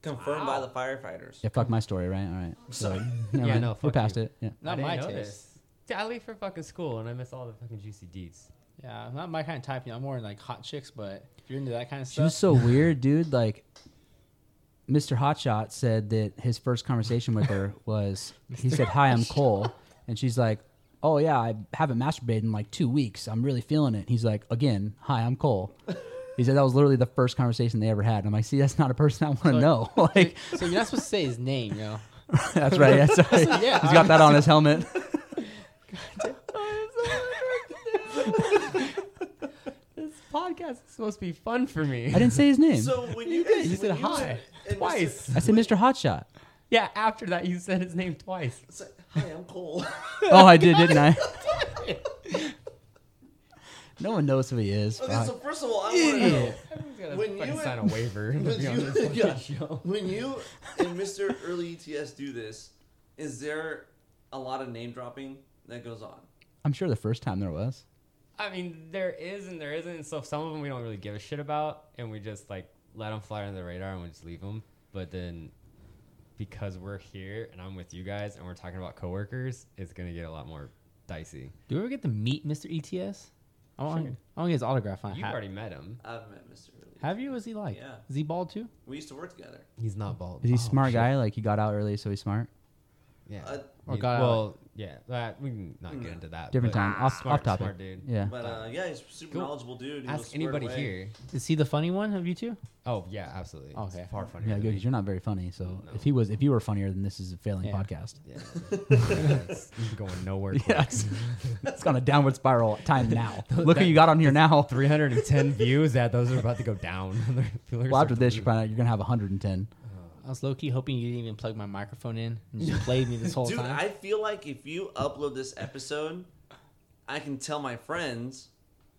[SPEAKER 2] confirmed by the firefighters.
[SPEAKER 3] fuck my story, right? All right."
[SPEAKER 2] So
[SPEAKER 3] Never
[SPEAKER 1] Yeah,
[SPEAKER 3] mind.
[SPEAKER 1] no,
[SPEAKER 3] we're
[SPEAKER 1] fuck
[SPEAKER 3] past
[SPEAKER 1] you.
[SPEAKER 3] it. Yeah.
[SPEAKER 1] I
[SPEAKER 4] Not
[SPEAKER 1] didn't
[SPEAKER 4] my
[SPEAKER 1] know
[SPEAKER 4] taste.
[SPEAKER 1] this. I leave for fucking school and I miss all the fucking juicy deets.
[SPEAKER 4] Yeah, I'm not my kind of type. You know, I'm more in like hot chicks, but if you're into that kind of
[SPEAKER 3] She was
[SPEAKER 4] stuff,
[SPEAKER 3] so weird, dude. Like, Mr. Hotshot said that his first conversation with her was he said, "Hi, I'm Cole," and she's like, "Oh yeah, I haven't masturbated in like two weeks. I'm really feeling it." He's like, "Again, hi, I'm Cole." He said that was literally the first conversation they ever had. I'm like, "See, that's not a person I want to know." like,
[SPEAKER 4] so you're not supposed to say his name, you know.
[SPEAKER 3] that's right. That's right.
[SPEAKER 4] Yeah,
[SPEAKER 3] He's got that on his helmet.
[SPEAKER 1] This podcast is supposed to be fun for me.
[SPEAKER 3] I didn't say his name.
[SPEAKER 2] So when you,
[SPEAKER 1] did.
[SPEAKER 2] guys-
[SPEAKER 1] You said
[SPEAKER 2] when
[SPEAKER 1] hi
[SPEAKER 2] and Mr.
[SPEAKER 1] twice.
[SPEAKER 3] I said Mr. Hotshot.
[SPEAKER 1] Yeah, after that you said his name twice.
[SPEAKER 2] said, hi, I'm Cole.
[SPEAKER 3] Oh, I did, didn't I? no one knows who he is.
[SPEAKER 2] okay,
[SPEAKER 3] Fuck.
[SPEAKER 2] so first of all, I want to know. When
[SPEAKER 1] Fucking
[SPEAKER 2] you-
[SPEAKER 1] sign a waiver. to
[SPEAKER 2] When
[SPEAKER 1] be on
[SPEAKER 2] you,
[SPEAKER 1] this
[SPEAKER 2] yeah,
[SPEAKER 1] fucking show.
[SPEAKER 2] when you and Mr. Early ETS do this, is there a lot of name dropping that goes on?
[SPEAKER 3] I'm sure the first time there was.
[SPEAKER 1] I mean, there is and there isn't. So some of them we don't really give a shit about, and we just like let them fly under the radar and we just leave them. But then, because we're here and I'm with you guys and we're talking about coworkers, it's gonna get a lot more dicey.
[SPEAKER 4] Do we ever get to meet Mr. ETS? I want, I want to get his autograph on a
[SPEAKER 1] You've
[SPEAKER 4] hat.
[SPEAKER 1] already met him.
[SPEAKER 2] I've met Mr. Early.
[SPEAKER 4] Have you? What's he like?
[SPEAKER 2] Yeah.
[SPEAKER 4] Is he bald too?
[SPEAKER 2] We used to work together.
[SPEAKER 1] He's not bald.
[SPEAKER 3] Is he a
[SPEAKER 1] Oh,
[SPEAKER 3] smart
[SPEAKER 1] shit.
[SPEAKER 3] guy? Like he got out early, so he's smart.
[SPEAKER 1] Yeah.
[SPEAKER 2] Uh,
[SPEAKER 4] Or
[SPEAKER 1] He-
[SPEAKER 4] got out.
[SPEAKER 1] Oh, well, yeah. That, we can not
[SPEAKER 2] Mm.
[SPEAKER 1] get into that.
[SPEAKER 3] Different
[SPEAKER 1] but
[SPEAKER 3] time. Off-
[SPEAKER 1] smart,
[SPEAKER 3] off topic.
[SPEAKER 1] Smart dude.
[SPEAKER 3] Yeah.
[SPEAKER 2] but uh, yeah, he's a super
[SPEAKER 1] Go
[SPEAKER 2] knowledgeable dude. He was
[SPEAKER 1] Ask
[SPEAKER 2] squared
[SPEAKER 1] anybody
[SPEAKER 2] away.
[SPEAKER 1] here.
[SPEAKER 4] Is he the funny one of you two?
[SPEAKER 1] Oh yeah, absolutely. It's
[SPEAKER 4] Okay.
[SPEAKER 1] far funnier.
[SPEAKER 3] Yeah,
[SPEAKER 1] than
[SPEAKER 3] good.
[SPEAKER 1] me.
[SPEAKER 3] Because you're not very funny. So
[SPEAKER 1] No.
[SPEAKER 3] if he was, if you were funnier, then this is a failing
[SPEAKER 4] Yeah.
[SPEAKER 3] podcast.
[SPEAKER 1] Yeah. It's going nowhere. quick.
[SPEAKER 3] it's, it's on a downward spiral. Time now. Look who you got on here now.
[SPEAKER 1] 310 views. Yeah, those are about to go down. People are
[SPEAKER 3] Well,
[SPEAKER 1] starting to
[SPEAKER 3] after this,
[SPEAKER 1] leave.
[SPEAKER 3] you're probably you're gonna have 110.
[SPEAKER 4] I was low key hoping you didn't even plug my microphone in and just played me this whole
[SPEAKER 2] Dude,
[SPEAKER 4] time.
[SPEAKER 2] I feel like if you upload this episode, I can tell my friends,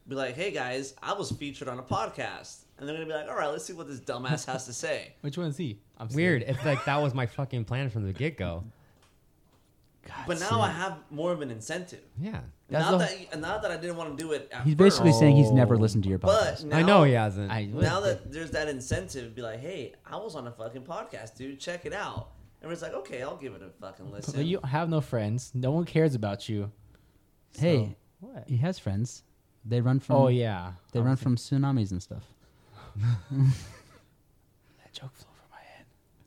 [SPEAKER 2] be like, hey guys, I was featured on a podcast. And they're going to be like, all right, let's see what this dumbass has to say.
[SPEAKER 4] Which one is he? I'm
[SPEAKER 1] weird. It's like that was my fucking plan from the get go.
[SPEAKER 3] God,
[SPEAKER 2] But now I have more of an incentive.
[SPEAKER 1] Yeah.
[SPEAKER 3] That's
[SPEAKER 2] not,
[SPEAKER 3] the-
[SPEAKER 2] that, not that I didn't want to do it at
[SPEAKER 3] he's basically
[SPEAKER 2] first,
[SPEAKER 3] saying he's never
[SPEAKER 1] Oh.
[SPEAKER 3] listened to your podcast.
[SPEAKER 2] but now,
[SPEAKER 1] I know he hasn't.
[SPEAKER 4] I,
[SPEAKER 2] Now that there's that incentive, be like, hey, I was on a fucking podcast, dude. Check it out. And it's like, okay, I'll give it a fucking listen.
[SPEAKER 4] but you have no friends. No one cares about you.
[SPEAKER 3] hey,
[SPEAKER 4] What?
[SPEAKER 3] he has friends. They run from.
[SPEAKER 4] Oh yeah.
[SPEAKER 3] They
[SPEAKER 4] I
[SPEAKER 3] run
[SPEAKER 4] was
[SPEAKER 3] from tsunamis and stuff.
[SPEAKER 4] thinking That joke flew over my head.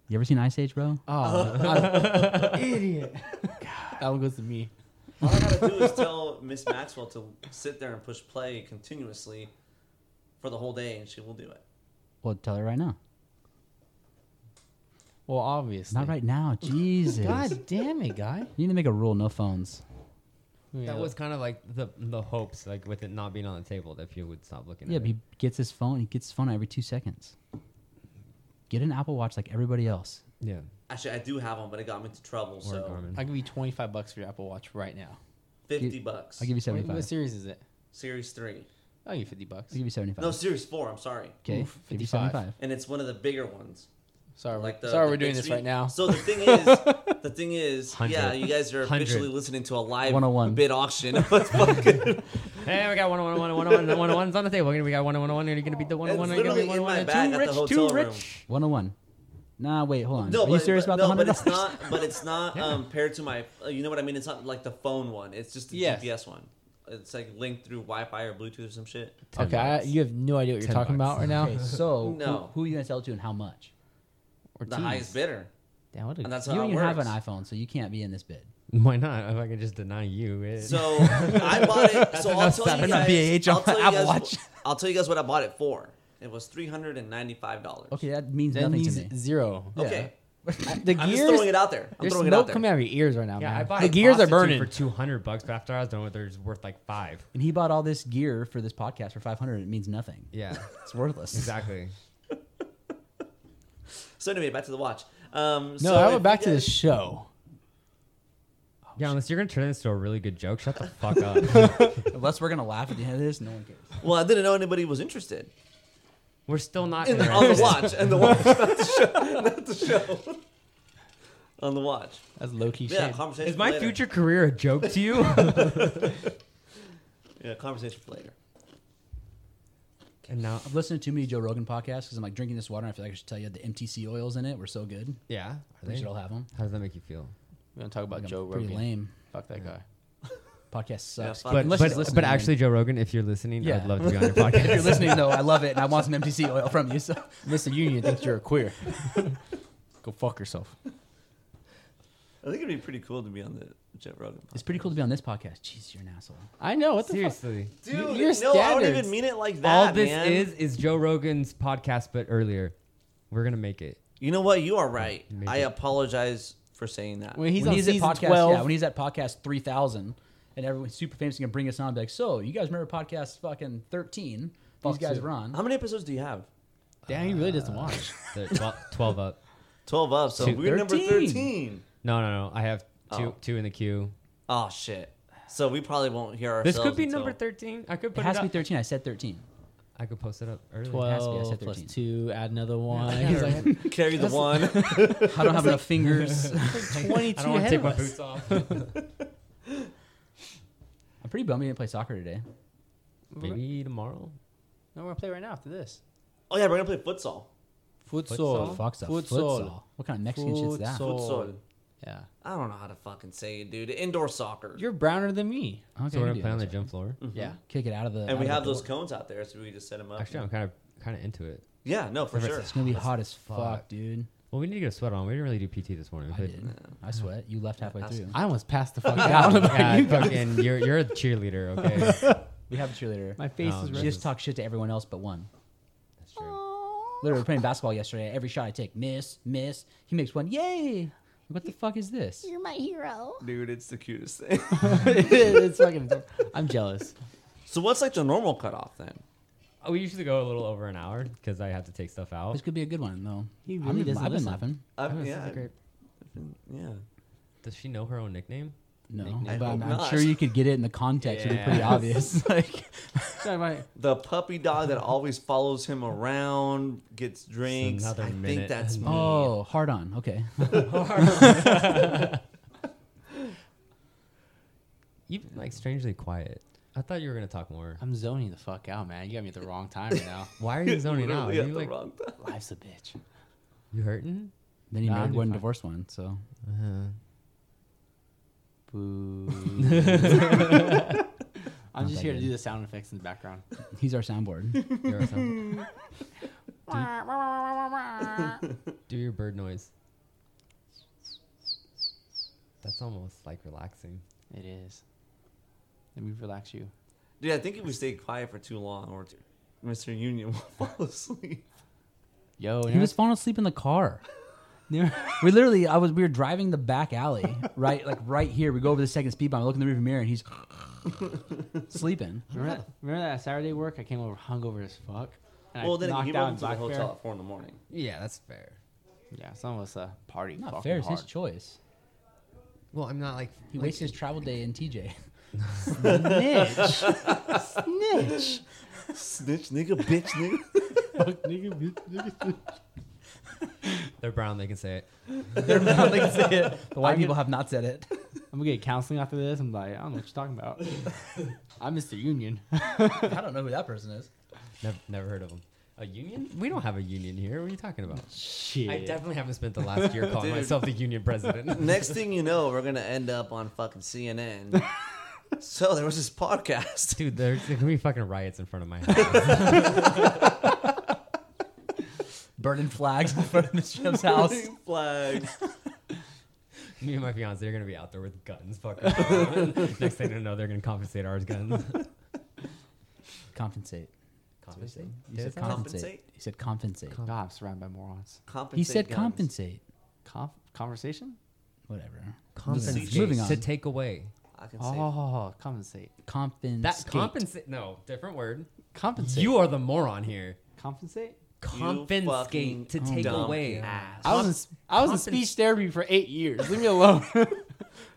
[SPEAKER 3] You ever seen Ice Age, bro?
[SPEAKER 4] Oh, I'm- idiot. God, that one goes to me.
[SPEAKER 2] All I gotta do is tell Miss Maxwell to sit there and push play continuously for the whole day, and she will do it.
[SPEAKER 3] Well, tell her right now.
[SPEAKER 4] Well, obviously.
[SPEAKER 3] Not right now. Jesus.
[SPEAKER 4] God damn it, guy.
[SPEAKER 3] You need to make a rule. No phones.
[SPEAKER 1] that was kind of like the the hopes, like with it not being on the table, that people would stop looking
[SPEAKER 3] Yeah,
[SPEAKER 1] at
[SPEAKER 3] but
[SPEAKER 1] it.
[SPEAKER 3] he gets his phone. He gets his phone every two seconds. Get an Apple Watch like everybody else.
[SPEAKER 1] Yeah.
[SPEAKER 2] Actually, I do have one, but it got me into trouble.
[SPEAKER 1] Or
[SPEAKER 2] so
[SPEAKER 1] Garmin.
[SPEAKER 4] I'll give you 25 bucks for your Apple Watch right now.
[SPEAKER 2] fifty
[SPEAKER 3] Give-
[SPEAKER 2] bucks.
[SPEAKER 3] I'll give you
[SPEAKER 4] What,
[SPEAKER 3] seventy-five.
[SPEAKER 4] what series is it?
[SPEAKER 2] Series three.
[SPEAKER 4] I'll give you 50 bucks.
[SPEAKER 3] I'll give you seventy-five.
[SPEAKER 2] No, series four. I'm sorry.
[SPEAKER 3] okay,
[SPEAKER 4] Oof,
[SPEAKER 3] give you
[SPEAKER 4] 55.
[SPEAKER 3] seventy-five.
[SPEAKER 2] And it's one of the bigger ones.
[SPEAKER 4] Sorry, we're-
[SPEAKER 2] Like the,
[SPEAKER 4] sorry
[SPEAKER 2] the
[SPEAKER 4] we're doing
[SPEAKER 2] big
[SPEAKER 4] this
[SPEAKER 2] screen.
[SPEAKER 4] right now.
[SPEAKER 2] So the thing is, the thing is,
[SPEAKER 1] Hundred.
[SPEAKER 2] yeah, you guys are
[SPEAKER 1] Hundred. oh
[SPEAKER 2] officially listening to a live
[SPEAKER 3] 101.
[SPEAKER 2] bid auction. It's fucking-
[SPEAKER 1] Hey, we got one, one, one, one, one, one, one, one's on the table. We're gonna- We got one, one, one, and you're gonna beat the one,
[SPEAKER 2] It's
[SPEAKER 1] one, one,
[SPEAKER 2] literally
[SPEAKER 1] one, one, one,
[SPEAKER 2] in my bag
[SPEAKER 1] two
[SPEAKER 2] at the
[SPEAKER 1] rich,
[SPEAKER 2] hotel
[SPEAKER 1] two
[SPEAKER 2] room.
[SPEAKER 1] rich.
[SPEAKER 3] One hundred one. Nah, wait, hold on.
[SPEAKER 2] No,
[SPEAKER 3] Are
[SPEAKER 2] but,
[SPEAKER 3] you serious
[SPEAKER 2] but-
[SPEAKER 3] about
[SPEAKER 2] no,
[SPEAKER 3] the
[SPEAKER 2] but
[SPEAKER 3] hundred
[SPEAKER 2] it's
[SPEAKER 3] dollars?
[SPEAKER 2] not. But it's not um, paired to my. uh, You know what I mean? It's not like the phone one. It's just the
[SPEAKER 4] Yes.
[SPEAKER 2] GPS one. It's like linked through Wi-Fi or Bluetooth or some shit.
[SPEAKER 1] Ten
[SPEAKER 4] Okay, I,
[SPEAKER 1] bucks.
[SPEAKER 4] you have no idea what you're
[SPEAKER 1] 10
[SPEAKER 4] talking
[SPEAKER 1] bucks.
[SPEAKER 4] about right now.
[SPEAKER 3] Okay, so
[SPEAKER 2] No.
[SPEAKER 3] who, who are you gonna sell it to and how much?
[SPEAKER 4] Or
[SPEAKER 2] The
[SPEAKER 4] teas.
[SPEAKER 2] highest bidder.
[SPEAKER 4] Damn, what a-
[SPEAKER 2] And that's
[SPEAKER 3] you
[SPEAKER 2] how
[SPEAKER 3] don't
[SPEAKER 2] it
[SPEAKER 3] even have
[SPEAKER 2] works.
[SPEAKER 3] an iPhone, so you can't be in this bid.
[SPEAKER 1] Why not? If I could just deny you it.
[SPEAKER 2] So I bought it. so I'll
[SPEAKER 1] enough
[SPEAKER 2] tell you
[SPEAKER 1] seven
[SPEAKER 2] guys.
[SPEAKER 3] VH
[SPEAKER 2] I'll
[SPEAKER 3] on
[SPEAKER 2] tell you
[SPEAKER 3] Apple
[SPEAKER 2] guys
[SPEAKER 3] Watch.
[SPEAKER 2] wh- I'll tell you guys what I bought it for. It was three hundred and ninety-five dollars.
[SPEAKER 3] Okay, that means
[SPEAKER 4] that
[SPEAKER 3] nothing
[SPEAKER 4] means
[SPEAKER 3] to me.
[SPEAKER 4] zero.
[SPEAKER 2] Okay.
[SPEAKER 4] The
[SPEAKER 2] I'm just
[SPEAKER 4] gears.
[SPEAKER 2] throwing it out there. I'm
[SPEAKER 4] there's
[SPEAKER 2] throwing it out
[SPEAKER 4] smoke
[SPEAKER 2] there.
[SPEAKER 4] coming out of your ears right now,
[SPEAKER 1] yeah,
[SPEAKER 4] man.
[SPEAKER 1] I bought
[SPEAKER 4] the
[SPEAKER 1] a
[SPEAKER 4] gears are
[SPEAKER 1] prostitute
[SPEAKER 4] burning.
[SPEAKER 1] for two hundred bucks, but after I was done with her, it's worth like five.
[SPEAKER 3] And he bought all this gear for this podcast for five hundred. It means nothing.
[SPEAKER 1] Yeah,
[SPEAKER 3] It's worthless.
[SPEAKER 1] exactly.
[SPEAKER 2] So anyway, back to the watch. Um,
[SPEAKER 4] no,
[SPEAKER 2] so
[SPEAKER 4] I
[SPEAKER 2] if you
[SPEAKER 4] went back to the
[SPEAKER 2] guys-
[SPEAKER 4] show.
[SPEAKER 1] Yeah, unless you're gonna turn this to a really good joke, shut the fuck up.
[SPEAKER 3] Unless we're gonna laugh at the end of this, no one cares.
[SPEAKER 2] Well, I didn't know anybody was interested
[SPEAKER 1] We're still not
[SPEAKER 2] in the, on the
[SPEAKER 1] interested.
[SPEAKER 2] watch and the watch, not the show, not the show. on the watch.
[SPEAKER 4] That's low key
[SPEAKER 2] Yeah,
[SPEAKER 4] shit.
[SPEAKER 2] conversation.
[SPEAKER 1] Is
[SPEAKER 2] for
[SPEAKER 1] my
[SPEAKER 2] later.
[SPEAKER 1] future career a joke to you?
[SPEAKER 2] Yeah, conversation for later.
[SPEAKER 1] and now,
[SPEAKER 3] I've listened to too many Joe Rogan podcasts because I'm like drinking this water. And I feel like I should tell you the MTC oils in it were so good.
[SPEAKER 1] yeah, are
[SPEAKER 3] We
[SPEAKER 1] they-
[SPEAKER 3] should all have them.
[SPEAKER 1] How does that make you feel?
[SPEAKER 4] We don't talk about
[SPEAKER 3] Like, I'm
[SPEAKER 4] Joe
[SPEAKER 3] pretty
[SPEAKER 4] Rogan.
[SPEAKER 3] lame.
[SPEAKER 4] Fuck that guy.
[SPEAKER 3] Podcast sucks.
[SPEAKER 2] fuck
[SPEAKER 1] But
[SPEAKER 3] Uh, Unless
[SPEAKER 1] but,
[SPEAKER 3] he's listening,
[SPEAKER 1] but
[SPEAKER 3] then-
[SPEAKER 1] actually, Joe Rogan, if you're listening,
[SPEAKER 3] Yeah.
[SPEAKER 1] I'd love to be on your
[SPEAKER 3] if you're
[SPEAKER 1] podcast.
[SPEAKER 3] listening though, I love it, and I want some MTC oil from you. So
[SPEAKER 4] Mr. Union thinks you're a queer. Go fuck yourself.
[SPEAKER 2] I think it'd be pretty cool to be on the Joe Rogan.
[SPEAKER 3] it's pretty cool to be on this podcast. Jeez, you're an asshole.
[SPEAKER 4] I know. What the fuck?
[SPEAKER 1] Seriously,
[SPEAKER 2] Dude,
[SPEAKER 4] Y-
[SPEAKER 2] no,
[SPEAKER 4] your
[SPEAKER 2] I don't
[SPEAKER 4] standards.
[SPEAKER 2] even mean it like that.
[SPEAKER 1] all this
[SPEAKER 2] man.
[SPEAKER 1] is is Joe Rogan's podcast, but earlier. We're gonna make it.
[SPEAKER 2] You know what? You are right.
[SPEAKER 1] Maybe.
[SPEAKER 2] I apologize for saying that.
[SPEAKER 4] When he's
[SPEAKER 3] when
[SPEAKER 4] on
[SPEAKER 3] he's at
[SPEAKER 4] season
[SPEAKER 3] podcast,
[SPEAKER 4] twelve,
[SPEAKER 3] yeah, when he's at podcast three thousand, and everyone's super famous and can bring us on, be like, so you guys remember podcast fucking thirteen? These
[SPEAKER 4] Fuck
[SPEAKER 3] guys
[SPEAKER 4] you.
[SPEAKER 3] were on.
[SPEAKER 2] How many episodes do you have?
[SPEAKER 4] damn, he really doesn't watch.
[SPEAKER 1] The 12, 12 up.
[SPEAKER 2] Twelve up. So
[SPEAKER 1] Two.
[SPEAKER 2] we're number
[SPEAKER 3] 13.
[SPEAKER 2] thirteen.
[SPEAKER 1] No, no, no. I have two
[SPEAKER 2] Oh.
[SPEAKER 1] two in the queue.
[SPEAKER 2] Oh shit. So we probably won't hear ourselves.
[SPEAKER 1] This could be
[SPEAKER 2] until-
[SPEAKER 1] number thirteen. I could
[SPEAKER 3] It
[SPEAKER 1] put it,
[SPEAKER 3] has to be
[SPEAKER 1] up.
[SPEAKER 3] thirteen. I said thirteen.
[SPEAKER 1] I could post it up early.
[SPEAKER 3] has to be, I
[SPEAKER 4] Twelve
[SPEAKER 3] said
[SPEAKER 4] plus
[SPEAKER 3] 13.
[SPEAKER 4] two, add another one.
[SPEAKER 1] Yeah,
[SPEAKER 4] He's
[SPEAKER 1] right.
[SPEAKER 4] like,
[SPEAKER 2] Carry the one.
[SPEAKER 3] I don't have enough fingers.
[SPEAKER 4] twenty-two
[SPEAKER 1] I don't want to
[SPEAKER 4] ahead
[SPEAKER 1] take
[SPEAKER 4] of
[SPEAKER 1] my
[SPEAKER 4] us.
[SPEAKER 1] boots off.
[SPEAKER 3] I'm pretty bummed we didn't play soccer today.
[SPEAKER 1] Maybe tomorrow.
[SPEAKER 4] No, we're gonna play right now after this.
[SPEAKER 2] oh yeah, we're gonna play futsal.
[SPEAKER 1] Futsal.
[SPEAKER 4] Futsal.
[SPEAKER 3] Fuck's a futsal. What kind of Mexican shit's that?
[SPEAKER 4] Futsal.
[SPEAKER 2] Futsal.
[SPEAKER 4] Yeah.
[SPEAKER 2] I don't know how to fucking say it, dude. Indoor soccer.
[SPEAKER 4] You're browner than me.
[SPEAKER 3] Okay,
[SPEAKER 1] so we're
[SPEAKER 3] we
[SPEAKER 1] gonna
[SPEAKER 3] do
[SPEAKER 1] play on the
[SPEAKER 3] that.
[SPEAKER 1] gym floor.
[SPEAKER 4] Yeah.
[SPEAKER 3] Kick it out of the.
[SPEAKER 2] and we
[SPEAKER 3] out
[SPEAKER 2] have
[SPEAKER 3] of the
[SPEAKER 2] those
[SPEAKER 3] door.
[SPEAKER 2] cones out there, so we just set them up.
[SPEAKER 1] Actually, I'm kind of kind of into it.
[SPEAKER 2] yeah, no, for sure.
[SPEAKER 3] It's gonna be hot as fuck,
[SPEAKER 1] fuck.
[SPEAKER 3] dude.
[SPEAKER 1] Well, we need to get a sweat on. We didn't really do PT this morning.
[SPEAKER 3] I did. I sweat. You left halfway
[SPEAKER 2] That's-
[SPEAKER 3] through.
[SPEAKER 4] I almost passed the fuck out.
[SPEAKER 1] God, fucking, you're you're a cheerleader, okay? That's
[SPEAKER 3] We have a cheerleader.
[SPEAKER 4] My face
[SPEAKER 1] No,
[SPEAKER 4] is
[SPEAKER 1] just-
[SPEAKER 3] She
[SPEAKER 4] red.
[SPEAKER 3] just talked shit to everyone else but one.
[SPEAKER 1] true.
[SPEAKER 5] Oh,
[SPEAKER 3] Literally, we were playing basketball yesterday. Every shot I take, miss, miss. He makes one. Yay! What the fuck is this?
[SPEAKER 5] You're my hero.
[SPEAKER 2] Dude, it's the cutest thing.
[SPEAKER 4] it's fucking. I'm jealous.
[SPEAKER 2] so what's like the normal cutoff then?
[SPEAKER 1] Oh, We usually go a little over an hour because I have to take stuff out.
[SPEAKER 3] This could be a good one though.
[SPEAKER 4] He
[SPEAKER 3] I'm
[SPEAKER 4] really
[SPEAKER 3] even-
[SPEAKER 4] doesn't
[SPEAKER 3] I've been
[SPEAKER 4] listen.
[SPEAKER 3] laughing.
[SPEAKER 2] I,
[SPEAKER 1] Oh, this is
[SPEAKER 2] Uh, yeah,
[SPEAKER 1] a great-
[SPEAKER 2] yeah.
[SPEAKER 1] Does she know her own nickname?
[SPEAKER 3] No,
[SPEAKER 2] I
[SPEAKER 3] but I'm,
[SPEAKER 2] hope
[SPEAKER 3] I'm
[SPEAKER 2] not.
[SPEAKER 3] sure you could get it in the context. It'd be pretty
[SPEAKER 1] Yes.
[SPEAKER 3] obvious. like,
[SPEAKER 4] Sorry, my-
[SPEAKER 2] The puppy dog that always follows him around, gets drinks.
[SPEAKER 1] another
[SPEAKER 2] I
[SPEAKER 1] minute.
[SPEAKER 2] think that's me.
[SPEAKER 3] oh, hard on. Okay.
[SPEAKER 1] You've been like strangely quiet. I thought you were gonna talk more.
[SPEAKER 4] I'm zoning the fuck out, man. You got me at the wrong time right now.
[SPEAKER 1] Why are you zoning out? Are
[SPEAKER 2] Literally at
[SPEAKER 1] you
[SPEAKER 2] the
[SPEAKER 1] like
[SPEAKER 2] wrong time.
[SPEAKER 4] Life's a bitch.
[SPEAKER 1] you hurting?
[SPEAKER 3] Then he
[SPEAKER 4] Nah, I'll
[SPEAKER 3] married
[SPEAKER 4] do
[SPEAKER 3] one,
[SPEAKER 4] fine.
[SPEAKER 3] divorced one. So
[SPEAKER 4] Boo. I'm
[SPEAKER 3] Not
[SPEAKER 4] just
[SPEAKER 3] that
[SPEAKER 4] here to
[SPEAKER 3] good.
[SPEAKER 4] do the sound effects in the background.
[SPEAKER 3] he's our soundboard.
[SPEAKER 1] You're a sound- Do your bird noise. That's almost like relaxing.
[SPEAKER 4] It is. Let me relax you.
[SPEAKER 2] Dude, I think if we stay quiet for too long, or t- Mr. Union will fall asleep.
[SPEAKER 4] Yo,
[SPEAKER 3] he was falling asleep in the car. we literally, I was, we were driving the back alley, right, like right here. We go over the second speed bump. I look in the rearview mirror, and he's sleeping.
[SPEAKER 4] remember that, remember that Saturday work? I came over hungover as fuck. And
[SPEAKER 2] well, then
[SPEAKER 4] I
[SPEAKER 2] he went
[SPEAKER 4] knocked down
[SPEAKER 2] to the
[SPEAKER 4] Black Bear.
[SPEAKER 2] hotel at four in the morning.
[SPEAKER 1] Yeah, that's fair.
[SPEAKER 4] Yeah, some of us uh, party
[SPEAKER 3] Not
[SPEAKER 4] fucking
[SPEAKER 3] fair. It's
[SPEAKER 4] hard.
[SPEAKER 3] his choice.
[SPEAKER 1] Well, I'm not like
[SPEAKER 3] He
[SPEAKER 1] like,
[SPEAKER 3] wastes his travel day in TJ.
[SPEAKER 4] Snitch. Snitch.
[SPEAKER 2] Snitch, nigga, bitch, nigga.
[SPEAKER 4] Fuck nigga, bitch, nigga.
[SPEAKER 1] They're brown. They can say it.
[SPEAKER 3] They're not like say it. The white
[SPEAKER 4] I'm
[SPEAKER 3] people have not said it.
[SPEAKER 4] I'm gonna get counseling after this. I'm like, I don't know what you're talking about. I'm Mr. Union.
[SPEAKER 3] I don't know who that person is.
[SPEAKER 1] Never, never heard of them. A union? We don't have a union here. What are you talking about?
[SPEAKER 4] Shit.
[SPEAKER 1] I definitely haven't spent the last year calling
[SPEAKER 2] Dude.
[SPEAKER 1] myself the union president.
[SPEAKER 2] Next thing you know, we're gonna end up on fucking CNN. so there was this podcast.
[SPEAKER 1] Dude, there's there's gonna be fucking riots in front of my house.
[SPEAKER 3] Burning flags in front of Miss Jim's house.
[SPEAKER 2] flags.
[SPEAKER 1] Me and my fiance are gonna be out there with guns. Fucking. Next thing you know, they're gonna confiscate ours guns.
[SPEAKER 3] Compensate.
[SPEAKER 1] Confiscate?
[SPEAKER 3] You
[SPEAKER 1] Confiscate.
[SPEAKER 3] said compensate.
[SPEAKER 2] Compensate?
[SPEAKER 3] He said compensate.
[SPEAKER 4] God, I'm surrounded by morons.
[SPEAKER 2] Compensate
[SPEAKER 3] He said
[SPEAKER 2] guns.
[SPEAKER 3] compensate.
[SPEAKER 4] Conf- conversation?
[SPEAKER 3] Whatever.
[SPEAKER 1] Confiscate.
[SPEAKER 3] Moving on.
[SPEAKER 1] To take away.
[SPEAKER 2] I can say
[SPEAKER 4] Oh, compensate.
[SPEAKER 3] Compensate.
[SPEAKER 1] That compensate. No, different word.
[SPEAKER 4] Compensate.
[SPEAKER 1] You are the moron here.
[SPEAKER 4] compensate?
[SPEAKER 1] Confiscate to
[SPEAKER 2] fucking
[SPEAKER 1] take
[SPEAKER 2] dumb
[SPEAKER 1] away.
[SPEAKER 2] ass.
[SPEAKER 4] I was in, s- I was in speech therapy for eight years. Leave me alone.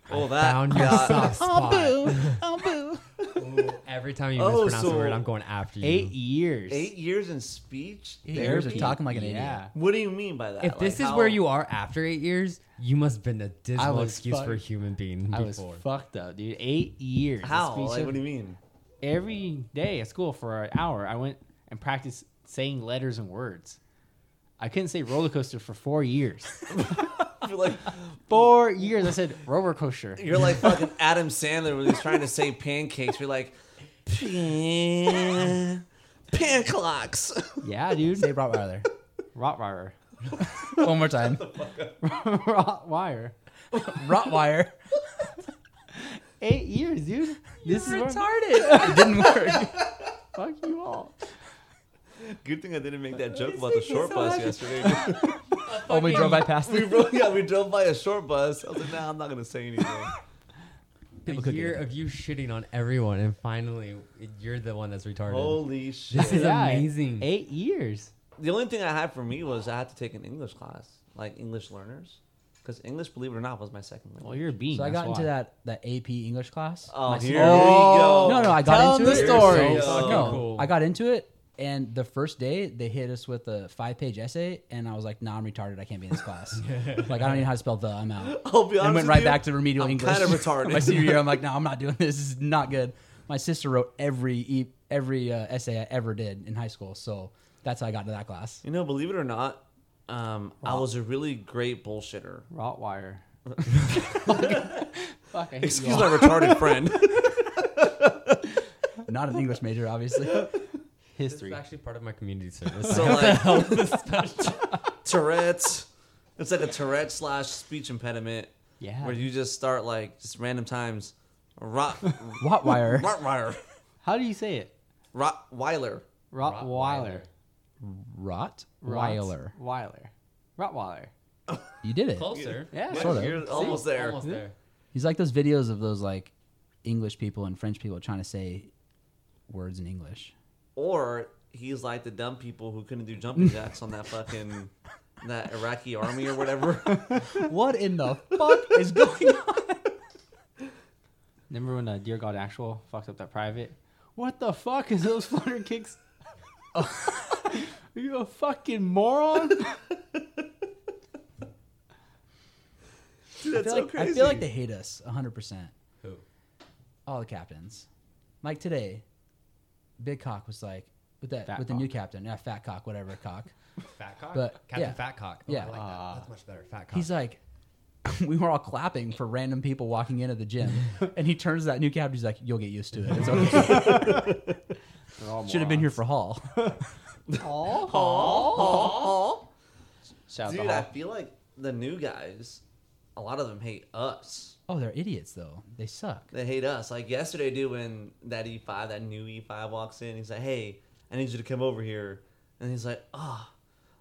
[SPEAKER 2] Oh, that
[SPEAKER 1] Found your
[SPEAKER 2] got-
[SPEAKER 1] soft spot.
[SPEAKER 5] Oh, boo.
[SPEAKER 1] Ooh, Every time you
[SPEAKER 2] Oh,
[SPEAKER 1] mispronounce a
[SPEAKER 2] so-
[SPEAKER 1] word, I'm going after you.
[SPEAKER 4] eight years.
[SPEAKER 2] Eight years in speech.
[SPEAKER 3] years
[SPEAKER 2] therapy?
[SPEAKER 3] of talking like an
[SPEAKER 4] Yeah.
[SPEAKER 3] idiot.
[SPEAKER 2] What do you mean by that?
[SPEAKER 1] If this is where you are after eight years, you must have been a dismal
[SPEAKER 4] was
[SPEAKER 1] excuse
[SPEAKER 4] fuck-
[SPEAKER 1] for a human being
[SPEAKER 4] I was
[SPEAKER 1] before.
[SPEAKER 4] fucked up, dude. Eight years. of
[SPEAKER 2] How?
[SPEAKER 4] speech
[SPEAKER 2] Like, what do you mean?
[SPEAKER 4] every day at school for an hour, I went and practiced saying letters and words. I couldn't say roller coaster for four years.
[SPEAKER 2] You're like,
[SPEAKER 4] Four years. I said roller coaster.
[SPEAKER 2] you're like fucking Adam Sandler when he's trying to say pancakes. You're like, pan, pan clocks.
[SPEAKER 4] Yeah, dude.
[SPEAKER 3] Say Rottweiler.
[SPEAKER 4] Rottweiler.
[SPEAKER 3] One more time.
[SPEAKER 4] Rottweiler.
[SPEAKER 3] Rottweiler.
[SPEAKER 4] Eight years, dude. This is where-
[SPEAKER 3] retarded. it didn't work.
[SPEAKER 4] fuck you all.
[SPEAKER 2] Good thing I didn't make that joke about the short bus yesterday.
[SPEAKER 3] Oh, we drove by past
[SPEAKER 2] we
[SPEAKER 3] it.
[SPEAKER 2] drove, yeah, we drove by a short bus. I was like, nah, I'm not gonna say anything.
[SPEAKER 1] A
[SPEAKER 3] could get
[SPEAKER 1] year
[SPEAKER 3] it.
[SPEAKER 1] of you shitting on everyone, and finally you're the one that's retarded.
[SPEAKER 2] Holy
[SPEAKER 1] This
[SPEAKER 2] shit!
[SPEAKER 1] is amazing.
[SPEAKER 4] Eight years.
[SPEAKER 2] The only thing I had for me was I had to take an English class, like English learners, because English, believe it or not, was my second language.
[SPEAKER 4] Well, you're a bean.
[SPEAKER 3] So I got
[SPEAKER 4] that's
[SPEAKER 3] into
[SPEAKER 4] why.
[SPEAKER 3] that, that AP English class.
[SPEAKER 2] Oh,
[SPEAKER 3] My
[SPEAKER 2] here
[SPEAKER 3] senior-
[SPEAKER 2] we go.
[SPEAKER 3] No, no, I got
[SPEAKER 4] Tell
[SPEAKER 3] into
[SPEAKER 4] the
[SPEAKER 3] it.
[SPEAKER 4] story.
[SPEAKER 2] You're so
[SPEAKER 3] no,
[SPEAKER 1] cool.
[SPEAKER 3] I got into it, and the first day they hit us with a five-page essay, and I was like, "Nah, I'm retarded. I can't be in this class. like, I don't even know how to spell the. I'm out."
[SPEAKER 2] I'll Oh, be honest.
[SPEAKER 3] and went
[SPEAKER 2] with
[SPEAKER 3] right
[SPEAKER 2] you,
[SPEAKER 3] back to remedial
[SPEAKER 2] I'm
[SPEAKER 3] English.
[SPEAKER 2] Kind of retarded.
[SPEAKER 3] My senior year, I'm like, "No, I'm not doing this. This is not good." My sister wrote every e- every uh, essay I ever did in high school, so that's how I got into that class.
[SPEAKER 2] You know, believe it or not, um, I was a really great bullshitter.
[SPEAKER 4] Rottweiler. Fuck, I hate you
[SPEAKER 2] Excuse
[SPEAKER 4] all.
[SPEAKER 2] my retarded friend.
[SPEAKER 3] Not an English major, obviously.
[SPEAKER 1] This
[SPEAKER 4] history.
[SPEAKER 1] is actually part of my community service.
[SPEAKER 2] So like Tourette's. It's like a Tourette slash speech impediment.
[SPEAKER 4] Yeah.
[SPEAKER 2] Where you just start like just random times. Rot
[SPEAKER 3] Rottweiler.
[SPEAKER 2] Rottweiler.
[SPEAKER 4] How do you say it?
[SPEAKER 2] Rottweiler.
[SPEAKER 4] Rottweiler.
[SPEAKER 3] Rottweiler.
[SPEAKER 4] Weiler. Rottweiler.
[SPEAKER 3] You did it.
[SPEAKER 1] Closer.
[SPEAKER 4] Yeah.
[SPEAKER 2] Yeah,
[SPEAKER 3] Sort of.
[SPEAKER 2] You're almost there.
[SPEAKER 1] Almost there.
[SPEAKER 3] He's like those videos of those like English people and French people trying to say words in English.
[SPEAKER 2] Or he's like the dumb people who couldn't do jumping jacks on that fucking that Iraqi army or whatever.
[SPEAKER 3] What in the fuck is going on?
[SPEAKER 4] Remember when uh, Dear God Actual fucked up that private? What the fuck is those flutter kicks? Are you a fucking moron?
[SPEAKER 2] Dude,
[SPEAKER 3] I
[SPEAKER 2] that's
[SPEAKER 3] feel,
[SPEAKER 2] so
[SPEAKER 3] like,
[SPEAKER 2] crazy.
[SPEAKER 3] I feel like they hate us 100%.
[SPEAKER 1] Who?
[SPEAKER 3] All the captains. Like today, Big Cock was like, with that,
[SPEAKER 4] Fat
[SPEAKER 3] with the new
[SPEAKER 4] cock.
[SPEAKER 3] captain, yeah, Fat Cock, whatever cock.
[SPEAKER 1] Fat cock.
[SPEAKER 3] But,
[SPEAKER 1] Captain
[SPEAKER 3] yeah.
[SPEAKER 1] Fat cock. Oh,
[SPEAKER 3] Yeah.
[SPEAKER 1] I like that. That's much better. Fat cock.
[SPEAKER 3] He's like, we were all clapping for random people walking into the gym. and he turns to that new captain, he's like, you'll get used to it. It's okay. Should have been here for Hall.
[SPEAKER 4] all. Shout out to
[SPEAKER 2] Dude, I
[SPEAKER 4] Hall.
[SPEAKER 2] feel like the new guys, a lot of them hate us.
[SPEAKER 3] Oh, they're idiots, though. They suck.
[SPEAKER 2] They hate us. Like yesterday, dude, when that E5, that new E5 walks in, he's like, hey, I need you to come over here. And he's like, ah,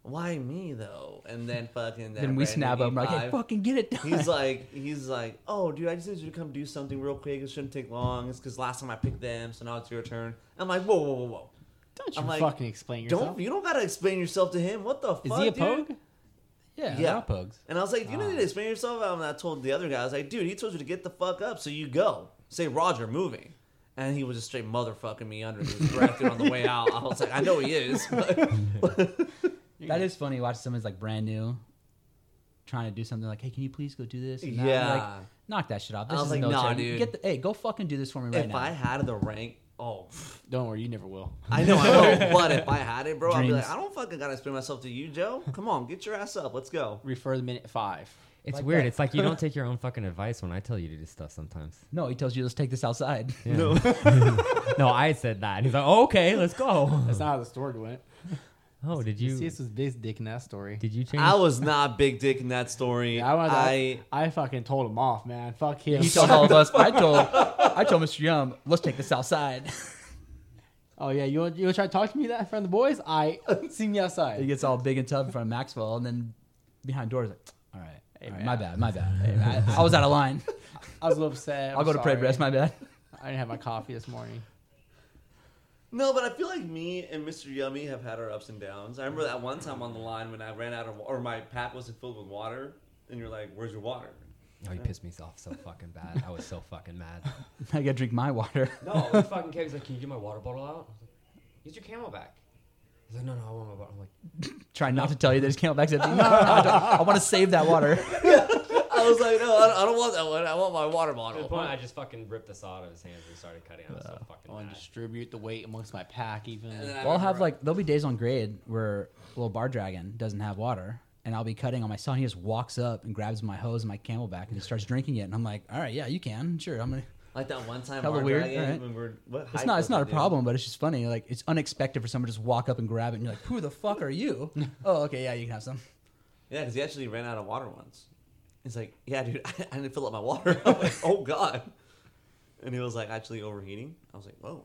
[SPEAKER 2] why me though? And then fucking that E
[SPEAKER 3] then we
[SPEAKER 2] random
[SPEAKER 3] snap him like, hey,
[SPEAKER 2] E5
[SPEAKER 3] fucking get it done.
[SPEAKER 2] He's like, he's like, oh, dude, I just need you to come do something real quick. It shouldn't take long. It's because last time I picked them, so now it's your turn. I'm like, whoa, whoa, whoa, whoa.
[SPEAKER 4] Don't you
[SPEAKER 2] I'm like,
[SPEAKER 4] fucking explain yourself.
[SPEAKER 2] Don't you don't gotta explain yourself to him. What the
[SPEAKER 4] is
[SPEAKER 2] fuck,
[SPEAKER 4] he a
[SPEAKER 2] dude?
[SPEAKER 4] pogue? Ah.
[SPEAKER 3] yeah,
[SPEAKER 2] yeah.
[SPEAKER 3] yeah. pugs.
[SPEAKER 2] And I was like, you don't need to explain yourself. And I told the other guy, I was like, dude, he told you to get the fuck up, so you go. Say Roger moving. And he was just straight motherfucking me under the breath dude, on the way out. I was like, I know he is. but-
[SPEAKER 3] That is funny. Watch someone's like brand new, trying to do something like, "Hey, can you please go do this?" And that. I'm
[SPEAKER 2] Yeah.
[SPEAKER 3] like, knock that shit off.
[SPEAKER 2] I
[SPEAKER 3] This
[SPEAKER 2] was
[SPEAKER 3] is
[SPEAKER 2] like,
[SPEAKER 3] no
[SPEAKER 2] "Nah,
[SPEAKER 3] time.
[SPEAKER 2] dude."
[SPEAKER 3] Get the, hey, go fucking do this for me right
[SPEAKER 2] if
[SPEAKER 3] now.
[SPEAKER 2] I had the rank, oh, pff,
[SPEAKER 4] Don't worry, you never will.
[SPEAKER 2] I know, I know. but if I had it, bro, I'd be like,
[SPEAKER 3] Dreams.
[SPEAKER 2] I don't fucking gotta explain myself to you, Joe. Come on, get your ass up. Let's go.
[SPEAKER 4] Refer the minute five.
[SPEAKER 1] it's
[SPEAKER 3] like
[SPEAKER 1] weird.
[SPEAKER 3] that.
[SPEAKER 1] It's like you don't take your own fucking advice when I tell you to do stuff sometimes.
[SPEAKER 3] no, he tells you, "Let's take this outside."
[SPEAKER 1] No. no, I said that. And he's like, oh, okay, let's go.
[SPEAKER 4] That's not how the story went.
[SPEAKER 1] Oh, did
[SPEAKER 4] You
[SPEAKER 1] you
[SPEAKER 4] see, this was Big's dick in that story.
[SPEAKER 1] did you change?
[SPEAKER 2] I was not big dick in that story.
[SPEAKER 4] Yeah, I, was,
[SPEAKER 2] I
[SPEAKER 4] I, I fucking told him off, man. Fuck him.
[SPEAKER 3] he told all of us. I told, I told Mr. Yum, "Let's take this outside."
[SPEAKER 4] oh yeah, you want, you want to try to talk to me that in front of the boys? I see me
[SPEAKER 3] he
[SPEAKER 4] outside.
[SPEAKER 3] gets all big and tough in front of Maxwell, and then behind doors, like, "All right, all right,
[SPEAKER 4] man.
[SPEAKER 3] my bad, my bad. I, I was out of line.
[SPEAKER 4] I was a little upset.
[SPEAKER 3] I'll go to pray rest. My bad."
[SPEAKER 4] I didn't have my coffee this morning.
[SPEAKER 2] No, but I feel like me and Mr. Yummy have had our ups and downs. I remember that one time on the line when I ran out of, or my pack wasn't filled with water, and you're like, "Where's your water?"
[SPEAKER 1] oh, you pissed me off so fucking bad. I was so fucking mad.
[SPEAKER 3] I gotta drink my water.
[SPEAKER 1] No, the fucking kid was like, "Can you get my water bottle out?" I was like, "Use your camel back." He's like, "No, no, I want my bottle." I'm like,
[SPEAKER 3] Try not to tell you that his camelback's empty. No, no, no, I, don't- I want to save that water.
[SPEAKER 2] I was like, "No, I don't, I don't want that one. I want my water
[SPEAKER 1] at the
[SPEAKER 2] bottle."
[SPEAKER 1] point, I just fucking ripped the saw out of his hands and started cutting. I was so
[SPEAKER 4] I
[SPEAKER 1] fucking
[SPEAKER 4] want to
[SPEAKER 1] mad.
[SPEAKER 4] distribute the weight amongst my pack, even.
[SPEAKER 2] And then I
[SPEAKER 3] We'll have
[SPEAKER 2] remember-
[SPEAKER 3] like there'll be days on grade where little bar dragon doesn't have water, and I'll be cutting on my saw, and he just walks up and grabs my hose and my Camelback and just starts drinking it. And I'm like, all right, yeah, you can, sure. I'm gonna.
[SPEAKER 2] Like that one time,
[SPEAKER 3] Hella
[SPEAKER 2] our
[SPEAKER 3] weird,
[SPEAKER 2] Dragon,
[SPEAKER 3] alright.
[SPEAKER 2] when we're, what
[SPEAKER 3] It's
[SPEAKER 2] hype
[SPEAKER 3] not.
[SPEAKER 2] was
[SPEAKER 3] It's not
[SPEAKER 2] it,
[SPEAKER 3] a
[SPEAKER 2] dude?
[SPEAKER 3] problem, but it's just funny. Like it's unexpected for someone to just walk up and grab it, and you're like, "Who the fuck are you?" oh, okay, yeah, you can have some.
[SPEAKER 2] Yeah, because he actually ran out of water once. He's like, yeah, dude, I, I didn't fill up my water. I was like, oh god. And he was like, actually overheating. I was like, whoa,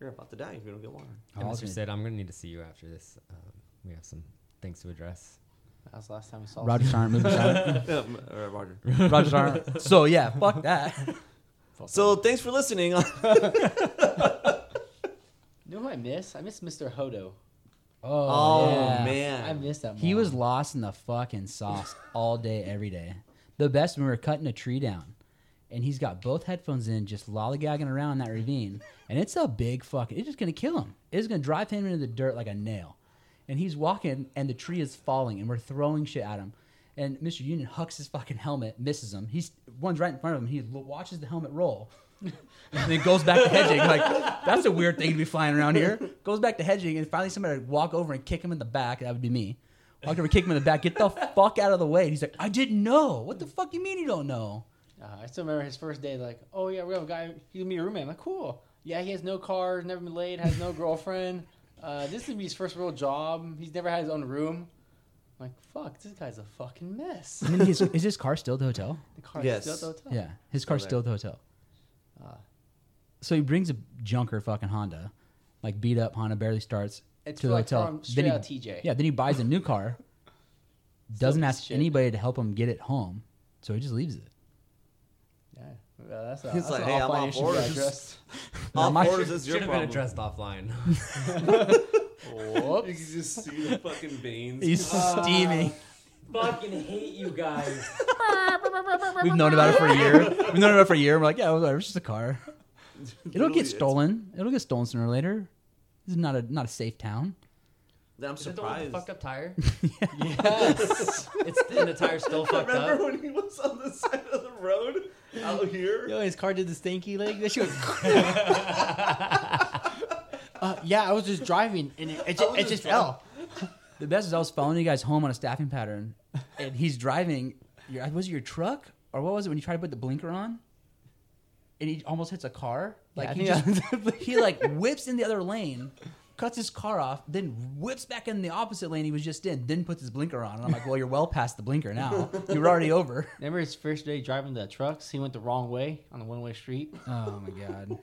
[SPEAKER 2] you're about to die if you don't get water.
[SPEAKER 1] And
[SPEAKER 3] I was
[SPEAKER 1] Mr.
[SPEAKER 3] gonna-
[SPEAKER 1] said, I'm going to need to see you after this. Um, we have some things to address.
[SPEAKER 4] That was the last time we saw
[SPEAKER 3] Roger Starr, movie shot.
[SPEAKER 2] Um, or Roger.
[SPEAKER 3] Roger Starr. So yeah, fuck that.
[SPEAKER 2] So thanks for listening.
[SPEAKER 4] You know who I miss? I miss Mr. Hodo.
[SPEAKER 3] Oh,
[SPEAKER 2] Oh
[SPEAKER 3] yeah.
[SPEAKER 2] man,
[SPEAKER 4] I miss that.
[SPEAKER 3] He
[SPEAKER 4] mom.
[SPEAKER 3] was lost in the fucking sauce all day, every day. The best when we were cutting a tree down. And he's got both headphones in, just lollygagging around that ravine. And it's a big fucking, it's just gonna kill him. It's gonna drive him into the dirt like a nail. And he's walking, and the tree is falling, and we're throwing shit at him. And Mr. Union hucks his fucking helmet, misses him. He's one's right in front of him. He l- watches the helmet roll, and then goes back to hedging. Like that's a weird thing to be flying around here. Goes back to hedging, and finally somebody would walk over and kick him in the back. That would be me. Walk over, kick him in the back. Get the fuck out of the way. And he's like, I didn't know. What the fuck you mean you don't know?
[SPEAKER 4] Uh, I still remember his first day. Like, oh yeah, we have a guy. He's gonna be your roommate. I'm like, cool. Yeah, he has no car, never been late, has no girlfriend. Uh, this is gonna be his first real job. He's never had his own room. I'm like, fuck, this guy's a fucking mess.
[SPEAKER 3] And then his, is his car still at the hotel?
[SPEAKER 4] The car's
[SPEAKER 2] Yes.
[SPEAKER 4] still at the hotel.
[SPEAKER 3] Yeah, his car's
[SPEAKER 2] there.
[SPEAKER 3] still at the hotel. Uh,
[SPEAKER 4] Ah.
[SPEAKER 3] so he brings a junker fucking Honda, like beat up Honda, barely starts
[SPEAKER 4] It's
[SPEAKER 3] to the
[SPEAKER 4] like
[SPEAKER 3] hotel.
[SPEAKER 4] from
[SPEAKER 3] Then
[SPEAKER 4] straight
[SPEAKER 3] he,
[SPEAKER 4] out TJ.
[SPEAKER 3] Yeah, then he buys a new car. doesn't
[SPEAKER 4] piece of
[SPEAKER 3] ask
[SPEAKER 4] shit.
[SPEAKER 3] anybody to help him get it home, so he just leaves it.
[SPEAKER 4] Yeah. Well, that's a,
[SPEAKER 2] He's
[SPEAKER 4] that's
[SPEAKER 2] like,
[SPEAKER 4] an
[SPEAKER 2] "Hey, I'm
[SPEAKER 4] offline
[SPEAKER 2] on
[SPEAKER 4] issue
[SPEAKER 2] board.
[SPEAKER 4] we
[SPEAKER 2] This is-
[SPEAKER 4] addressed."
[SPEAKER 2] all
[SPEAKER 3] my-
[SPEAKER 2] fours is your
[SPEAKER 1] Should have been
[SPEAKER 2] problem.
[SPEAKER 1] addressed offline.
[SPEAKER 2] You
[SPEAKER 4] Whoops.
[SPEAKER 2] can just see the fucking veins.
[SPEAKER 3] He's
[SPEAKER 4] Ah.
[SPEAKER 3] steaming.
[SPEAKER 6] Fucking hate you guys.
[SPEAKER 3] We've known about it for a year. We've known about it for a year. and We're like, yeah, whatever. It's just a car. It'll
[SPEAKER 2] Literally,
[SPEAKER 3] get
[SPEAKER 2] it's-
[SPEAKER 3] stolen. It'll get stolen sooner or later. This is not a not a safe town.
[SPEAKER 2] I'm
[SPEAKER 1] Is it the one with
[SPEAKER 2] surprised.
[SPEAKER 1] the fucked up tire?
[SPEAKER 4] yes.
[SPEAKER 1] it's and the tire's still
[SPEAKER 2] I
[SPEAKER 1] fucked
[SPEAKER 2] remember
[SPEAKER 1] up.
[SPEAKER 2] when he was on the side of the road out here.
[SPEAKER 4] Yo, his car did the stinky leg. That shit was. uh, yeah, I was just driving, and it, it, ju-
[SPEAKER 2] was
[SPEAKER 4] it
[SPEAKER 2] just
[SPEAKER 4] just
[SPEAKER 2] driving.
[SPEAKER 4] fell.
[SPEAKER 3] The best is I was following you guys home on a staffing pattern, and he's driving. Your, was it your truck or what was it when you tried to put the blinker on? And he almost hits a car. Like
[SPEAKER 4] I
[SPEAKER 3] he
[SPEAKER 4] think
[SPEAKER 3] just he like whips in the other lane, cuts his car off, then whips back in the opposite lane he was just in, then puts his blinker on. And I'm like, well, you're well past the blinker now. You're already over.
[SPEAKER 4] Remember his first day driving the trucks? He went the wrong way on the one way street.
[SPEAKER 3] Oh my god.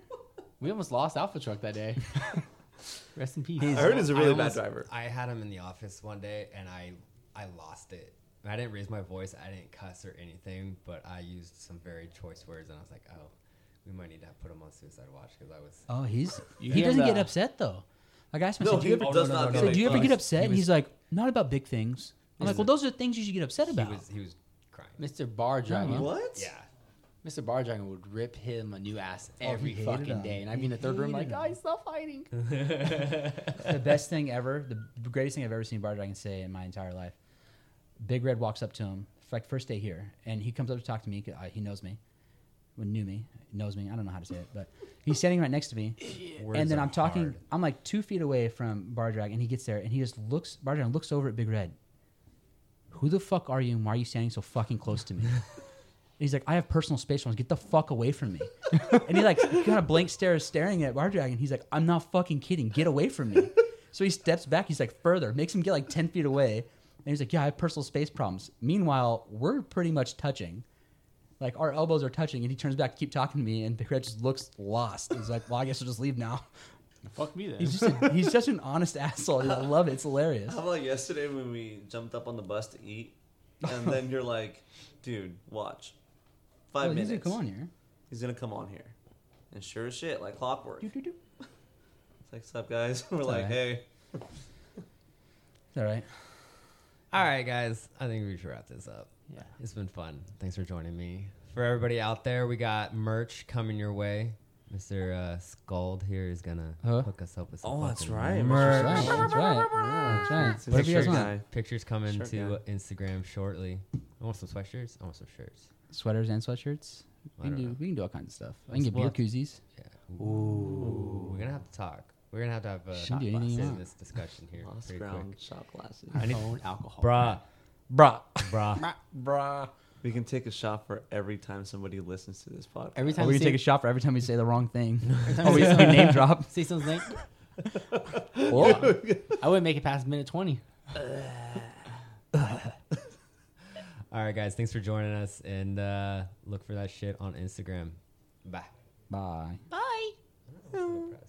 [SPEAKER 4] We almost lost Alpha Truck that day. Rest in peace.
[SPEAKER 2] I heard he's a really
[SPEAKER 1] I
[SPEAKER 2] bad
[SPEAKER 1] almost-
[SPEAKER 2] driver.
[SPEAKER 1] I had him in the office one day and I I lost it. And I didn't raise my voice, I didn't cuss or anything, but I used some very choice words and I was like, oh, we might need to put him on suicide watch because I was.
[SPEAKER 3] Oh, he's
[SPEAKER 4] You
[SPEAKER 3] he
[SPEAKER 4] hear
[SPEAKER 3] doesn't get
[SPEAKER 4] that?
[SPEAKER 3] upset though. Like I asked him, I
[SPEAKER 2] No,
[SPEAKER 3] said, do you
[SPEAKER 2] he
[SPEAKER 3] ever,
[SPEAKER 2] does
[SPEAKER 3] no, no,
[SPEAKER 2] not get
[SPEAKER 3] no, no, no. I said, do you ever
[SPEAKER 1] upset.
[SPEAKER 3] get upset?
[SPEAKER 1] He
[SPEAKER 3] and he's
[SPEAKER 1] was-
[SPEAKER 3] like, not about big things. I'm like,
[SPEAKER 1] was-
[SPEAKER 3] well, those are the things you should get upset
[SPEAKER 1] He
[SPEAKER 3] about.
[SPEAKER 1] was he was crying.
[SPEAKER 4] Mr. Bar Dragon.
[SPEAKER 2] What?
[SPEAKER 1] Yeah.
[SPEAKER 4] Mr. Barjagon would rip him a new ass
[SPEAKER 3] Oh, he
[SPEAKER 4] every
[SPEAKER 3] hated
[SPEAKER 4] fucking
[SPEAKER 3] him.
[SPEAKER 4] day. And I'd
[SPEAKER 3] He
[SPEAKER 4] be in the third
[SPEAKER 5] Oh
[SPEAKER 4] room like,
[SPEAKER 3] hated
[SPEAKER 4] guys,
[SPEAKER 5] stop fighting.
[SPEAKER 3] the best thing ever, the greatest thing I've ever seen Bart Dragon say in my entire life. Big Red walks up to him, it's like first day here, and he comes up to talk to me. 'cause, uh, he knows me, well, knew me, knows me. I don't know how to say it, but he's standing right next to me, and
[SPEAKER 1] Words
[SPEAKER 3] then
[SPEAKER 1] are
[SPEAKER 3] I'm talking.
[SPEAKER 1] hard.
[SPEAKER 3] I'm like two feet away from Bar Dragon, and he gets there, and he just looks. Bar Dragon looks over at Big Red. Who the fuck are you, and why are you standing so fucking close to me? And he's like, I have personal space problems. Get the fuck away from me. and he like got a blank stare staring at Bar Dragon. He's like, I'm not fucking kidding. Get away from me. so he steps back. He's like further, makes him get like 10 feet away. And he's like, yeah, I have personal space problems. Meanwhile, we're pretty much touching. Like our elbows are touching. And he turns back to keep talking to me. And Big Red just looks lost. He's like, well, I guess I'll just leave now.
[SPEAKER 4] fuck me then.
[SPEAKER 3] He's just a, he's such an honest asshole. I love it. It's hilarious.
[SPEAKER 2] How about yesterday when we jumped up on the bus to eat, and then you're like, "Dude, watch, five
[SPEAKER 3] Oh, he's
[SPEAKER 2] minutes.
[SPEAKER 3] gonna come on here.
[SPEAKER 2] He's gonna come on here." And sure as shit, like clockwork.
[SPEAKER 3] Do, do, do.
[SPEAKER 2] It's like, "Sup, guys?" We're like,
[SPEAKER 3] alright.
[SPEAKER 2] "Hey."
[SPEAKER 3] It's all right.
[SPEAKER 1] All right, guys. I think we should wrap this up.
[SPEAKER 4] Yeah.
[SPEAKER 1] It's been fun. Thanks for joining me. For everybody out there, we got merch coming your way. Mr. Uh, Scald here is gonna
[SPEAKER 3] Huh?
[SPEAKER 1] hook us up with some.
[SPEAKER 2] Oh, that's
[SPEAKER 1] fucking
[SPEAKER 2] right, Mr.
[SPEAKER 1] Merch.
[SPEAKER 3] That's right. That's right. That's right.
[SPEAKER 2] It's a
[SPEAKER 3] Whatever you guys
[SPEAKER 2] shirt
[SPEAKER 3] want.
[SPEAKER 2] guy.
[SPEAKER 1] Pictures coming
[SPEAKER 2] Shirt
[SPEAKER 1] to
[SPEAKER 2] guy.
[SPEAKER 1] uh, Instagram shortly. I want some sweatshirts. I want some shirts.
[SPEAKER 3] sweaters and sweatshirts.
[SPEAKER 1] I
[SPEAKER 3] We can
[SPEAKER 1] don't
[SPEAKER 3] do
[SPEAKER 1] know.
[SPEAKER 3] we can do all kinds of stuff. I can get beer
[SPEAKER 1] Let's-
[SPEAKER 3] koozies.
[SPEAKER 1] Yeah. Ooh. We're gonna have to talk. We're gonna have to have a
[SPEAKER 3] Shouldn't do anything you want.
[SPEAKER 1] business discussion here.
[SPEAKER 2] Lost
[SPEAKER 1] pretty
[SPEAKER 2] ground
[SPEAKER 1] quick.
[SPEAKER 2] shot glasses.
[SPEAKER 1] I need-
[SPEAKER 3] Phone alcohol.
[SPEAKER 1] Bruh,
[SPEAKER 3] Bruh.
[SPEAKER 1] bruh.
[SPEAKER 3] Bruh.
[SPEAKER 2] We can take a shot for every time somebody listens to this podcast.
[SPEAKER 4] Every
[SPEAKER 3] Or
[SPEAKER 4] time
[SPEAKER 3] we
[SPEAKER 4] you
[SPEAKER 3] can take
[SPEAKER 4] say,
[SPEAKER 3] a shot for every time we say the wrong thing.
[SPEAKER 4] every time
[SPEAKER 3] oh, we,
[SPEAKER 4] you say
[SPEAKER 3] we
[SPEAKER 4] something-
[SPEAKER 3] name drop.
[SPEAKER 4] say something,
[SPEAKER 3] Oh.
[SPEAKER 4] I wouldn't make it past minute twenty.
[SPEAKER 1] All right, guys, thanks for joining us, and uh, look for that shit on Instagram. Bye.
[SPEAKER 3] Bye.
[SPEAKER 5] Bye.
[SPEAKER 1] I'm impressed.